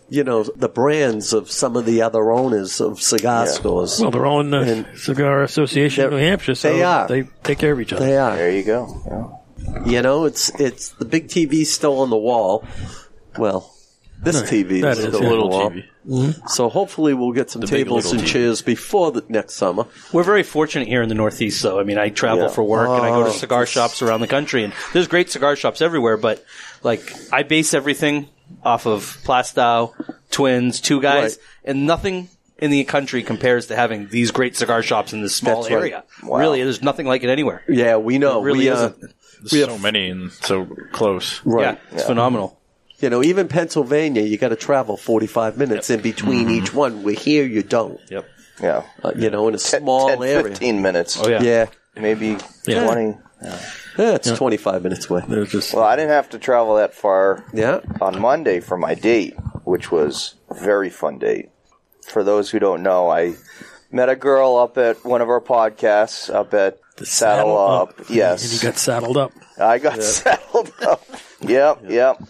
B: you know, the brands of some of the other owners of cigar stores.
A: Well, they're all in the
B: And-
A: Cigar Association of New Hampshire, so
B: they are.
A: they take care of each other.
B: They are.
D: There you go. Yeah.
B: You know, it's it's the big TV still on the wall. Well, this
A: Right.
B: TV
A: That
B: is still
A: is, yeah.
B: on the
A: Little
B: wall.
A: TV.
B: So hopefully we'll get some
C: The big
B: tables
C: little
B: and
C: TV.
B: chairs before the next summer.
C: We're very fortunate here in the Northeast, though. I mean, I travel
B: Yeah.
C: for work and I go
B: Oh.
C: to cigar shops around the country, and there's great cigar shops everywhere. But like, I base everything off of Plastow, Twins, Two Guys, and nothing in the country compares to having these great cigar shops in this small
B: That's right.
C: area.
B: Wow.
C: Really, there's nothing like it anywhere.
B: Yeah, we know.
C: It really
B: we, uh,
C: isn't.
B: we have
O: so many and so close.
B: Right.
C: Yeah, it's phenomenal.
B: You know, even Pennsylvania, you got to travel 45 minutes in between
C: Mm-hmm.
B: each one. We're here, you don't.
C: Yep.
D: Yeah.
B: Uh, you know, in a small
D: 10,
B: area.
D: 15 minutes.
B: yeah. Yeah.
D: Maybe
B: Yeah.
D: 20.
B: Yeah, it's 25 minutes away.
D: Well, I didn't have to travel that far
B: yeah.
D: on Monday for my date, which was a very fun date. For those who don't know, I met a girl up at one of our podcasts up at the Saddle, Up.
A: And
D: Yes.
A: you got saddled up.
D: I got saddled up. Yep, yep.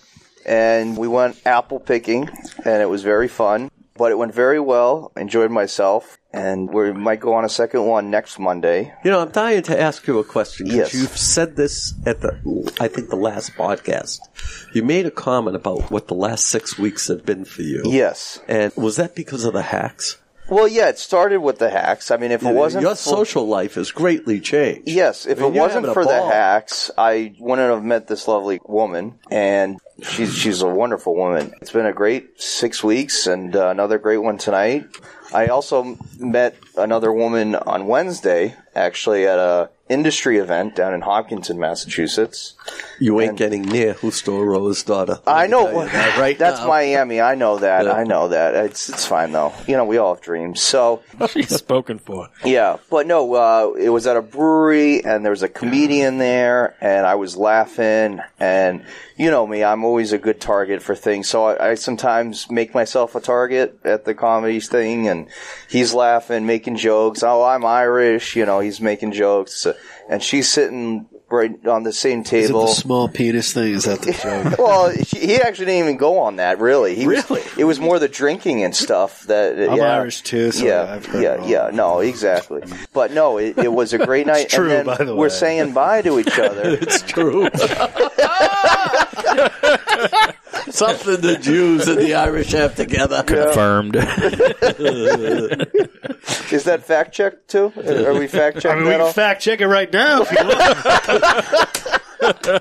D: And we went apple picking, and it was very fun. But it went very well. Enjoyed myself, and we might go on a second one next Monday.
B: You know, I'm dying to ask you a question. 'cause
D: Yes.
B: You've said this at the, I think, the last podcast. You made a comment about what the last six weeks have been for you.
D: Yes.
B: And was that because of the hacks?
D: Well, yeah, it started with the hacks. I mean, if it wasn't
B: Your
D: for-
B: social life has greatly changed.
D: Yes, if
B: I mean,
D: it
B: you're
D: wasn't
B: having a
D: for the
B: ball.
D: hacks, I wouldn't have met this lovely woman, and she's she's a wonderful woman. It's been a great six weeks, and uh, another great one tonight. I also met another woman on Wednesday, actually at a industry event down in Hopkinton, Massachusetts.
B: You ain't getting near Husto Rose's daughter.
D: I know
B: tell you that right
D: That's
B: now.
D: Miami. I know that.
B: Yeah.
D: I know that. It's it's fine though. You know, we all have dreams. So
A: She's spoken for.
D: yeah, but no, uh, it was at a brewery, and there was a comedian there, and I was laughing, and you know me, I'm always a good target for things, so I, I sometimes make myself a target at the comedy thing, and he's laughing, making jokes. Oh, I'm Irish, you know, he's making jokes, and she's sitting right on the same
H: Is it the
D: table.
H: small penis thing? Is that the joke?
D: well, he he actually didn't even go on that. Really, he really, it was more the drinking and stuff that.
H: I'm
D: yeah.
H: Irish too, so
D: yeah,
H: I've heard it
D: yeah,
H: all.
D: yeah. No, exactly. But no, it, it was a great night.
H: It's true,
D: and then
H: by the
D: we're
H: way.
D: saying bye to each other.
H: it's true.
B: something the Jews and the Irish have together.
O: Confirmed.
D: Is that fact checked too? Are we fact
H: I
D: checked?
H: mean, we can fact check it right now if you want.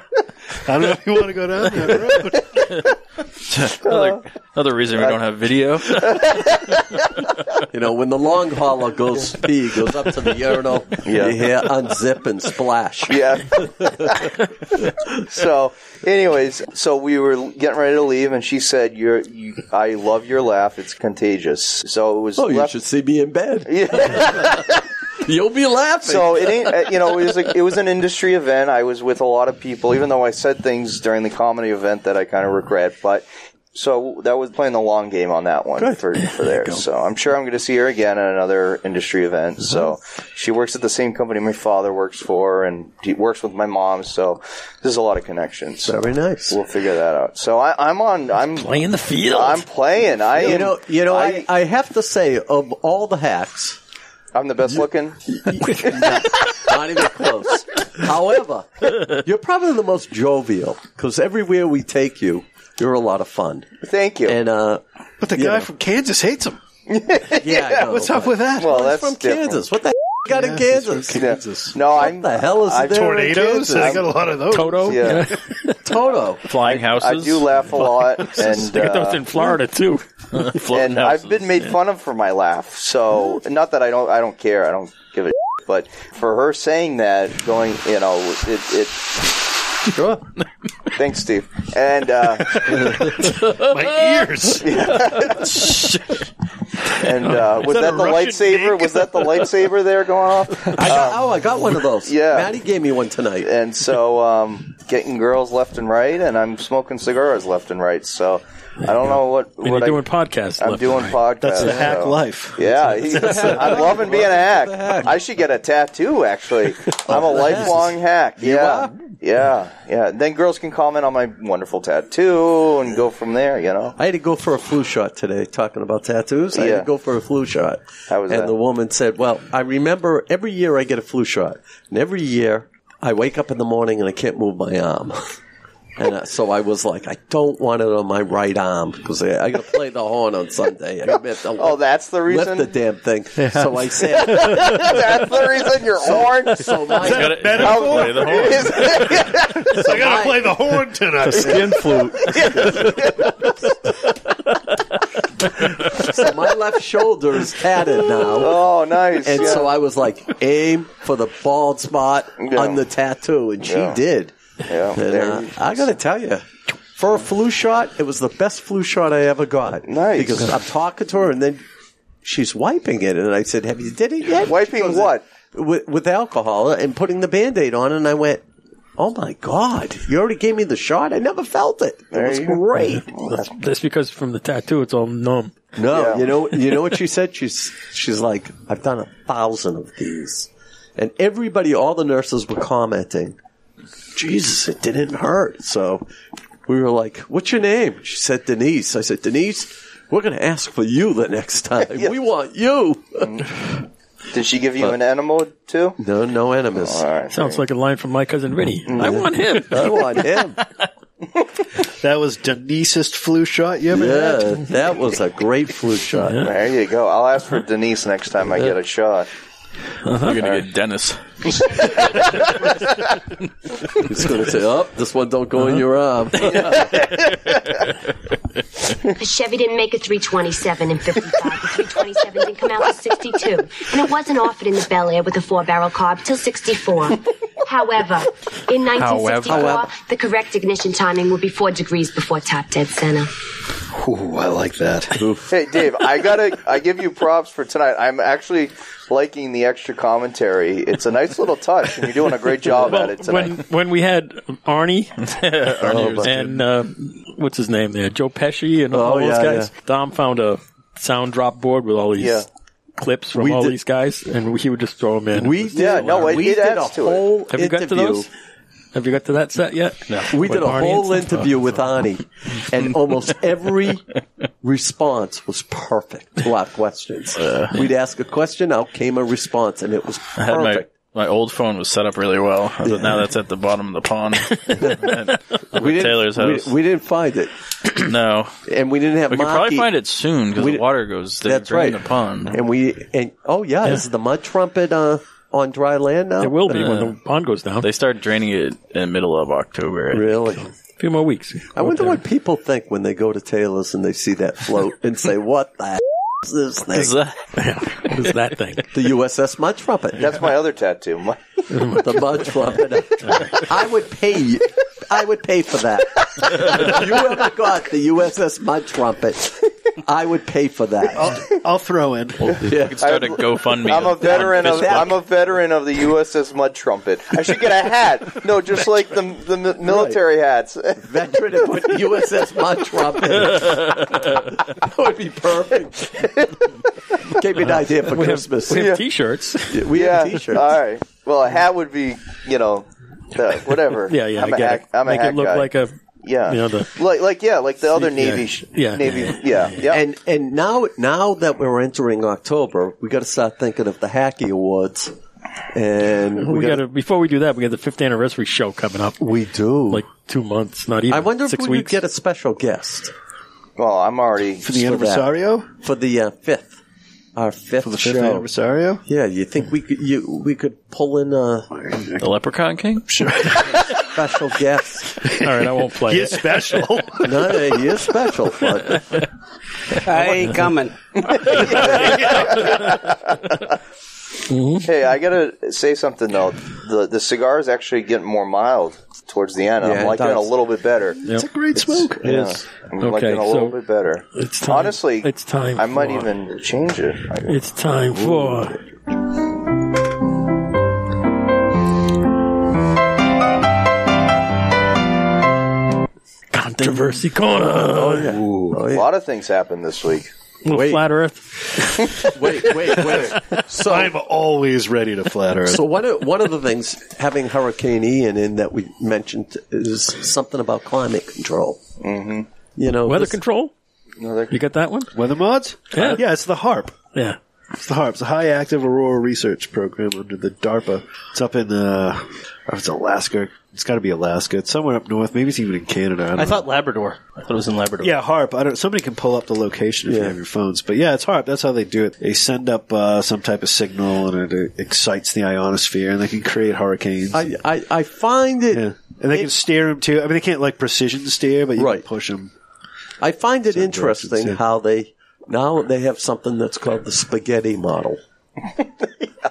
H: I don't know if you want to go down that road.
O: another, another reason we don't have video.
B: you know, when the long hauler goes he goes up to the urinal,
D: Yeah.
B: you hear unzip and splash.
D: Yeah. so, anyways, so we were getting ready to leave, and she said, "You're, you, I love your laugh. It's contagious." So it was.
B: Oh, you
D: left-
B: should see me in bed. You'll be laughing.
D: So it ain't, uh, you know, it was a, it was an industry event. I was with a lot of people, even though I said things during the comedy event that I kind of regret. But so that was playing the long game on that one for for there. So I'm sure I'm going to see her again at another industry
B: Mm-hmm.
D: event. So she works at the same company my father works for, and he works with my mom. So there's a lot of connections.
B: Very nice.
D: We'll figure that out. So I, I'm on. I'm
O: playing the field.
D: I'm playing. I
B: you
D: am-
B: know, you know, I, I have to say, of all the hacks,
D: I'm the best looking.
B: not even close. However, you're probably the most jovial because everywhere we take you, you're a lot of fun.
D: Thank you.
B: And uh,
H: but the guy from Kansas hates him.
D: yeah,
B: I know,
H: what's up
B: but-
H: with that?
B: Well,
H: He's
B: that's
H: from
B: different.
H: Kansas.
B: What the got in Kansas?
D: No, I'm
B: the hell is
D: I'm-
B: there in
D: Tornadoes?
B: Kansas?
D: I got a lot of those.
A: Toto?
D: Yeah.
B: Toto.
O: Flying houses.
D: I do laugh a lot, and
A: They got those
D: uh,
A: in Florida too.
D: and I've been made fun of for my laugh. So not that I don't, I don't care. I don't give a. shit, But for her saying that, going, you know, it. it
B: Sure.
D: Thanks, Steve. And uh,
H: my ears.
D: and uh, was
B: that
D: that,
B: a
D: the
B: Russian
D: lightsaber? Was that the lightsaber there going off?
B: I got, oh, I got one of those.
D: Yeah.
B: Maddie gave me one tonight.
D: And so, um, getting girls left and right, and I'm smoking cigars left and right. So I don't know what.
A: And
D: what
A: you're
D: I-
A: doing podcasts
D: I'm
A: left
D: doing
A: and right.
D: podcasts.
A: That's the hack
D: so-
A: life.
D: Yeah,
A: That's-
D: he-
A: that's the
D: I'm loving being a hack. I should get a tattoo. Actually, I'm a lifelong hack. Yeah, yeah, yeah. Then girls can comment on my wonderful tattoo and go from there. You know.
B: I had to go for a flu shot today. Talking about tattoos, I had
D: Yeah.
B: to go for a flu shot.
D: How was
B: and
D: that?
B: the woman said, "Well, I remember every year I get a flu shot, and every year I wake up in the morning and I can't move my arm." and uh, so I was like, "I don't want it on my right arm because I, I got to play the horn on Sunday." I got to
D: Oh, that's the reason.
B: lift the damn thing. So I said,
D: that's the reason you're horn.
B: So my- Is that a
D: How-
B: metaphor?
D: Is-
H: I gotta play the horn tonight.
B: flute. so my left shoulder is tatted now.
D: Oh, nice.
B: And
D: yeah.
B: so I was like, aim for the bald spot on the tattoo, and she
D: Yeah.
B: did.
D: Yeah,
B: And, uh, I gotta tell you. For a flu shot, it was the best flu shot I ever got. Nice. Because I'm talking to her, and then she's wiping it, and I said, "Have you did it yet?"
D: Wiping what?
B: With, with alcohol and putting the Band-Aid on, and I went, "Oh my god! You already gave me the shot. I never felt it. it was great."
A: That's, that's because from the tattoo, it's all numb.
B: No, you know, you know what she said. She's she's like, I've done a thousand of these, and everybody, all the nurses were commenting, Jesus, it didn't hurt. So we were like, What's your name? She said Denise. I said Denise, we're going to ask for you the next time. We want you.
D: Did she give you an enema too?
B: No, no enemas.
A: Sounds like a line from my cousin Vinny.
D: Mm-hmm.
A: I want him.
B: I want him.
H: That was Denise's flu shot you ever
B: Yeah,
H: had.
B: that was a great flu shot.
D: There you go. I'll ask for Denise next time I get a shot.
O: You're gonna get Dennis.
B: He's going to say, Oh, this one don't go
A: Uh-huh.
B: in your arm.
G: The Chevy didn't make a 327 in 55. The 327 didn't come out till 62. And it wasn't offered in the Bel Air with a four barrel carb till 64. However, in 1964,
B: However.
G: the correct ignition timing would be four degrees before top dead center.
H: Ooh, I like that.
D: Hey Dave, I gotta I give you props for tonight. I'm actually liking the extra commentary. It's a nice little touch, and you're doing a great job at it tonight.
A: when when we had Arnie,
O: Arnie was
A: and uh, what's his name there, Joe Pesci, and all
B: Oh, Oh,
A: those
B: yeah,
A: guys. Dom found a sound drop board with all these
D: Yeah.
A: clips from
B: We
A: all
B: did-
A: these guys, and he would just throw them in.
B: We did,
D: Yeah, no, it-
B: we
D: it
B: did a
D: adds to it.
B: whole
A: Have you got to
B: interview.
A: those? Have you got to that set yet? No.
B: We did a whole interview with Ani, and almost every response was perfect to our questions. We'd ask a question, out came a response, and it was
O: Uh, I had my
B: perfect.
O: my old phone was set up really well, but now that's at the bottom of the pond.
B: we didn't,
O: Taylor's
B: we-
O: house.
B: We, didn't find it.
O: no,
B: and we didn't have.
O: We could probably
B: Maki-
O: find it soon because
B: We
O: the
B: di-
O: water goes. They
B: That's
O: drain
B: right.
O: The pond.
B: And we and oh yeah, is the mud trumpet uh, on dry land now?
O: pond goes down. Uh, They start draining it in the middle of October.
B: Really?
A: A few more weeks.
B: I wonder what people think when they go to Taylor's and they see that float and say, "What the is this thing?
D: Is that-
A: is that thing
B: the USS Mud Trumpet?"
D: That's my other tattoo. My-
B: the mud trumpet. I would pay. you- I would pay for that. if you ever got the USS Mud Trumpet, I would pay for that.
H: I'll, I'll throw in.
O: You could start a GoFundMe.
D: I'm a
O: on
D: veteran of
O: Facebook.
D: I'm a veteran of the USS Mud Trumpet. I should get a hat. No, just like the the mi- military hats.
B: Veteran of USS Mud Trumpet. that would be perfect. Gave me an idea for
D: Uh-huh. We have-
B: Christmas.
D: we have Yeah.
A: T-shirts.
B: We
D: yeah. Uh,
B: have T-shirts.
D: All right. Well, a hat would be you know the- whatever.
A: Yeah, yeah,
D: I'm
A: I
D: a
A: get
D: hack,
A: it.
D: I'm
A: Make
D: a hack
A: it look
D: guy.
A: like a
D: yeah,
A: you know, the-
D: like like yeah, like the other Navy. sh-
B: Yeah.
D: Navy. Yeah. yeah.
B: And and now now that we're entering October, we got to start thinking of the Hacky Awards, and
A: we, got to before we do that, we got the fifth anniversary show coming up.
B: We do
A: like two months, not even.
B: I wonder if
A: six
B: we could
A: weeks.
B: get a special guest.
D: Well, I'm already
A: For the anniversario?
B: for the uh, fifth, our fifth for the
H: fifth
B: show.
H: anniversario.
B: Yeah, you think we could you we could pull in a
O: the Leprechaun King?
B: Sure. special guest.
A: All right, I won't play.
H: He is it. special.
B: no, no, he is special. But
I: I ain't coming.
A: Mm-hmm.
D: Hey, I gotta say something though. The the cigar is actually getting more mild towards the end.
B: Yeah,
D: I'm
B: it
D: liking it, a
B: does.
D: little bit better.
A: It's a
H: great smoke.
D: Yeah, I'm liking it a little bit better.
A: It's time,
D: Honestly,
A: it's time.
D: I might
A: for-
D: even change it.
A: It's time for controversy corner. Oh,
D: yeah. A lot of things happened this week.
A: little flat Earth.
B: wait, wait, wait. So
H: I'm always ready to flat Earth.
B: So one of, one of the things having Hurricane Ian in that we mentioned is something about climate control. Mm-hmm. You know,
A: Weather
B: this-
A: control? You got that one?
H: Weather mods?
A: Yeah.
H: yeah, it's the harp.
A: Yeah.
H: It's the harp. It's a high active aurora research program under the DARPA. It's up in uh, it's Alaska. It's got to be Alaska. It's somewhere up north. Maybe it's even in Canada. I, don't
C: I
H: know.
C: thought Labrador. I thought it was in Labrador.
H: Yeah, harp. I don't. Somebody can pull up the location if you have your phones. But yeah, it's harp. That's how they do it. They send up uh, some type of signal, and it uh, excites the ionosphere, and they can create hurricanes.
B: I, I, I find it.
H: yeah, and they can steer them too. I mean, they can't like precision steer, but you
B: Right.
H: can push them.
B: I find it
H: Some
B: interesting
H: directions, yeah.
B: how they now they have something that's called the spaghetti model,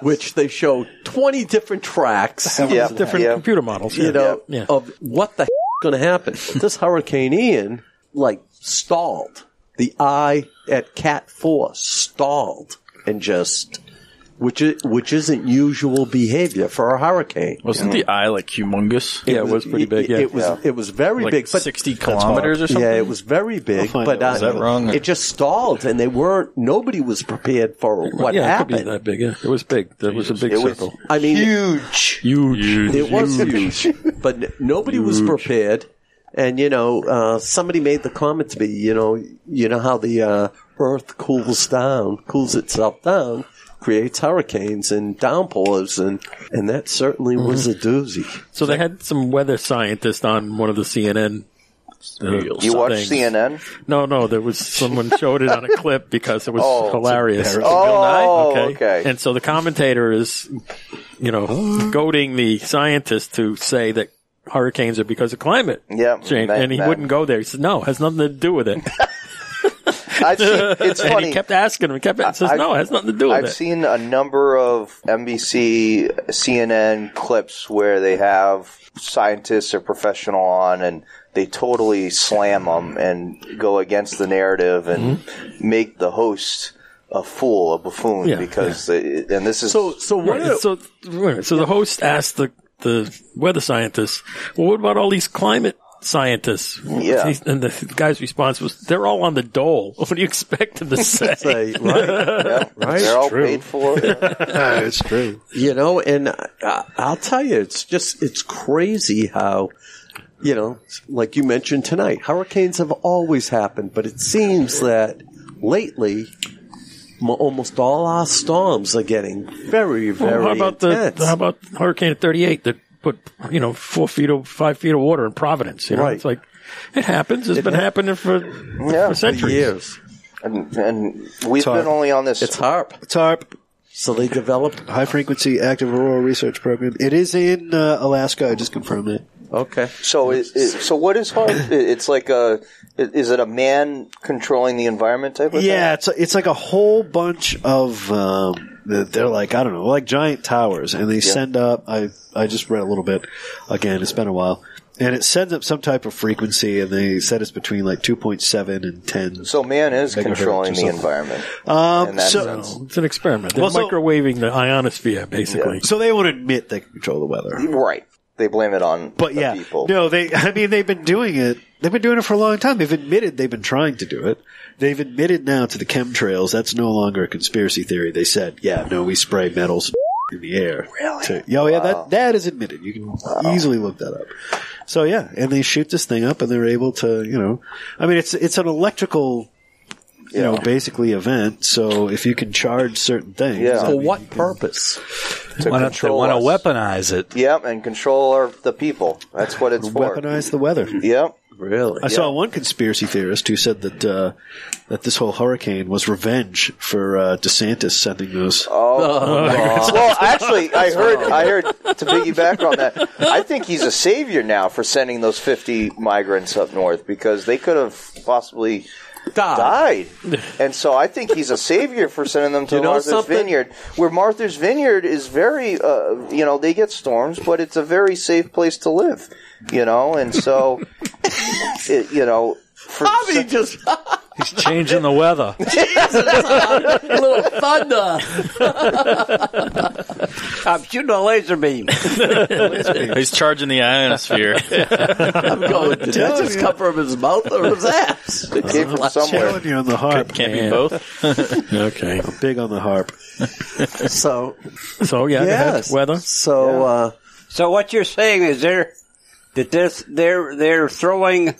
B: which they show twenty different tracks,
A: Yeah. Different Yeah. computer models, yeah.
B: you know,
A: Yeah.
B: of what the going to happen. this Hurricane Ian like stalled. The eye at Cat Four stalled and just. Which is, which isn't usual behavior for a hurricane.
O: Wasn't the eye like humongous?
B: Yeah, it was pretty big. It, was it was very
O: Like
B: big, but
O: 60 kilometers or something?
B: Yeah, it was very big,
O: find
B: but
O: out. Is
B: uh,
O: that wrong?
B: It just stalled, and they weren't. Nobody was prepared for what
A: yeah, it could
B: happened.
A: be that big. Yeah. It was big. That was a big
B: It was-
A: circle.
B: I mean,
D: huge,
A: huge.
B: It was huge, but n- nobody was prepared. And you know, uh, somebody made the comment to me. You know, you know how the uh, Earth cools down, cools itself down, creates hurricanes and downpours, and and that certainly was a doozy.
A: So they had some weather scientist on one of the CNN. uh,
D: You watch
A: things.
D: CNN?
A: No, no. There was someone showed it on a clip because it was
D: Oh.
A: hilarious.
D: It's a- Oh, okay.
A: And so the commentator is, you know, goading the scientist to say that hurricanes are because of climate
D: Yeah,
A: change,
D: that-
A: and he
D: that-
A: wouldn't go there. He said, "No, it has nothing to do with it."
D: I've seen, it's
A: and
D: funny.
A: He kept asking him. He kept says,
D: I've-
A: "No, it has nothing to do with
D: I've
A: it."
D: seen a number of NBC, CNN clips where they have scientists or professional on, and they totally slam them and go against the narrative and make the host a fool, a buffoon,
A: Mm-hmm. Yeah,
D: because they- and this is
B: so
A: Right, and so wait a minute. so the host asked the the weather scientists, "Well, what about all these climate scientists?"
D: Yeah.
A: He's- and the guy's response was, "They're all on the dole. What do you expect them to say?"
B: Say, right, yeah, right.
D: they're all paid for.
H: it's true.
B: You know, and I, I'll tell you, it's just it's crazy how you know, like you mentioned tonight, hurricanes have always happened, but it seems that lately m- almost all our storms are getting very, very
A: how about
B: intense.
A: the how about Hurricane '38 that put you know four feet of five feet of water in Providence? You know,
D: Right.
A: it's like it happens. It's
D: It
A: been
D: hap-
A: happening for
D: Yeah,
A: for centuries.
B: years.
D: And, and we've
H: Tarp.
D: been only on this.
H: It's
B: harp.
H: It's harp.
B: So they developed
H: high frequency active auroral research program. It is in uh, Alaska. I just confirmed it.
B: Okay.
D: So, it, it, so what is hard? It- It's like a. i- Is it a man controlling the environment type of thing?
H: Yeah, it's it's like a whole bunch of um, they're- they're like I don't know, like giant towers, and they send up. I I just read a little bit. Again, it's been a while, and it sends up some type of frequency, and they said it's between like two point seven and ten.
D: So man is
H: megahertz or
D: controlling the
H: something.
D: environment. in
H: Um,
D: that
H: so
D: sense.
A: It's an experiment. They're
H: Well, so-
A: microwaving the ionosphere, basically.
H: so they won't admit they control the weather,
D: right? They blame it on
H: but yeah, no, they. I mean, they've been doing it. They've been doing it for a long time. They've admitted they've been trying to do it. They've admitted now to the chemtrails. That's no longer a conspiracy theory. They said, yeah, no, we spray metals in the air. Really? oh yeah, that that is admitted. You can easily look that up. So yeah, and they shoot this thing up, and they're able to, you know, I mean, it's it's an electrical. You know, basically event. So if you can charge certain things,
D: Yeah.
H: that
D: For
H: means
D: what
H: you can-
B: purpose?
D: To Why don't they control wanna us.
K: weaponize it?
D: Yep, and control our, the people. That's what it's for.
H: Weaponize the weather.
D: Yep.
B: Really?
H: I saw one conspiracy theorist who said that uh, that this whole hurricane was revenge for uh, DeSantis sending those.
D: Oh,
H: migrants.
D: well, actually, I heard. I heard to piggyback on that. I think he's a savior now for sending those fifty migrants up north because they could have possibly died. and so I think he's a savior for sending them to
B: You know
D: Martha's
B: something?
D: Vineyard, where Martha's Vineyard is very, uh, you know, they get storms, but it's a very safe place to live, you know, and so, it, you know. For,
B: just
K: He's changing the weather.
B: a little thunder.
I: I'm shooting a laser beam.
O: He's charging the ionosphere.
B: I'm going. Did that just come from his mouth or his ass?
D: It came from somewhere.
H: you on the harp.
O: Can't be both.
A: okay.
H: Big on the harp.
B: So,
A: so yeah,
I: Yes.
A: weather.
B: So, uh,
I: so what you're saying is they're that this they're they're throwing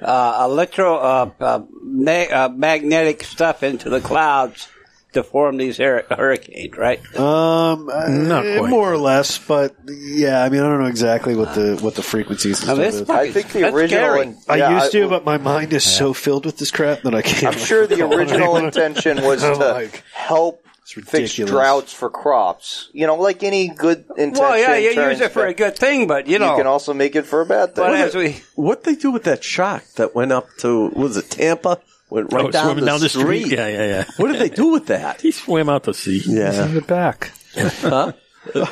I: uh, electro uh, uh, ma- uh, magnetic stuff into the clouds to form these hur- hurricanes, right?
H: Um,
I: Not
H: eh,
I: quite.
H: more or less, but yeah, I mean, I don't know exactly what the what the frequencies. And
I: Now,
H: stuff
I: this
H: is.
I: fucking- I think the that's original scary. in-
H: I
I: yeah,
H: used
I: I-
H: to, but my mind is so filled with this crap that I can't.
D: I'm sure the original intention was
H: I'm
D: to
H: like,
D: help fix
H: ridiculous.
D: droughts for crops. You know, like any good intention.
I: Well, yeah, you use
D: turns
I: it for a
D: back-
I: good thing, but you know,
D: can also make it for a bad thing.
I: But as we
B: what they do with that shock that went up to was it Tampa? Went right
A: Oh,
B: down,
A: swimming
B: the
A: down the
B: street.
A: street. Yeah, yeah, yeah.
B: What did they do with that?
A: He swam out to sea.
B: Yeah.
K: Send it back.
B: Huh?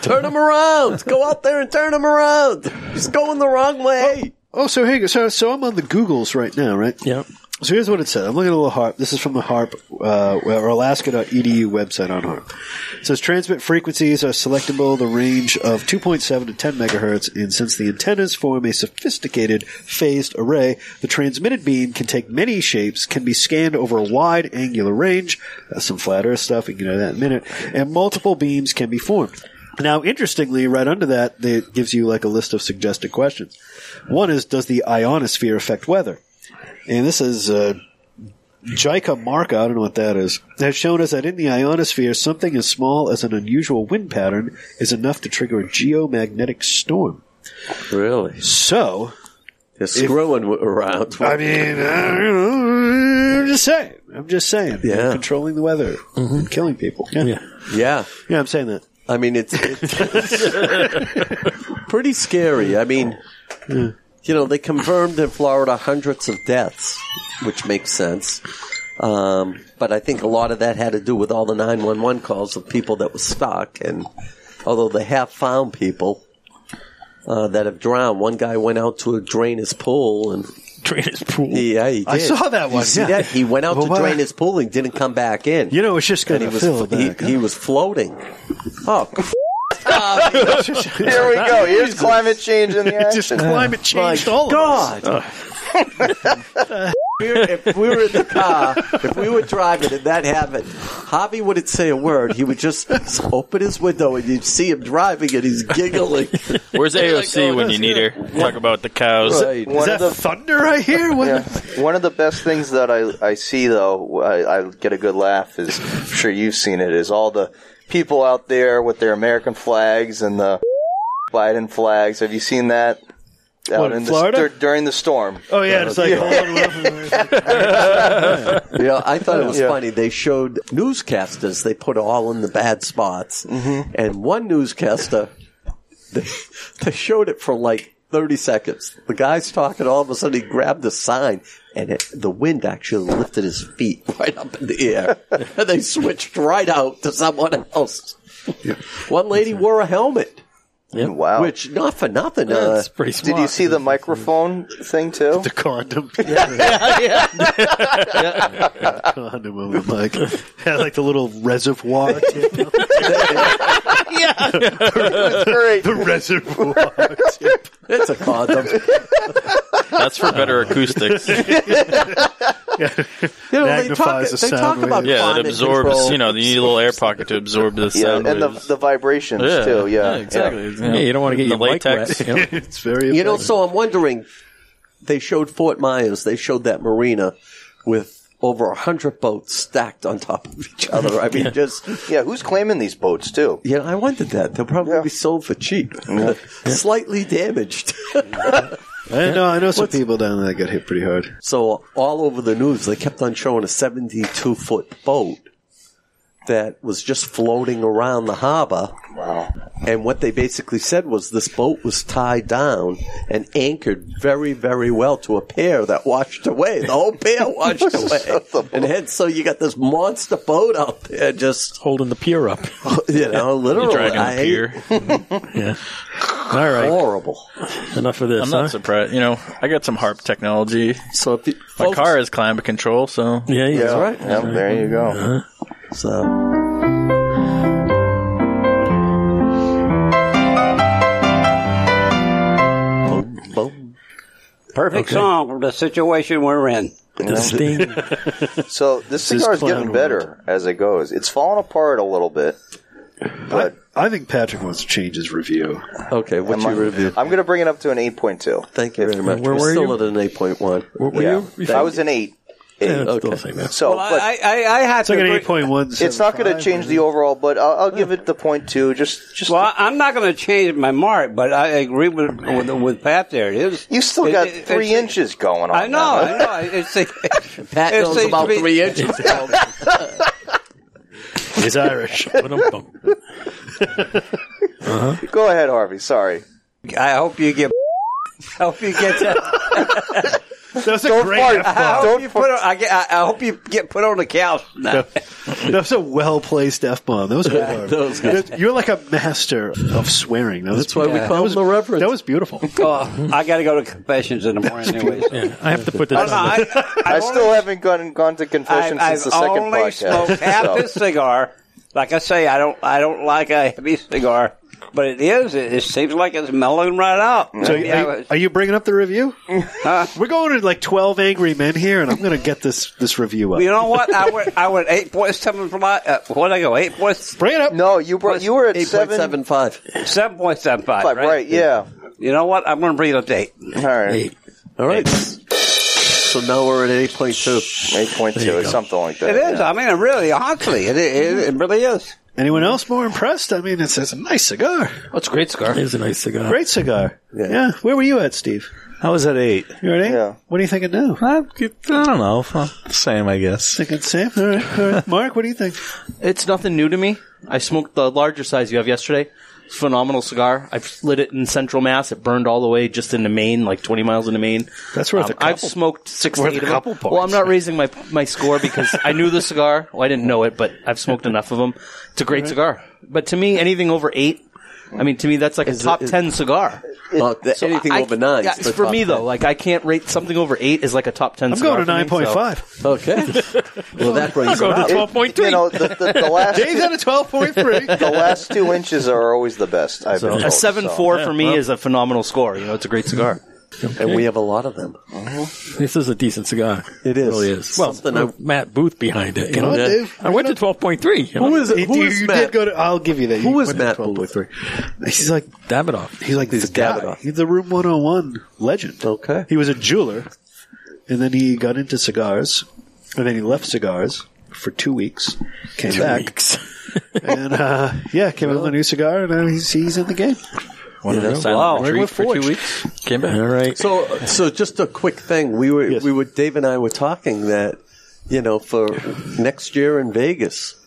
B: turn them around. Go out there and turn them around. It's going the wrong way.
H: Oh, so hang on. So, so I'm on the Googles right now, right?
A: Yep.
H: So here's what it said. I'm looking at a little harp. This is from the harp uh, or alaska.edu website on harp. It says transmit frequencies are selectable the range of 2.7 to 10 megahertz, and since the antennas form a sophisticated phased array, the transmitted beam can take many shapes, can be scanned over a wide angular range. That's some flat Earth stuff. We can get into that in a minute. And multiple beams can be formed. Now, interestingly, right under that, they- it gives you like a list of suggested questions. One is, does the ionosphere affect weather? And this is uh, JICA Marca, I don't know what that is, has shown us that in the ionosphere, something as small as an unusual wind pattern is enough to trigger a geomagnetic storm.
B: Really?
H: So.
B: They're screwing around.
H: I mean, I don't know, I'm just saying. I'm just saying.
B: Yeah. Mm-hmm.
H: Controlling the weather, and killing people. Yeah. yeah.
B: Yeah.
H: I'm saying that.
B: I mean, it's, it's pretty scary. I mean, you know, they confirmed in Florida hundreds of deaths, which makes sense. Um, but I think a lot of that had to do with all the 911 calls of people that were stuck. And although they have found people uh, that have drowned, one guy went out to drain his pool and.
A: Drain his pool?
B: Yeah, he did.
H: I saw that
B: You
H: one,
B: see
H: yeah.
B: that? He went out
H: Well,
B: to
H: why-
B: drain his pool and didn't come back in.
H: You know, it's just
B: And
H: gonna
B: he was
H: fill
B: he,
H: back
B: he was floating. Oh,
D: Here we go. Here's climate change in the action.
H: Just climate changed all of us.
B: God. we were- if we were in the car, if we were driving and that happened, Javi wouldn't say a word. He would just open his window and you'd see him driving and he's giggling.
O: Where's AOC
H: oh,
O: when you need her? Talk about the cows.
D: Right. One of the-
H: thunder I hear? What
D: Yeah. One of the best things that I, I see, though, I, I get a good laugh, is I'm sure you've seen it, is all the people out there with their American flags and the Biden flags. Have you seen that? Out
H: What, in
D: the-
H: Florida?
D: dur- during the storm.
H: Oh, yeah, it's like, oh, hold on,
B: yeah, I thought it was
D: Yeah.
B: funny. They showed newscasters. They put all in the bad spots,
D: Mm-hmm.
B: and one newscaster, they, they showed it for like thirty seconds. The guy's talking. All of a sudden, he grabbed the sign, and it, the wind actually lifted his feet right up in the air, and they switched right out to someone else. One lady wore a helmet.
D: Mm-hmm. Wow.
B: Which, not for nothing.
D: Yeah,
B: uh,
D: it's pretty Did you see the microphone thing, too? The
H: condom. condom over the mic. Had like the little reservoir tip.
E: yeah.
H: the reservoir tip.
B: It's a condom.
O: That's for better acoustics.
B: You know, they talk,
H: Magnifies the
B: they talk
H: sound wave.
B: about
O: Yeah, it
B: climate
O: absorbs.
B: control.
O: You know, you need a little air pocket to absorb the
D: Yeah,
O: sound.
D: and the,
O: waves.
D: the vibrations,
O: Yeah.
D: too. Yeah,
O: Yeah, exactly.
D: Yeah.
O: Yeah, you don't wanna get The your mic latex. wet. Yep.
H: it's very.
B: You know, so I'm wondering. They showed Fort Myers. They showed that marina with over a hundred boats stacked on top of each other. I mean, just
D: yeah. Who's claiming these boats too?
B: Yeah, I wondered that. They'll probably be sold for cheap, slightly damaged.
H: I know, I know some people down there that got hit pretty hard.
B: So all over the news, they kept on showing a 72 foot boat that was just floating around the harbor. Wow. And what they basically said was this boat was tied down and anchored very, very well to a pier that washed away. The whole pier washed away. and then, so you got this monster boat out there just
A: holding the pier up.
B: You know, literally.
O: dragging the
B: I hate-
O: pier.
A: yeah. All right.
B: Horrible.
A: Enough of this.
O: I'm not
A: huh?
O: surprised. You know, I got some harp technology.
B: So if
O: my car is climate control, so
A: yeah,
D: yeah. That's right. Yeah, there you go.
A: Uh-huh.
B: So
I: Perfect
D: Okay.
I: song for the situation we're in.
D: so this
I: This is
D: cigar is
I: clown
D: getting
I: world.
D: better as it goes. It's falling apart a little bit. But
H: I think Patrick wants to change his review.
B: Okay,
D: am I- I'm going to bring it up to an 8.2.
B: Thank you very much.
H: Where
B: We're
H: were
B: still
H: you?
B: at an 8.1.
H: were
D: Yeah. I was an 8. eight. So
I: Well,
D: but-
I: I, I, I have
D: It's like
I: to
D: an
I: agree-
D: 8.1. It's not going to change the overall, but I'll, I'll give it the point two. Just, just.
I: Well, I'm not going to change my mark, but I agree with with, with Pat. There it is.
D: You still got three inches going on.
I: I know.
D: now.
I: I know. It's a,
B: Pat
I: it
B: knows
I: seems
B: about
I: to be-
B: three inches.
H: He's Irish.
D: Go ahead, Harvey. Sorry.
I: I hope you get. I hope you get that.
H: That's a
I: Don't
H: great
I: fart.
H: F-bomb.
I: I hope
H: Don't
I: you put. On, I, get, I, I hope you get put on the couch.
H: That, that was a well placed f bomb. That was good.
I: Yeah, that was good.
H: You're like a master of swearing. That was
I: That's why we
H: that
I: call him
H: was-
I: the
B: Reverend.
H: That was beautiful.
I: oh, I got to go to confessions in the morning. Anyways.
A: I have to put
I: this on.
D: I still haven't gone gone to confession
I: I've,
D: since the
I: I've
D: second
I: only
D: podcast.
I: smoked half
D: so.
I: this cigar. Like I say, I don't, I don't like a heavy cigar, but it is. It, it seems like it's mellowing right out. I
H: So, are,
I: mean,
H: you-
I: I
H: are you,
I: was-
H: bringing up the review? We're going to like twelve angry men here, and I'm going to get this this review up.
I: you know what? I went, I went eight point seven for my. Uh, what I go eight point?
H: Bring it up.
D: No, you brought. You were at seven.
B: five.
I: Seven point seven five.
D: Five,
I: Right?
D: right, yeah.
I: You know what? I'm going to bring it up to eight.
D: All right.
B: All right. So now we're at 8.2.
D: 8.2 or something like that.
I: It is. I mean, it really, honestly, it, it, it really is.
H: Anyone else more impressed? I mean, it's, it's a nice cigar.
I: Oh, it's a great cigar.
A: It is a nice cigar.
H: Great cigar. Yeah. Where were you at, Steve?
K: I was at eight.
H: You're at eight. What are you thinking now?
K: I, don't know. Same, I guess.
H: Thinking same. All right. All right. Mark, what do you think?
C: It's nothing new to me. I smoked the larger size you have yesterday. It's a phenomenal cigar. I've lit it in Central Mass. It burned all the way just into Maine, like 20 miles into Maine. Um,
H: That's worth a
C: I've
H: couple-
C: smoked six to
H: worth
C: eight
H: a
C: of
H: couple
C: them. Well, I'm not raising my my score because I knew the cigar. Well, I didn't know it, but I've smoked enough of them. It's a great
B: Alright.
C: cigar. But to me, anything over eight, I mean, to me, that's like
B: Is
C: a top
B: it- is-
C: ten cigar.
B: Well, th-
C: So
B: anything
C: I-
B: over nine.
C: yeah,
B: is the
C: for
B: top
C: me though,
B: ten.
C: like I can't rate something over eight is like a top ten.
H: I'm
C: cigar
H: going to
C: for me, so-
H: 9.5.
B: Okay. Well, that brings
C: I'll go
B: it
C: to
B: up.
C: 12.3.
D: You know, the, the, the last
H: Dave's at a 12.3.
D: the last two inches are always the best. I've
C: So
D: been
C: a
D: told,
C: seven
D: so.
C: four for me is a phenomenal score. You know, it's a great cigar.
B: And we have a lot of them.
A: This is a decent cigar.
B: It is.
A: really is. Well,
B: Something
A: with Matt Booth behind it. You
H: Come
A: know,
H: on,
A: that-
H: Dave.
A: I went to twelve point three.
H: Who is it? Who is you did go to? I'll give you that.
A: Who
H: You
A: is
H: went to
A: Matt
H: 12.3. He's like
A: Davidoff.
H: He's like this guy. He's the Room 101 legend.
B: Okay.
H: He was a jeweler, and then he got into cigars, and then he left cigars for two weeks. Came
A: Two
H: back. and uh, yeah, came up with a new cigar, and now he's he's in the game.
B: One of
H: You
B: those
H: know?
B: silent
H: Wow.
B: retreat
H: Working with
B: for two
H: Forge.
A: Came back. All right.
B: So, so just a quick thing. We were, we were, Dave and I were talking that, you know, for next year in Vegas,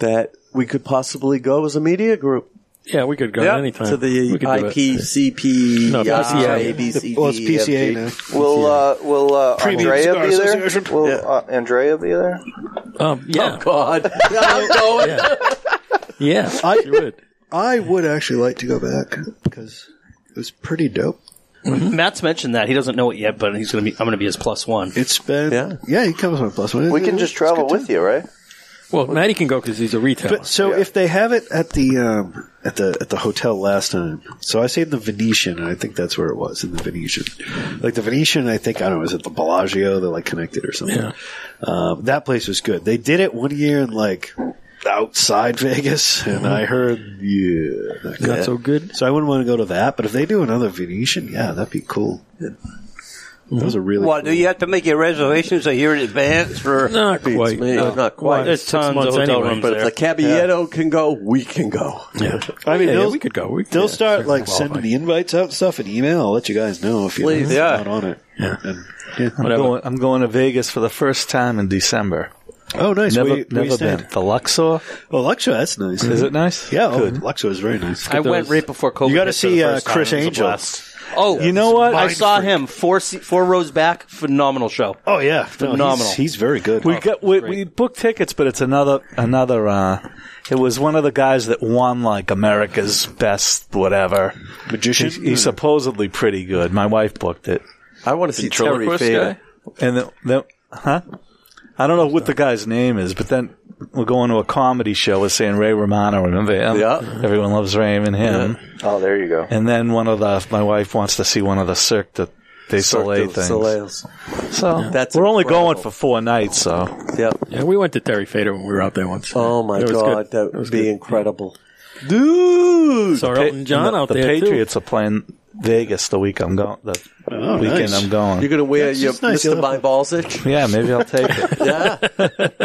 B: that we could possibly go as a media group.
A: Yeah, we could go
B: Yep,
A: anytime.
B: to the
A: We could do it.
B: IPCP,
A: No, PCA.
B: ABC,
A: Well, oh, it's PCA now.
D: E, Will uh, will uh,
A: Premium
D: Andrea
A: Cigar
D: be there?
A: Association.
D: Will uh, Andrea be there?
A: Um, yeah.
B: God.
A: Yeah. yeah.
H: I would. I would actually like to go back because it was pretty dope.
C: Mm-hmm. Matt's mentioned that he doesn't know it yet, but he's going to be. I'm going to be his plus one.
H: It's been yeah, he comes with a plus one.
D: We can
H: It's
D: just
H: good
D: travel
H: time.
D: with you, right?
A: Well, Matty can go because he's a retailer.
H: But so if they have it at the um, at the at the hotel last time, so I stayed in the Venetian, and I think that's where it was in the Venetian. Like the Venetian, I think I don't know, is it the Bellagio? They're like connected or something. Um, that place was good. They did it one year in like outside Vegas, and I heard yeah, not,
A: Not so
H: good. So I wouldn't want to go to that. But if they do another Venetian, yeah, that'd be cool. That was a really
I: What do you have to make your reservations a year in advance for?
A: Not quite.
B: No, not quite.
C: There's
B: Six
C: tons of
B: months
C: hotel rooms
B: But
C: there.
B: if the Caballero can go, we can go.
A: Yeah.
H: I mean,
B: Yeah, yeah,
H: they'll,
B: we could go. We-
H: they'll
B: yeah,
H: start
B: certainly
H: like
B: qualify.
H: sending the invites out and stuff and email. I'll let you guys know if you're
B: Please,
H: not on it. Yeah. And, yeah.
K: I'm going, I'm going to Vegas for the first time in December.
H: Oh, nice.
K: Never,
H: Where you- where you
K: never
H: staying?
K: been. The Luxor.
H: Oh, Luxor, that's nice.
K: Is it nice?
H: Yeah, oh, Luxor is very nice.
C: I went right before COVID.
H: You got to
C: hit for
H: see
C: the
H: uh,
C: first time.
H: Chris
C: It was a
H: Angel.
C: blast. Oh,
H: You know what?
C: I
H: Mind
C: saw
H: freak.
C: him four se- four rows back. Phenomenal show.
H: Oh yeah, No,
C: phenomenal.
H: he's, he's very good.
K: We got we, we booked tickets, but it's another another. Uh, it was one of the guys that won like America's best whatever
H: magician.
K: He, he's supposedly pretty good. My wife booked it.
B: I want to see Terry Fader.
K: And then, then, huh? I don't know what the guy's name is, but then we're going to a comedy show with saying Ray Romano. Remember him?
D: Yeah.
K: Everyone loves Ray and him.
D: Oh, there you go.
K: And then one of the my wife wants to see one of the Cirque de, de Soleil
B: Cirque du
K: things.
B: Soleils.
K: So
B: That's
K: we're only
B: incredible.
K: going for four nights, so
B: Yep.
A: Yeah, we went to Terry Fader when we were out there once.
B: Oh my
A: That was
B: god,
A: good.
B: that would be incredible.
K: Dude,
A: Saw Elton John
K: the,
A: out
K: the
A: there, too.
K: Patriots are playing Vegas the week I'm going. The
H: Oh,
K: weekend
H: nice.
K: I'm going.
B: You're going to wear
H: That's
B: your
H: just nice.
B: Mr. My Balls Itch?
K: yeah, maybe I'll take it.
B: Yeah.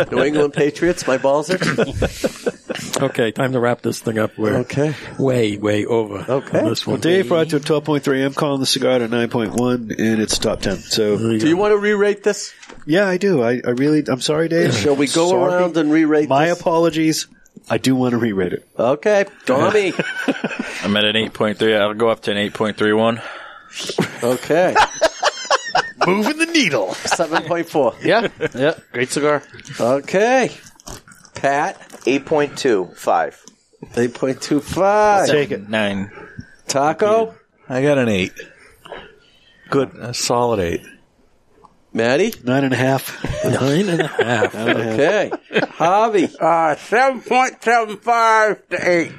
B: New England Patriots, My Balls Itch?
A: Okay, time to wrap this thing up. We're
B: okay.
A: way, way over. Okay. On this
H: Well,
A: one.
H: Dave brought to a 12.3. I'm calling the cigar to 9.1, and it's top 10. So,
B: Do you want to re rate this?
H: Yeah, I do. I, I really, I'm sorry, Dave.
B: Shall we go
H: Sorry.
B: around and re rate
H: My apologies. I do want to re-rate it.
B: Okay, Tommy.
O: I'm at an 8.3. I'll go up to an 8.31.
B: okay.
H: Moving the needle.
B: 7.4.
C: Yeah, yeah, great cigar.
B: Okay. Pat,
D: 8.25.
B: 8.25.
H: Take it.
O: Nine.
B: Taco,
K: I got an eight. Good, a solid eight.
B: Maddie.
H: Nine and a half.
A: Nine and a half.
H: Nine and a half.
B: Okay. Hobby.
I: Uh, seven point seven five to eight.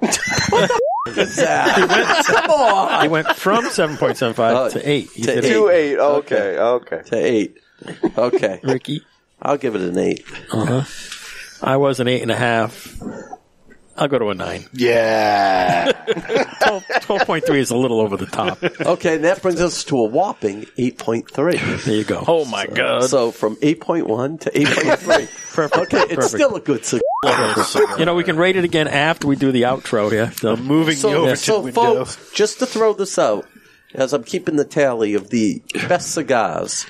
B: Come on.
A: He went from 7.75
B: Uh,
A: to 8. He did
D: Two eight. Okay, okay.
B: To 8. Okay.
A: Ricky.
B: I'll give it an 8.
A: Uh-huh. I was an 8.5. I'll go to a 9.
H: Yeah.
A: 12, 12.3 is a little over the top.
B: Okay, and that brings us to a whopping 8.3.
A: There you go.
O: Oh my god.
B: So from 8.1 to 8.3.
A: Perfect.
B: Okay, it's
A: Perfect.
B: still a good cigar.
A: You know, we can rate it again after we do the outro here. So.
H: Moving
B: So,
H: you over
B: so
H: to the window.
B: folks, just to throw this out, as I'm keeping the tally of the best cigars,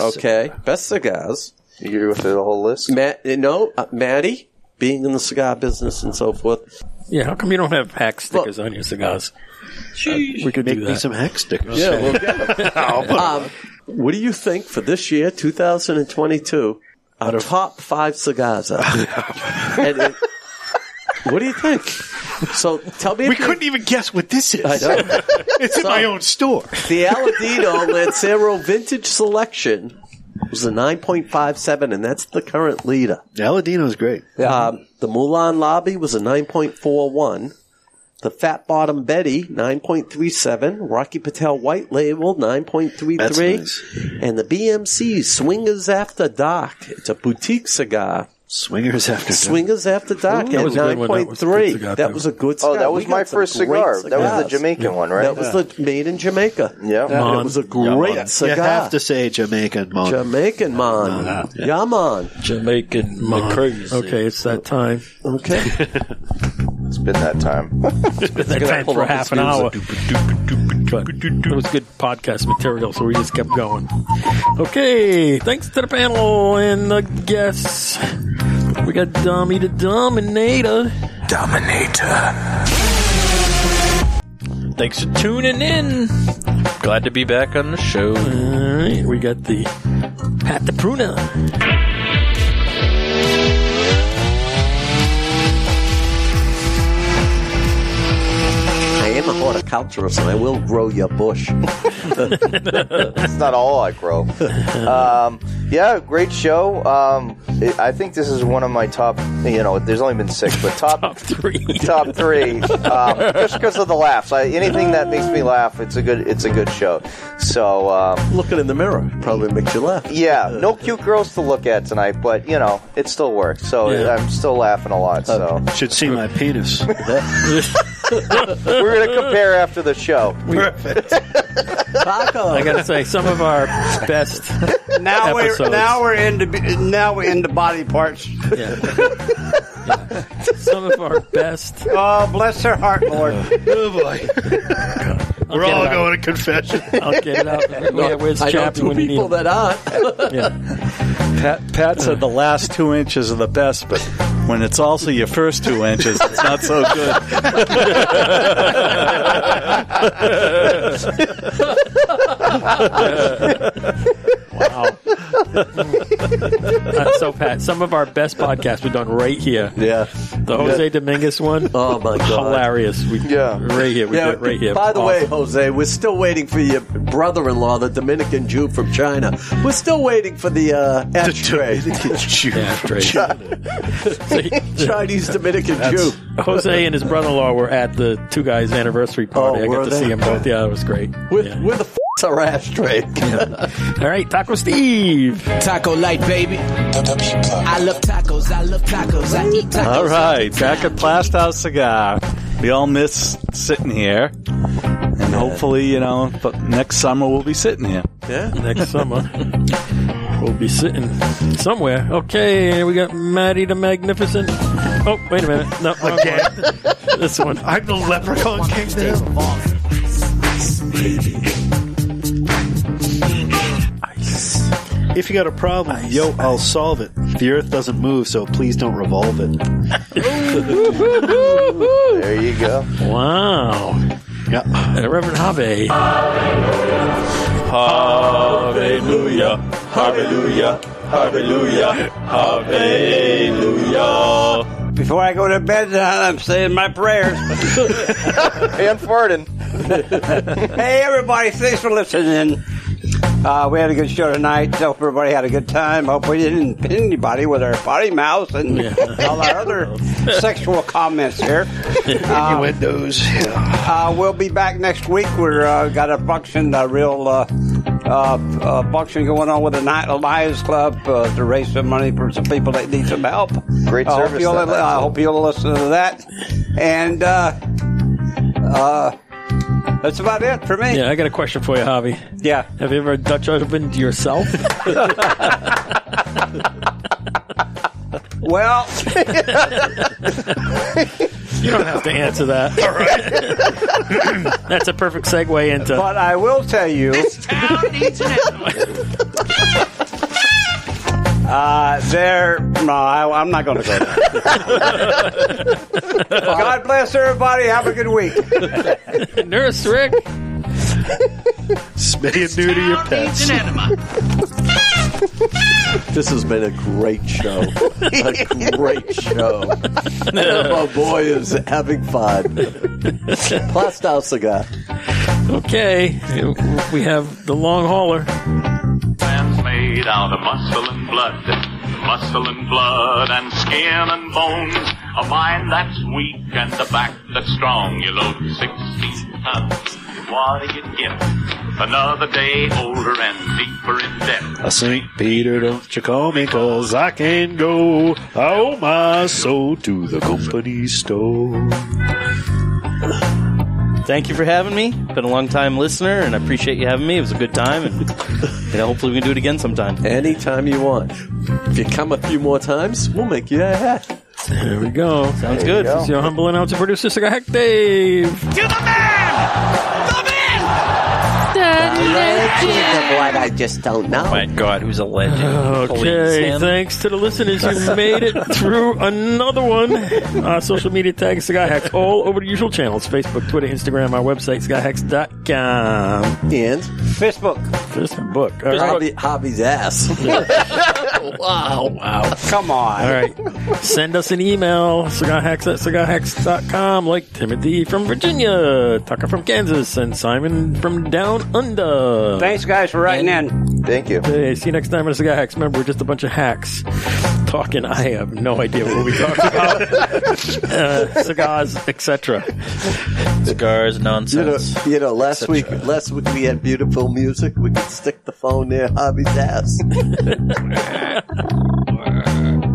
B: okay, best cigars,
D: You can go through the whole list.
B: Matt, you know, uh, Maddie, being in the cigar business and so forth.
A: Yeah, how come you don't have hack stickers on your cigars? We could
H: Make
A: do
H: me
A: that.
H: some hack stickers.
B: Yeah, we'll get it. um, What do you think for this year, 2022, our top five cigars out there? And it- what do you think? So tell me
H: We
B: if you-
H: couldn't even guess what this is.
B: I know.
H: It's in my own store.
B: The Aladino Lancero Vintage Selection was a 9.57, and that's the current leader.
H: Aladino is great.
B: Um, the Mulan Lobby was a 9.41. The Fat Bottom Betty, 9.37. Rocky Patel White Label, 9.33.
Q: That's nice.
B: And the BMC Swingers After Dark. It's a boutique cigar.
H: Swingers After Dark.
B: Swingers After Dark
H: Ooh, that
B: at
H: was a good one. That was a good
B: 9.3.
H: cigar,
B: That
H: too.
B: was a
D: Oh,
B: good cigar.
D: that was
B: We got
D: my
B: some
D: first
B: great
D: cigar. That was the
B: cigars.
D: Jamaican
B: Yeah.
D: one, right?
B: That was the made in Jamaica.
D: Yep.
B: That was a great cigar.
H: You have to say Jamaican Mon.
B: Jamaican Mon. Yaman.
A: Jamaican Mon.
B: crazy.
A: Ah, Okay, it's that time.
B: Okay.
D: It's been that time.
A: it's been that
D: Gotta
A: time
D: pull
A: for
D: up
A: half an
D: his
A: hour.
D: music.
A: It was good podcast material, so we just kept going. Okay, thanks to the panel and the guests. We got Dummy to Dominator. Dominator.
O: Thanks for tuning in. Glad to be back on the show.
A: All right, we got the Pat the Pruna.
B: I am a horticulturist and I will grow your bush.
D: it's not all I grow. Um, yeah, great show. Um, it, I think this is one of my top. You know, there's only been six, but top,
A: three,
D: top three, um, just because of the laughs. I, anything that makes me laugh, it's a good, it's a good show. So um,
B: looking in the mirror probably makes you laugh.
D: Yeah, no cute girls to look at tonight, but you know, it still works. So
H: Yeah.
D: I'm still laughing a lot. So
H: Should see my penis.
D: we're gonna compare after the show.
A: Perfect. I gotta say, some of our best
I: Now we're
A: episodes.
I: now we're into be- now we're into body parts.
A: Some of our best.
I: Oh, bless her heart, Lord. oh boy,
H: We're all going to confession.
A: I'll get it out.
H: Yeah, where's
B: I
H: Chappie
B: know
H: when
B: two
H: you need
B: people
H: him?
B: that aren't.
K: Pat, Pat said the last two inches are the best, but when it's also your first two inches, it's not so good.
A: wow. Uh, so, Pat, some of our best podcasts were done right here.
B: Yeah.
A: The Jose Dominguez one.
B: Oh, my God.
A: Hilarious. We, yeah. Right here. We did it right here.
B: By the way,
A: Awesome.
B: Jose, we're still waiting for your brother-in-law, the Dominican Jew from China. We're still waiting for the uh, ashtray.
A: Ashtray.
B: Chinese Dominican Jew.
A: Jose and his brother in law were at the two guys' anniversary party. I
B: Oh, were
A: got to
B: they?
A: see them both. Yeah, it was great.
B: With, Where the f***'s our ashtray?
A: All right, Taco Steve.
E: Taco light, baby. I love tacos. I love tacos. I eat tacos.
K: All right, back at Plast House Cigar. We all miss sitting here, and hopefully, you know, but next summer we'll be sitting here.
A: Yeah. Next summer. We'll be sitting somewhere. Okay, we got Maddie the Magnificent. Oh, wait a minute. No, wrong one. This one.
H: I'm the leprechaun king now. If you got a problem, yo, I'll solve it. The earth doesn't move, so please don't revolve it.
D: there you go.
A: Wow.
H: Yep.
A: And Reverend Habe.
J: Hallelujah, hallelujah, hallelujah, hallelujah.
I: Before I go to bed tonight, I'm saying my prayers.
D: and farting.
I: hey, everybody, thanks for listening. Uh, we had a good show tonight. Hope everybody had a good time. Hope we didn't pin anybody with our potty mouth and all our other sexual comments here.
H: Innuendos.
I: Uh, we'll be back next week. We're uh, got a function, a real uh, uh, uh, function going on with the Night Lions Club uh, to raise some money for some people that need some help.
D: Great
I: I hope
D: service
I: you'll-
D: that night,
I: I
D: too.
I: hope you'll listen to that. And uh, uh, that's about it for me.
A: Yeah, I got a question for you, Javi.
I: Yeah.
A: Have you ever Dutch ovened yourself?
I: Well,
A: you don't have to answer that. All right. That's a perfect segue into.
I: but I will tell you. Uh, there, no, I, I'm not going to go there. God bless everybody. Have a good week.
A: Nurse Rick.
H: Spay and neuter your pets.
B: This has been a great show. A great show. My boy is having fun. Plastow cigar.
A: Okay, we have the long hauler.
J: Man's made out of muscle and blood. muscle and blood and skin and bones. A mind that's weak and a back that's strong. You load 16 tons. What do you get? Another day older and deeper in debt.
H: A St. Peter don't you call me 'cause I can go. I owe my soul to the company store.
C: Thank you for having me. Been a long time listener, and I appreciate you having me. It was a good time, and you know, hopefully we can do it again sometime.
B: Anytime you want. If you come a few more times, we'll make you a hat.
A: There we go.
B: Sounds
A: There you
B: good.
A: This is your humble announcer producer, Cigar Hack Dave.
P: What I just don't know.
O: My God, who's a legend?
A: Okay, thanks to the listeners who made it through another one. Uh, social media tag Cigar Hacks all over the usual channels Facebook, Twitter, Instagram, our website, cigarhacks.com.
B: And
I: Facebook.
A: Facebook. All right.
B: Hobby, hobby's ass.
A: wow. Wow.
I: Come on.
A: All right. Send us an email, cigarhacks at cigarhacks.com, like Timothy from Virginia, Tucker from Kansas, and Simon from Down Under.
I: Thanks, guys, for writing in.
D: Thank you.
A: Hey, see you next time on Cigar Hacks. Remember, we're just a bunch of hacks talking. I have no idea what we talked about. uh, cigars, etc.
O: Cigars,
B: You know,
O: nonsense.
B: you know, last week, last week we had beautiful music. We could stick the phone near Hobby's ass.